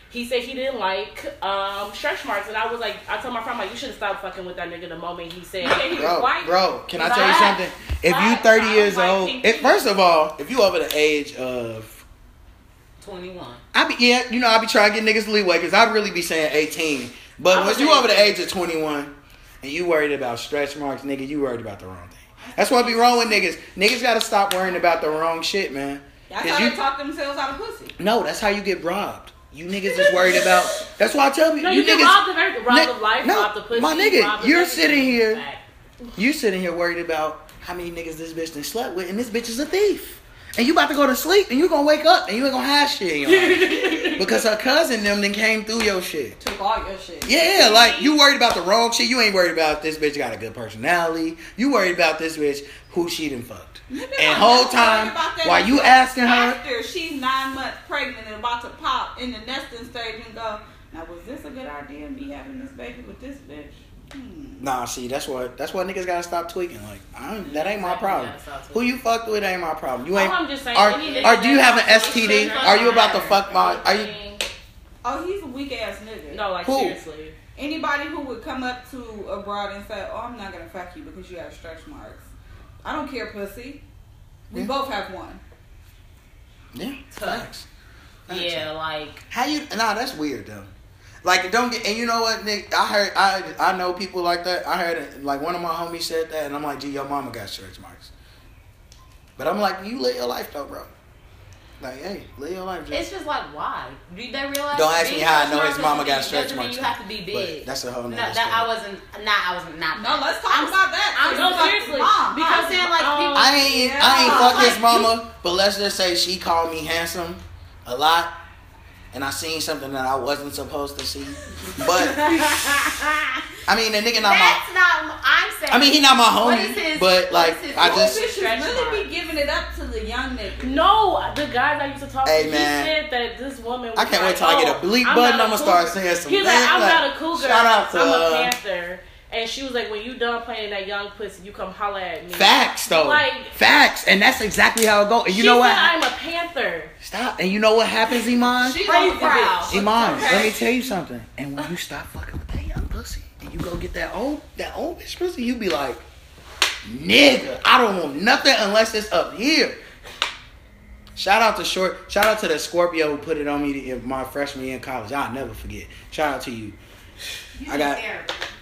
Speaker 1: he said he didn't like um, stretch marks, and I was like, I told my friend, like, you should have stopped fucking with that nigga the moment "Oh, he said,
Speaker 5: He was
Speaker 2: Bro,
Speaker 5: white.
Speaker 2: bro, can I
Speaker 1: He's
Speaker 2: tell you
Speaker 1: like,
Speaker 2: something? If you
Speaker 1: like,
Speaker 2: 30
Speaker 1: I'm
Speaker 2: years
Speaker 1: like,
Speaker 2: old,
Speaker 1: pinky.
Speaker 2: if first of all, if you over the age of,
Speaker 3: Twenty one.
Speaker 2: I be yeah, you know, I be trying to get niggas leeway because I'd really be saying 18.
Speaker 1: I
Speaker 2: But
Speaker 1: was
Speaker 2: once you over the
Speaker 1: 18.
Speaker 2: age of 21 and you worried about stretch marks, nigga, you worried about the wrong thing. That's what be wrong with niggas. Niggas gotta stop worrying about the wrong shit, man.
Speaker 5: That's
Speaker 2: 'Cause
Speaker 5: how
Speaker 2: you-
Speaker 5: they talk themselves out of pussy.
Speaker 2: No, that's how you get robbed. You niggas is worried about. That's why I tell
Speaker 1: No,
Speaker 2: people.
Speaker 1: you,
Speaker 2: niggas,
Speaker 1: get robbed of everything. Robbed
Speaker 2: Ni-
Speaker 1: of life,
Speaker 2: no,
Speaker 1: robbed of pussy.
Speaker 2: my nigga,
Speaker 1: robbed of
Speaker 2: you're
Speaker 1: everything.
Speaker 2: sitting here-
Speaker 1: Fact.
Speaker 2: You sitting here worried about how many niggas this bitch done slept with, and this bitch is a thief. And you about to go to sleep, and you gonna wake up, and you ain't gonna have shit in your life. because her cousin them then came through your shit.
Speaker 5: Took all your shit.
Speaker 2: Yeah, like you worried about the wrong shit. You ain't worried about this bitch got a good personality. You worried about this bitch who she done fucked. And whole time while you asking her,
Speaker 5: after she's nine months pregnant and about to pop in the nesting stage and go, now was this a good idea me having this baby with this bitch? Hmm.
Speaker 2: nah, see, that's what that's why niggas gotta stop tweaking. Like, I don't, that ain't my
Speaker 1: Exactly,
Speaker 2: problem.
Speaker 1: gotta stop tweaking.
Speaker 2: Who you fucked with ain't my problem. You ain't.
Speaker 1: All I'm just saying,
Speaker 2: Or,
Speaker 1: any
Speaker 2: or
Speaker 1: nigga
Speaker 2: do you
Speaker 1: that
Speaker 2: have an
Speaker 1: wants to
Speaker 2: STD?
Speaker 1: fuck
Speaker 2: Are you about to
Speaker 1: matter.
Speaker 2: fuck my? Are you?
Speaker 5: Oh, he's a weak ass nigga.
Speaker 1: No, like
Speaker 2: Who?
Speaker 1: seriously.
Speaker 5: Anybody who would come up to abroad and say, "Oh, I'm not gonna fuck you because you have stretch marks," I don't care, pussy. We
Speaker 2: Yeah.
Speaker 5: both have one.
Speaker 2: Yeah. Facts. Facts.
Speaker 1: Yeah, like
Speaker 2: How you? Nah, that's weird though. Like don't get and you know what, Nick? I heard I I know people like that. I heard like one of my homies said that, and I'm like, gee, your mama got stretch marks. But I'm like, you live your life though, bro. Like, hey, live your life.
Speaker 1: it's
Speaker 2: Just,
Speaker 1: just like why? Did they realize?
Speaker 2: Don't ask me
Speaker 1: being
Speaker 2: how I
Speaker 1: stretch
Speaker 2: know his
Speaker 1: marks
Speaker 2: mama
Speaker 1: doesn't
Speaker 2: got
Speaker 1: mean-
Speaker 2: stretch
Speaker 1: doesn't
Speaker 2: marks.
Speaker 1: Mean you have to be big.
Speaker 2: but that's a whole
Speaker 3: No,
Speaker 2: nother
Speaker 3: that
Speaker 2: story.
Speaker 3: I wasn't. Nah, I wasn't. Not.
Speaker 5: No, let's talk
Speaker 3: I'm-
Speaker 5: about that.
Speaker 3: I'm-
Speaker 5: You
Speaker 1: no,
Speaker 5: fucked
Speaker 1: seriously,
Speaker 5: mom.
Speaker 1: because
Speaker 3: I'm saying, like,
Speaker 1: um,
Speaker 3: people-
Speaker 2: I ain't I ain't
Speaker 5: Yeah.
Speaker 2: fuck his
Speaker 5: Like,
Speaker 2: mama, but let's just say she called me handsome a lot, and I seen something that I wasn't supposed to see. But I mean, the nigga not my.
Speaker 3: That's not. I'm saying.
Speaker 2: I mean, he not my
Speaker 3: What
Speaker 2: homie,
Speaker 3: is his-
Speaker 2: but like
Speaker 3: what is his-
Speaker 2: I
Speaker 3: what
Speaker 5: These
Speaker 2: just
Speaker 5: bitches
Speaker 1: Stretch
Speaker 5: really be giving it up to the young nigga.
Speaker 1: No, the guys I used to talk
Speaker 2: Hey,
Speaker 1: to,
Speaker 2: man.
Speaker 1: he said that this woman. Was
Speaker 2: I can't
Speaker 1: like,
Speaker 2: wait till I get
Speaker 1: "Oh,
Speaker 2: a bleep
Speaker 1: I'm
Speaker 2: button.
Speaker 1: not
Speaker 2: I'm gonna
Speaker 1: cougar."
Speaker 2: start saying some.
Speaker 1: He's like,
Speaker 2: things,
Speaker 1: I'm
Speaker 2: like,
Speaker 1: not a cougar.
Speaker 2: Shout out to
Speaker 1: I'm a
Speaker 2: uh,
Speaker 1: panther. And she was like, when you done playing that young pussy, you come holler at me.
Speaker 2: facts though.
Speaker 1: Like-
Speaker 2: facts, and that's exactly how it go. And you
Speaker 1: she
Speaker 2: know
Speaker 1: Said,
Speaker 2: what?
Speaker 1: I'm a panther.
Speaker 2: Stop. And you know what happens, Iman?
Speaker 5: She's
Speaker 1: Crazy
Speaker 5: on proud.
Speaker 1: bitch.
Speaker 2: Iman, let me tell you something. And when you stop fucking with that young pussy, and you go get that old that old bitch pussy, you be like, nigga, I don't want nothing unless it's up here. Shout out to short. Shout out to the Scorpio who put it on me in my freshman year in college. I'll never forget. Shout out to you. I got.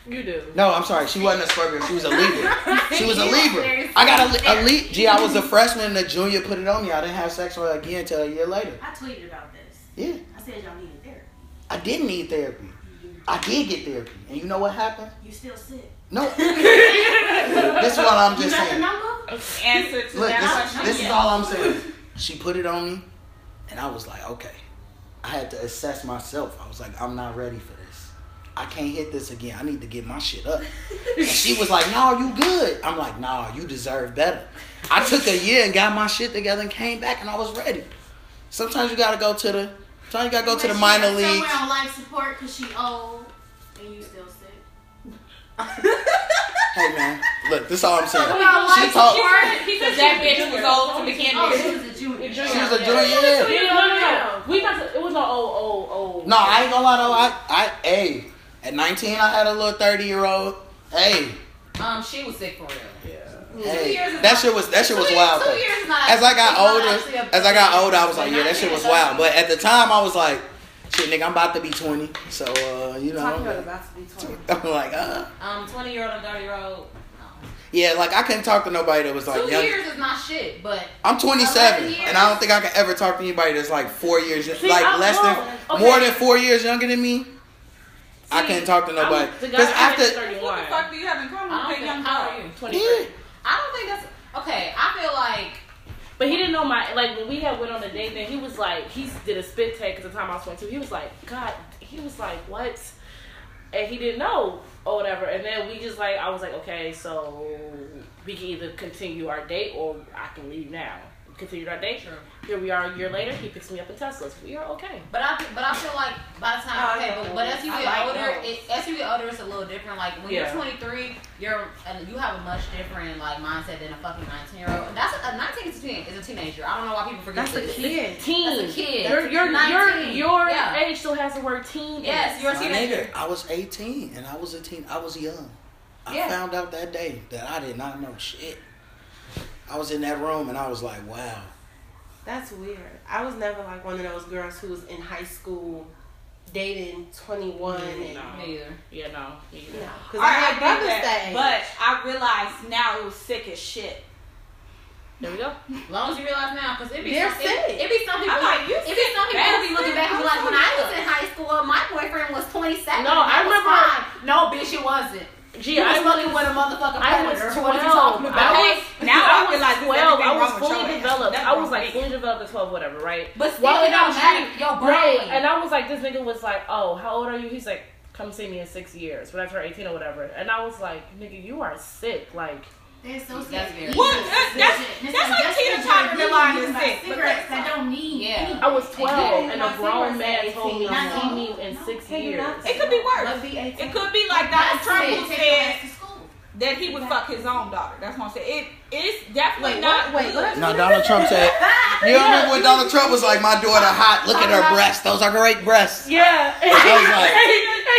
Speaker 1: You do.
Speaker 2: No, I'm sorry. She wasn't a Scorpio. She was a Libra. She was a Libra. I got a, a Lib- Gee, I was a freshman and a junior put it on me. I didn't have sex with her again until a year later.
Speaker 6: I tweeted about this.
Speaker 2: Yeah.
Speaker 6: I said y'all needed therapy.
Speaker 2: I didn't need therapy. I did get therapy. And you know what happened?
Speaker 6: You still sick.
Speaker 2: No. this is what I'm just saying.
Speaker 5: Answer to
Speaker 2: Look,
Speaker 5: that
Speaker 2: this,
Speaker 5: question.
Speaker 2: this is all I'm saying. She put it on me, and I was like, okay. I had to assess myself. I was like, I'm not ready for this. I can't hit this again. I need to get my shit up. And she was like, no, you good. I'm like, nah, you deserve better. I took a year and got my shit together and came back, and I was ready. Sometimes you gotta go to the, sometimes you gotta go to the minor leagues.
Speaker 6: Somewhere on life support because she old and you still sick.
Speaker 2: Hey man, look, this is all I'm saying. She
Speaker 1: She
Speaker 2: talked.
Speaker 1: He said
Speaker 5: that
Speaker 1: she
Speaker 5: bitch was old to begin
Speaker 6: Oh,
Speaker 5: with.
Speaker 6: she was a junior.
Speaker 1: She
Speaker 2: She was a junior. Yeah.
Speaker 1: No, no, no, no. We about to. It was an old, old, old.
Speaker 2: No, I ain't gonna lie though. I, I, hey, at 19, I had a little 30 year old. Hey,
Speaker 3: Um, she was sick for real.
Speaker 2: hey,
Speaker 3: years is
Speaker 2: that shit was that shit was
Speaker 3: Two
Speaker 2: wild.
Speaker 3: years- Two
Speaker 2: though.
Speaker 3: years is not.
Speaker 2: As I got
Speaker 3: it's not actually
Speaker 2: older,
Speaker 3: a-
Speaker 2: as I got older, I was like,
Speaker 3: But
Speaker 2: yeah,
Speaker 3: not
Speaker 2: that shit
Speaker 3: yet,
Speaker 2: was
Speaker 3: though.
Speaker 2: wild. But at the time, I was like, shit, nigga, I'm about to be 20, so uh, you
Speaker 8: Talking about
Speaker 2: know,
Speaker 8: about to be 20.
Speaker 2: I'm like, uh,
Speaker 3: Um, twenty year old and um, thirty year old.
Speaker 2: yeah, like I couldn't talk to nobody that was
Speaker 3: Two
Speaker 2: like young.
Speaker 3: years is not shit, but
Speaker 2: I'm 27,
Speaker 3: 11 years.
Speaker 2: and I don't think I can ever talk to anybody that's like four years,
Speaker 1: See,
Speaker 2: like
Speaker 1: I'm
Speaker 2: less
Speaker 1: grown.
Speaker 2: than,
Speaker 1: Okay.
Speaker 2: more than four years younger than me. I
Speaker 1: See,
Speaker 2: can't talk to nobody
Speaker 1: I'm- The guy
Speaker 2: because after,
Speaker 5: What the fuck do you have in common
Speaker 3: I
Speaker 5: with
Speaker 3: don't
Speaker 5: that
Speaker 3: think.
Speaker 5: young
Speaker 3: How are
Speaker 5: girl?
Speaker 3: you?
Speaker 2: yeah.
Speaker 3: I don't think that's okay. I feel like
Speaker 1: But he didn't know my like when we had went on a date. Then he was like, he did a spit take at the time I was 22. He was like, God, he was like, what? And he didn't know or whatever. And then we just like, I was like, okay, so we can either continue our date or I can leave now. We Continued our date.
Speaker 3: True.
Speaker 1: Here we are a year later. He picks me up in Teslas. We are okay.
Speaker 3: But I but I feel like by the time
Speaker 8: Oh,
Speaker 3: okay,
Speaker 8: yeah.
Speaker 3: but, but as you
Speaker 8: I
Speaker 3: get
Speaker 8: like
Speaker 3: older,
Speaker 8: those.
Speaker 3: it, as you get older, it's a little different. Like when
Speaker 1: Yeah.
Speaker 3: you're 23, you're and you have a much different like mindset than a fucking 19 year old. That's a, a 19 is a, teen, is a teenager. I don't know why people forget
Speaker 4: That's a
Speaker 3: this.
Speaker 4: kid.
Speaker 1: Teen.
Speaker 3: That's a kid.
Speaker 1: Your your your
Speaker 3: 19.
Speaker 1: your
Speaker 3: Yeah.
Speaker 1: age still has the word teen. in it.
Speaker 3: Yes, you're a
Speaker 2: My
Speaker 3: teenager.
Speaker 2: nigga, I was 18 and I was a teen. I was young. I
Speaker 3: Yeah.
Speaker 2: found out that day that I did not know shit. I was in that room and I was like, wow.
Speaker 4: That's weird. I was never like one of those girls who was in high school dating 21 and
Speaker 1: No.
Speaker 3: Me either.
Speaker 1: Yeah. No. me neither.
Speaker 4: no, cuz
Speaker 5: All
Speaker 4: I
Speaker 5: right, I
Speaker 4: had
Speaker 5: get
Speaker 4: brothers
Speaker 5: that,
Speaker 4: that age.
Speaker 5: But I realized now it was sick as shit.
Speaker 1: There we go.
Speaker 3: long as you realize now, because it be
Speaker 7: They're
Speaker 3: some, it,
Speaker 7: sick.
Speaker 3: it be some people.
Speaker 5: I'm like, you
Speaker 3: it be some people who be looking back and be like, when I was in high school, my boyfriend was twenty seven.
Speaker 1: No, I remember-
Speaker 3: No, bitch, it wasn't.
Speaker 1: Gee,
Speaker 3: You was
Speaker 1: I
Speaker 3: fucking
Speaker 1: was,
Speaker 3: with a motherfucking
Speaker 1: I was
Speaker 3: predator.
Speaker 1: 12.
Speaker 3: What are you talking about?
Speaker 1: I
Speaker 5: Okay,
Speaker 1: was,
Speaker 5: now I realize there's
Speaker 1: 12. I
Speaker 5: everything
Speaker 1: was
Speaker 5: wrong with your
Speaker 1: fully
Speaker 5: ass.
Speaker 1: developed.
Speaker 5: That's
Speaker 1: I
Speaker 5: wrong
Speaker 1: was
Speaker 5: with
Speaker 1: like
Speaker 5: me.
Speaker 1: fully developed at 12, whatever, right?
Speaker 3: But still,
Speaker 1: Why
Speaker 3: it
Speaker 1: would
Speaker 3: don't
Speaker 1: I
Speaker 3: matter. Your
Speaker 1: Right,
Speaker 3: brain.
Speaker 1: and I was like, this nigga was like, oh, how old are you? He's like, come see me in six years, when I turn 18 or whatever. And I was like, nigga, you are sick. Like,
Speaker 6: They associate
Speaker 3: That's very-
Speaker 6: weed
Speaker 5: What?
Speaker 6: with
Speaker 5: That-
Speaker 6: decision.
Speaker 5: that's-
Speaker 6: It's
Speaker 5: that's like
Speaker 6: just
Speaker 5: Tina
Speaker 6: because
Speaker 5: Turner
Speaker 6: you're
Speaker 5: lying
Speaker 6: using
Speaker 5: to
Speaker 6: by
Speaker 5: sit.
Speaker 6: Cigarettes that don't mean
Speaker 3: Yeah.
Speaker 6: anything.
Speaker 1: I was
Speaker 3: Exactly.
Speaker 1: 12, and a
Speaker 6: My
Speaker 1: grown
Speaker 6: sister
Speaker 1: man
Speaker 6: said
Speaker 1: told me
Speaker 6: 18.
Speaker 1: not see
Speaker 6: No.
Speaker 1: me in
Speaker 6: No,
Speaker 1: six
Speaker 4: Can you
Speaker 1: years.
Speaker 4: not
Speaker 5: It could be worse.
Speaker 4: But be 18.
Speaker 5: It could be like Donald
Speaker 6: That's
Speaker 5: Trump
Speaker 6: it.
Speaker 5: who
Speaker 6: Take your
Speaker 5: said
Speaker 6: ass to school.
Speaker 5: that he would fuck his own daughter. That's what I'm saying. It is
Speaker 4: Wait,
Speaker 5: definitely not.
Speaker 4: what? Wait, what?
Speaker 2: No, Donald Trump said. You don't remember when Donald Trump was like, "My daughter hot. Look at her breasts. Those are great breasts."
Speaker 1: Yeah. And
Speaker 2: I was like,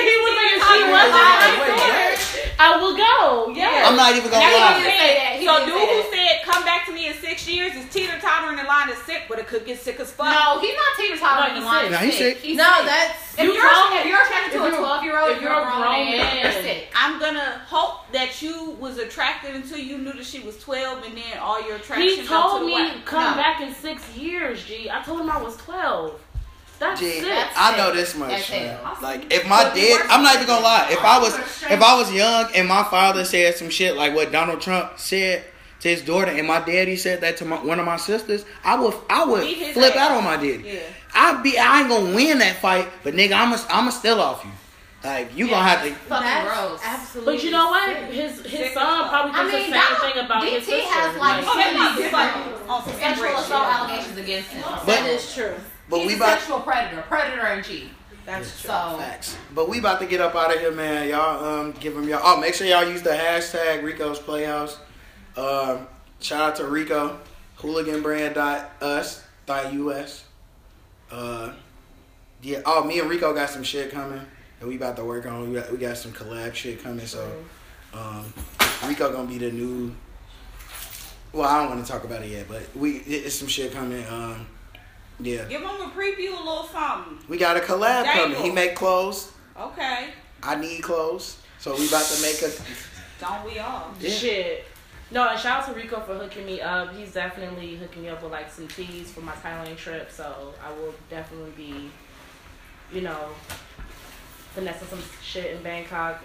Speaker 1: he was like, if she wasn't my daughter, I will go. Yeah.
Speaker 2: "I'm not even gonna
Speaker 5: Now, he
Speaker 2: lie."
Speaker 5: didn't
Speaker 3: He
Speaker 5: say
Speaker 3: did
Speaker 5: that.
Speaker 3: say
Speaker 5: so
Speaker 3: that.
Speaker 5: dude who said come back to me in six years is teeter tottering in line is sick, but it could get sick as fuck.
Speaker 3: No, he's not teeter tottering
Speaker 1: No,
Speaker 3: in
Speaker 1: he's
Speaker 3: line.
Speaker 1: sick.
Speaker 2: No, he's sick.
Speaker 7: No, that's
Speaker 3: If
Speaker 1: You
Speaker 3: you are
Speaker 1: grown-
Speaker 3: if you're attracted to
Speaker 1: if
Speaker 3: a
Speaker 1: you're-
Speaker 3: twelve year old,
Speaker 1: if
Speaker 3: you're a grown, man. You're sick.
Speaker 5: I'm gonna hope that you was attracted until you knew that she was 12, and then all your attraction.
Speaker 1: He
Speaker 5: go to
Speaker 1: told
Speaker 5: the
Speaker 1: me
Speaker 5: wife.
Speaker 1: come
Speaker 3: No.
Speaker 1: back in six years, G. I told him I was 12. That's
Speaker 2: Gee,
Speaker 1: sick.
Speaker 2: I know this much.
Speaker 3: That's it.
Speaker 2: man. Like, if my dad, I'm not even gonna lie. If I was, if I was young and my father said some shit like what Donald Trump said to his daughter, and my daddy said that to my, one of my sisters, I would, I would
Speaker 5: Beat his
Speaker 2: flip
Speaker 5: ass.
Speaker 2: out on my daddy.
Speaker 5: Yeah.
Speaker 2: I'd be, I ain't gonna win that fight, but nigga, I'm going I'm to still off you. Like, you gonna have to.
Speaker 3: Fucking
Speaker 7: that's
Speaker 3: gross.
Speaker 7: Absolutely.
Speaker 1: But you know what?
Speaker 7: sick.
Speaker 1: His
Speaker 5: Sick as
Speaker 1: his son
Speaker 5: fuck.
Speaker 1: probably
Speaker 3: I
Speaker 1: thinks
Speaker 3: mean,
Speaker 1: the same
Speaker 3: Donald-
Speaker 1: thing about his
Speaker 3: DT
Speaker 1: sister.
Speaker 3: has, like,
Speaker 5: Oh, they must be
Speaker 3: Yeah.
Speaker 5: fucking on some
Speaker 3: Sexual
Speaker 5: separate
Speaker 3: assault
Speaker 5: shit.
Speaker 3: allegations against him.
Speaker 2: But-
Speaker 4: that is true.
Speaker 2: But
Speaker 3: he's
Speaker 2: we
Speaker 3: a
Speaker 2: about
Speaker 3: sexual predator, predator and G.
Speaker 4: That's true.
Speaker 3: So
Speaker 2: facts. But we about to get up out of here, man. Y'all, um, give them y'all. Oh, make sure y'all use the hashtag Rico's Playhouse. Um, shout out to Rico, hooliganbrand.us, dot us. Uh, yeah. Oh, me and Rico got some shit coming, and we about to work on. We got, we got some collab shit coming, so um, Rico gonna be the new. Well, I don't want to talk about it yet, but we it- it's some shit coming. Um, yeah,
Speaker 5: Give him a preview, a little something.
Speaker 2: we got a collab
Speaker 5: Dangle.
Speaker 2: coming. He make clothes.
Speaker 5: Okay,
Speaker 2: I need clothes. So we about to make a
Speaker 5: don't we all?
Speaker 2: Yeah.
Speaker 1: Shit. No, and shout out to Rico for hooking me up. He's definitely hooking me up with like some teas for my Thailand trip, so I will definitely be, you know, finessing some shit in Bangkok,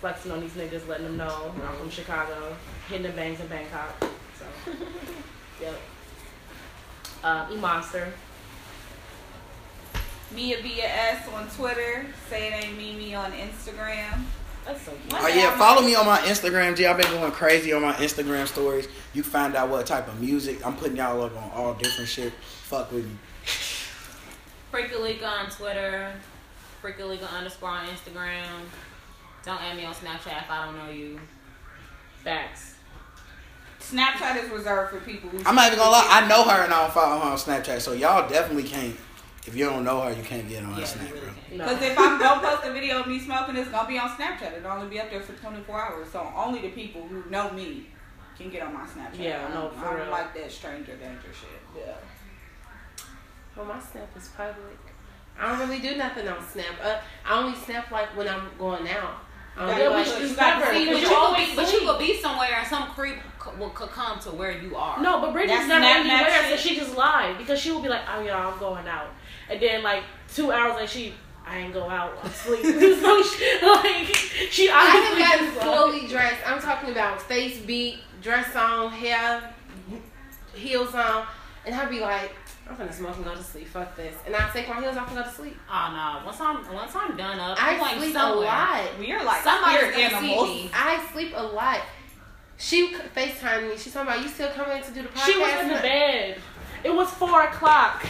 Speaker 1: flexing on these niggas, letting them know I'm from Chicago, hitting the bangs in Bangkok. So, yep. Uh, e Monster.
Speaker 5: Mia BS on Twitter. Say it ain't Mimi on Instagram.
Speaker 1: That's so cute.
Speaker 5: What?
Speaker 2: Oh yeah, follow me on my Instagram, G. I've been going crazy on my Instagram stories. You can find out what type of music I'm putting y'all up on all different shit. Fuck with me.
Speaker 3: Freakalika on Twitter, Freakalika underscore on Instagram. Don't add me on Snapchat if I don't know you.
Speaker 1: Facts.
Speaker 5: Snapchat is reserved for people. Who
Speaker 2: I'm not even gonna lie, I know her and I don't follow her on Snapchat, so y'all definitely can't if you don't know her, you can't get on her
Speaker 3: Yeah,
Speaker 2: Snap,
Speaker 3: you really
Speaker 2: bro.
Speaker 3: can't.
Speaker 1: No.
Speaker 5: Because if I don't post a video of me smoking, it's gonna be on Snapchat. It'll only be up there for 24 hours. So only the people who know me can get on my Snapchat.
Speaker 1: Yeah,
Speaker 5: I
Speaker 1: no,
Speaker 5: don't-
Speaker 1: for
Speaker 5: I don't
Speaker 1: real.
Speaker 5: like that stranger danger shit. Yeah.
Speaker 4: Well, my snap is public. I don't really do nothing on Snap. Uh, I only snap like when I'm going out. I don't
Speaker 5: Yeah,
Speaker 4: do,
Speaker 5: we
Speaker 4: like,
Speaker 5: should-
Speaker 1: It's
Speaker 5: you gotta
Speaker 1: never-
Speaker 5: see
Speaker 3: See, but
Speaker 5: what
Speaker 1: because you're
Speaker 3: you could
Speaker 1: always
Speaker 3: be, but you
Speaker 1: asleep.
Speaker 3: could be somewhere and some creep c- will could come to where you are.
Speaker 1: No, but Brittany's
Speaker 5: That's
Speaker 1: never
Speaker 5: not
Speaker 1: anywhere, so
Speaker 5: matching.
Speaker 1: she just lied because she will be like, "Oh yeah, I'm going out," and then like two hours later, she, "I ain't go out, I'm sleeping." so she, like she
Speaker 4: I
Speaker 1: obviously
Speaker 4: have
Speaker 1: just
Speaker 4: gotten
Speaker 1: lied.
Speaker 4: fully dressed. I'm talking about face beat, dress on, hair, heels on, and I'd be like, I'm gonna smoke and go to sleep. Fuck this. And I take my heels off and go to sleep.
Speaker 3: Oh no. Once I'm once I'm done
Speaker 1: Oh,
Speaker 3: up, I'm
Speaker 4: I
Speaker 3: going
Speaker 4: sleep
Speaker 3: somewhere.
Speaker 4: a lot.
Speaker 5: When you're like
Speaker 3: Somebody's
Speaker 5: spirit
Speaker 3: gonna see
Speaker 5: animals.
Speaker 3: me.
Speaker 4: I sleep a lot. She FaceTimed me. She's talking about you still coming to do the podcast.
Speaker 1: She was in the bed. It was four o'clock.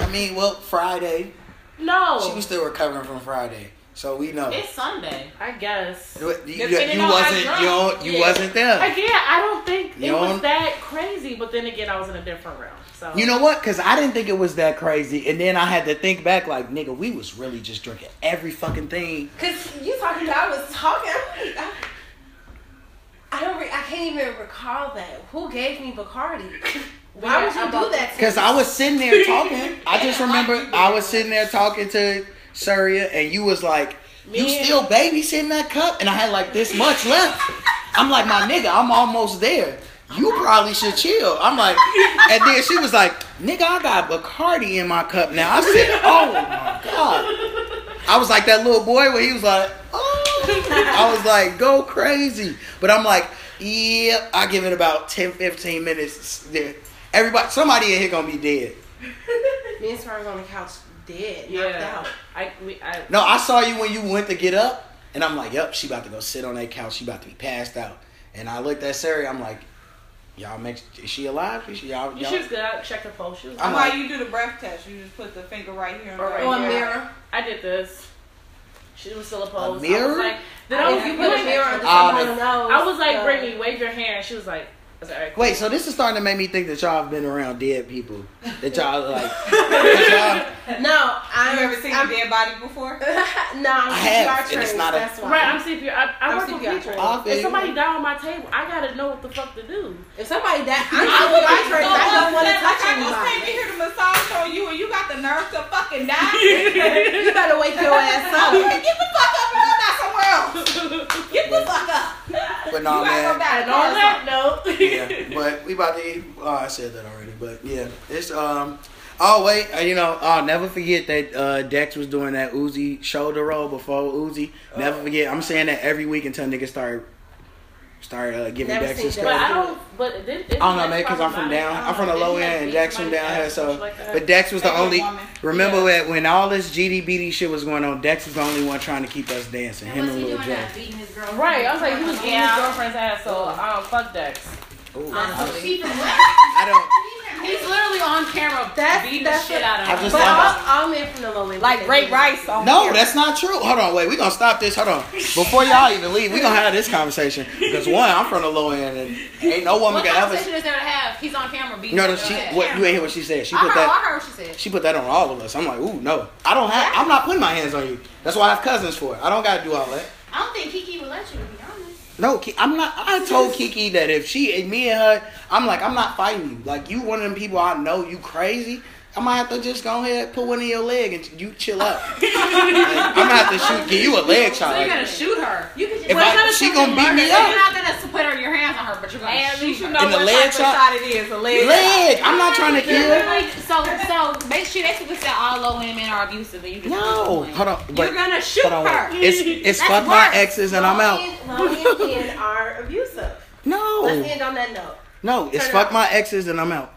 Speaker 2: I mean, well, Friday.
Speaker 1: No,
Speaker 2: She was still recovering from Friday. So we know.
Speaker 3: It's Sunday.
Speaker 1: I guess.
Speaker 2: You, you-
Speaker 1: Depending
Speaker 2: you
Speaker 1: on how
Speaker 2: wasn't you,
Speaker 1: drunk.
Speaker 2: don't- you
Speaker 1: Yeah.
Speaker 2: wasn't there.
Speaker 1: Again, I don't think
Speaker 2: You
Speaker 1: it was
Speaker 2: don't-
Speaker 1: that crazy, but then again, I was in a different realm. So
Speaker 2: You know what? Because I didn't think it was that crazy. And then I had to think back, like, nigga, we was really just drinking every fucking thing.
Speaker 4: Cause you talking about I was talking. I'm like, I, I don't. Re- I can't even recall that. Who gave me Bacardi? Why would you do that? to
Speaker 2: Because
Speaker 4: me?
Speaker 2: I was sitting there talking. I just remember I was sitting there talking to Surya, and you was like, you
Speaker 1: Me and-
Speaker 2: still babysitting that cup? And I had like this much left. I'm like, my nigga, I'm almost there. you probably should chill. I'm like, and then she was like, nigga, I got Bacardi in my cup now. I said, oh my God. I was like that little boy where he was like, oh. I was like, go crazy. But I'm like, yeah, I give it about 10, 15 minutes. There. Everybody, somebody in here gonna be dead.
Speaker 4: Me and Star was on the couch dead.
Speaker 1: Yeah.
Speaker 4: Knocked out.
Speaker 1: I, we, I,
Speaker 2: No, I saw you when you went to get up, and I'm like, yep, she about to go sit on that couch. She about to be passed out. And I looked at Sari. I'm like, y'all make, is she alive? Is she, y'all,
Speaker 1: you
Speaker 2: y'all?
Speaker 1: should good. I checked her pulse. She was
Speaker 2: I'm
Speaker 1: good.
Speaker 5: Why
Speaker 2: like-
Speaker 5: you do the breath test? You just put the finger right here. And
Speaker 1: Or
Speaker 5: right
Speaker 4: Or a
Speaker 5: here.
Speaker 4: mirror.
Speaker 1: I did this. She was still opposed. I
Speaker 2: mirror?
Speaker 1: was like, then I was,
Speaker 4: If you put a
Speaker 1: like-
Speaker 4: mirror under
Speaker 2: Ah,
Speaker 4: someone's nose.
Speaker 1: I was like,
Speaker 4: uh,
Speaker 1: Brittany, wave your hand. She was like, I was like, all right, cool.
Speaker 2: Wait, so this is starting to make me think that y'all have been around dead people. That y'all like, that
Speaker 4: No,
Speaker 5: You
Speaker 4: I'm.
Speaker 5: ever seen
Speaker 4: I'm,
Speaker 5: a dead body before?
Speaker 4: no,
Speaker 2: I
Speaker 4: I'm
Speaker 2: have, and
Speaker 4: CPR
Speaker 2: it's
Speaker 4: trained,
Speaker 2: not a-
Speaker 4: that's why.
Speaker 1: Right, I'm CPR. I, I
Speaker 4: I'm
Speaker 1: work with people.
Speaker 4: CPR trained.
Speaker 2: y'all, I
Speaker 1: If
Speaker 2: feel
Speaker 1: somebody
Speaker 2: you.
Speaker 1: die on my table, I gotta know what the fuck to do.
Speaker 4: If somebody that I'm CPR trained, I don't want to touch
Speaker 5: I just came in
Speaker 4: anybody.
Speaker 5: here to massage on you, and you got the nerve to fucking die.
Speaker 4: You better wake your ass up.
Speaker 5: Get the fuck up and go die somewhere else. Get the fuck up.
Speaker 2: but
Speaker 5: You
Speaker 2: no,
Speaker 5: gotta go
Speaker 2: man.
Speaker 5: back
Speaker 1: And on that note,
Speaker 2: Yeah, but we about to. Eat. Oh, I said that already, but yeah, it's um. Oh wait, uh, you know, I'll never forget that uh, Dex was doing that Uzi shoulder roll before Uzi. Never forget. I'm saying that every week until niggas start start uh, giving
Speaker 4: Never
Speaker 2: Dex
Speaker 4: seen
Speaker 2: his
Speaker 4: that.
Speaker 1: but I
Speaker 2: stuff.
Speaker 1: don't. But then,
Speaker 2: I don't know, man, because I'm from down. I'm from the low end, and Dex from down here. So, but Dex was the
Speaker 5: Every
Speaker 2: only.
Speaker 5: woman.
Speaker 2: Remember that when all this GDBD shit was going on, Dex was the only one trying to keep us dancing.
Speaker 6: And
Speaker 2: Him
Speaker 6: what's
Speaker 2: and
Speaker 6: he
Speaker 2: Lil
Speaker 6: doing
Speaker 2: J.
Speaker 6: that? Beating his girl.
Speaker 1: Right, I was like, he was getting
Speaker 5: Yeah.
Speaker 1: his girlfriend's ass, so um, fuck Dex.
Speaker 2: Ooh,
Speaker 6: She from
Speaker 2: I don't.
Speaker 5: He's literally on camera.
Speaker 4: That's
Speaker 5: beating the
Speaker 4: that's
Speaker 5: shit
Speaker 4: it.
Speaker 5: out of
Speaker 2: I
Speaker 5: him.
Speaker 2: just
Speaker 4: But
Speaker 2: love it.
Speaker 4: all, all men from the low end.
Speaker 5: Like Ray Rice on
Speaker 2: No,
Speaker 5: camera.
Speaker 2: that's not true. Hold on, wait. We gonna stop this. Hold on. Before y'all even leave, we gonna have this conversation because one, I'm from the low end, and ain't no woman
Speaker 5: What
Speaker 2: can ever.
Speaker 5: conversation is there to have? He's on camera beating
Speaker 2: No, no,
Speaker 5: the
Speaker 2: she.
Speaker 5: shit out of
Speaker 2: What
Speaker 5: him.
Speaker 2: you ain't hear what she said? She
Speaker 5: I
Speaker 2: put
Speaker 5: heard,
Speaker 2: that.
Speaker 5: I heard what she said.
Speaker 2: She put that on all of us. I'm like, ooh, no. I don't have. I'm not putting my hands on you. That's why I have cousins for it. I don't gotta do all that.
Speaker 6: I don't think Kiki would let you, to be honest.
Speaker 2: No, Ki- I'm not. I told Kiki that if she, and me and her, I'm like, I'm not fighting you. Like you, one of them people I know, you crazy. I might have to just go ahead and put one in your leg and you chill up. Like, I'm gonna have to shoot, give you a leg shot.
Speaker 5: So
Speaker 2: like
Speaker 5: you're
Speaker 2: that.
Speaker 5: gonna shoot her.
Speaker 6: You could just.
Speaker 2: If I, she gonna beat me
Speaker 5: You're
Speaker 2: up.
Speaker 5: not gonna put her your hands on her, but you're gonna
Speaker 1: At
Speaker 5: shoot
Speaker 1: least you
Speaker 5: her.
Speaker 1: know
Speaker 2: In the
Speaker 1: what
Speaker 2: leg
Speaker 1: type of
Speaker 2: chop?
Speaker 1: shot it is. A leg.
Speaker 2: Leg. I'm not trying to kill.
Speaker 5: Like, so, so make sure that's what we said. All low end men are abusive, and you just
Speaker 2: No. Hold on. But,
Speaker 5: You're gonna shoot
Speaker 2: hold on, wait.
Speaker 5: her.
Speaker 2: It's it's fuck my exes and I'm out.
Speaker 4: Low end men are abusive.
Speaker 2: No.
Speaker 4: Let's end on that note.
Speaker 2: No. It's
Speaker 4: Turn it
Speaker 2: fuck
Speaker 4: off.
Speaker 2: my exes and I'm out.